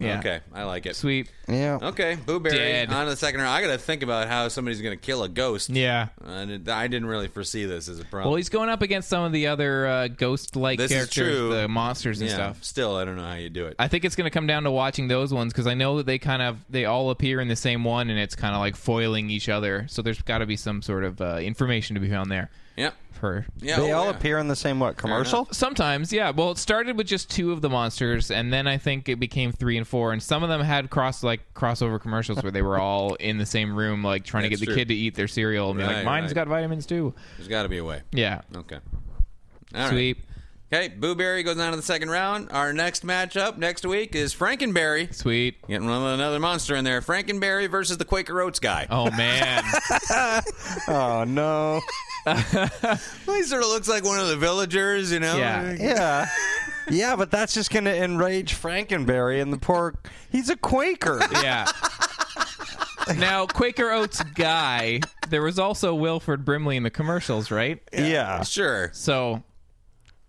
Speaker 2: Yeah.
Speaker 4: Okay, I like it. Oh.
Speaker 2: Sweet.
Speaker 3: Yeah.
Speaker 4: Okay, Boo Berry
Speaker 2: Dead.
Speaker 4: on the second round. I got to think about how somebody's going to kill a ghost.
Speaker 2: Yeah.
Speaker 4: I did- I didn't really foresee this as a problem.
Speaker 2: Well, he's going up against some of the other uh, ghost-like
Speaker 4: This is
Speaker 2: characters,
Speaker 4: true.
Speaker 2: the monsters and
Speaker 4: Yeah,
Speaker 2: stuff.
Speaker 4: Still, I don't know how you do it.
Speaker 2: I think it's going to come down to watching those ones because I know that they kind of they all appear in the same one, and it's kind of like foiling each other. So there's got to be some sort of uh, information to be found there.
Speaker 4: Yep.
Speaker 2: For
Speaker 4: Yeah,
Speaker 3: they
Speaker 4: oh,
Speaker 3: all
Speaker 4: yeah.
Speaker 3: appear in the same what commercial?
Speaker 2: Sometimes, yeah. Well, it started with just two of the monsters, and then I think it became three and four, and some of them had cross like crossover commercials where they were all in the same room, like trying
Speaker 4: That's
Speaker 2: to get the
Speaker 4: true.
Speaker 2: kid to eat their cereal and be
Speaker 4: Right,
Speaker 2: like, "Mine's
Speaker 4: right.
Speaker 2: got vitamins too."
Speaker 4: There's got to be a way.
Speaker 2: Yeah.
Speaker 4: Okay. All right.
Speaker 2: Sweet.
Speaker 4: Okay, Boo Berry goes on to the second round. Our next matchup next week is Frankenberry.
Speaker 2: Sweet.
Speaker 4: Getting another monster in there. Frankenberry versus the Quaker Oats guy.
Speaker 2: Oh man.
Speaker 3: oh no.
Speaker 4: Well, he sort of looks like one of the villagers, you know?
Speaker 2: Oh. Yeah.
Speaker 3: Yeah. Yeah, but that's just going to enrage Frankenberry and the poor. He's a Quaker.
Speaker 2: yeah. Now, Quaker Oats guy, there was also Wilford Brimley in the commercials, right?
Speaker 3: Yeah.
Speaker 4: Sure.
Speaker 2: So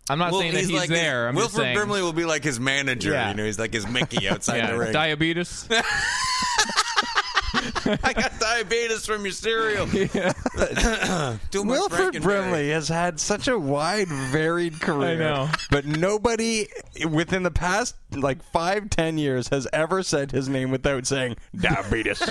Speaker 2: I'm not
Speaker 4: Well,
Speaker 2: saying that he's,
Speaker 4: like
Speaker 2: there. I'm just
Speaker 4: Wilford
Speaker 2: saying,
Speaker 4: Brimley will be like his manager.
Speaker 2: Yeah.
Speaker 4: You know, he's like his Mickey outside
Speaker 2: yeah,
Speaker 4: the ring.
Speaker 2: diabetes.
Speaker 4: I got diabetes from your cereal. Too much
Speaker 3: Wilfred
Speaker 4: Frankenberry.
Speaker 3: Brimley has had such a wide, varied career.
Speaker 2: I know.
Speaker 3: But nobody within the past like five, ten years has ever said his name without saying diabetes.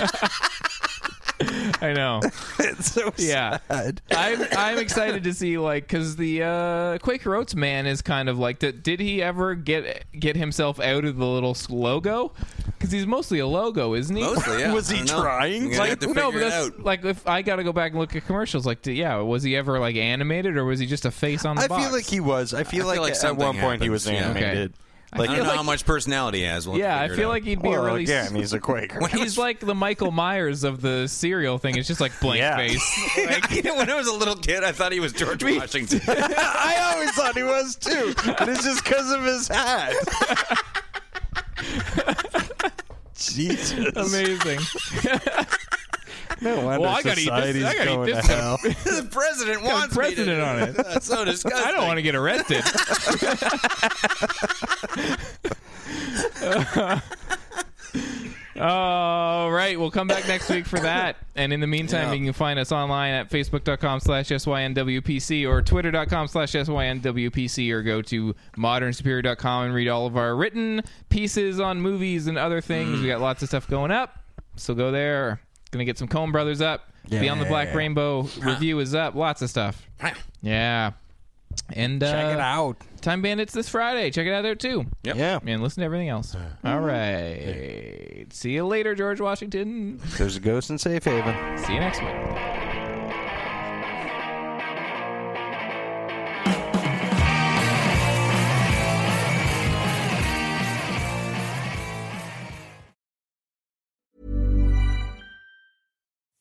Speaker 2: I know.
Speaker 3: it's so
Speaker 2: Yeah.
Speaker 3: sad.
Speaker 2: I'm I'm excited to see like because the uh, Quaker Oats man is kind of like that. Did he ever get get himself out of the little s- logo? Because he's mostly a logo, isn't he?
Speaker 4: Mostly, yeah.
Speaker 3: Was
Speaker 4: I
Speaker 3: he
Speaker 4: don't know.
Speaker 3: trying?
Speaker 4: You're gonna
Speaker 3: Like,
Speaker 4: have to
Speaker 2: no,
Speaker 4: figure
Speaker 2: but
Speaker 4: it
Speaker 2: that's
Speaker 4: out.
Speaker 2: like if I got to go back and look at commercials, like d- yeah, was he ever like animated or was he just a face on the
Speaker 3: I
Speaker 2: box?
Speaker 3: feel like he was. I feel,
Speaker 4: I feel like
Speaker 3: like, at
Speaker 4: something
Speaker 3: one point he was
Speaker 4: happens, yeah. Okay.
Speaker 3: animated.
Speaker 4: I don't know how much personality he has. We'll
Speaker 2: yeah, I
Speaker 4: figure it
Speaker 2: feel
Speaker 4: out.
Speaker 2: like he'd be
Speaker 3: well,
Speaker 2: a really
Speaker 3: again, he's a Quaker.
Speaker 2: he's like the Michael Myers of the serial thing. It's just like blank
Speaker 3: Yeah.
Speaker 2: face.
Speaker 4: when I was a little kid, I thought he was George Washington.
Speaker 3: I always thought he was too, but it's just because of his hat. Jesus.
Speaker 2: Amazing.
Speaker 3: No wonder
Speaker 2: Well, I gotta eat this-
Speaker 3: society's
Speaker 2: I gotta eat
Speaker 3: going
Speaker 2: this
Speaker 3: to hell.
Speaker 4: the president wants me
Speaker 2: president
Speaker 4: to.
Speaker 2: on it.
Speaker 4: That's so disgusting.
Speaker 2: I don't want to get arrested. All right, we'll come back next week for that. And in the meantime, you can find us online at facebook.com slash synwpc or twitter.com slash synwpc or go to modernsuperior.com and read all of our written pieces on movies and other things. We got lots of stuff going up, so go there. Gonna get some Coen Brothers up. Beyond the Black Rainbow review is up. Lots of stuff. Yeah. And uh,
Speaker 3: Check it out.
Speaker 2: Time Bandits this Friday. Check it out there too.
Speaker 4: Yep.
Speaker 3: Yeah.
Speaker 2: And listen to everything else. All
Speaker 3: Mm-hmm.
Speaker 2: right. See you later, George Washington.
Speaker 3: There's a ghost in Safe Haven.
Speaker 2: See you next week.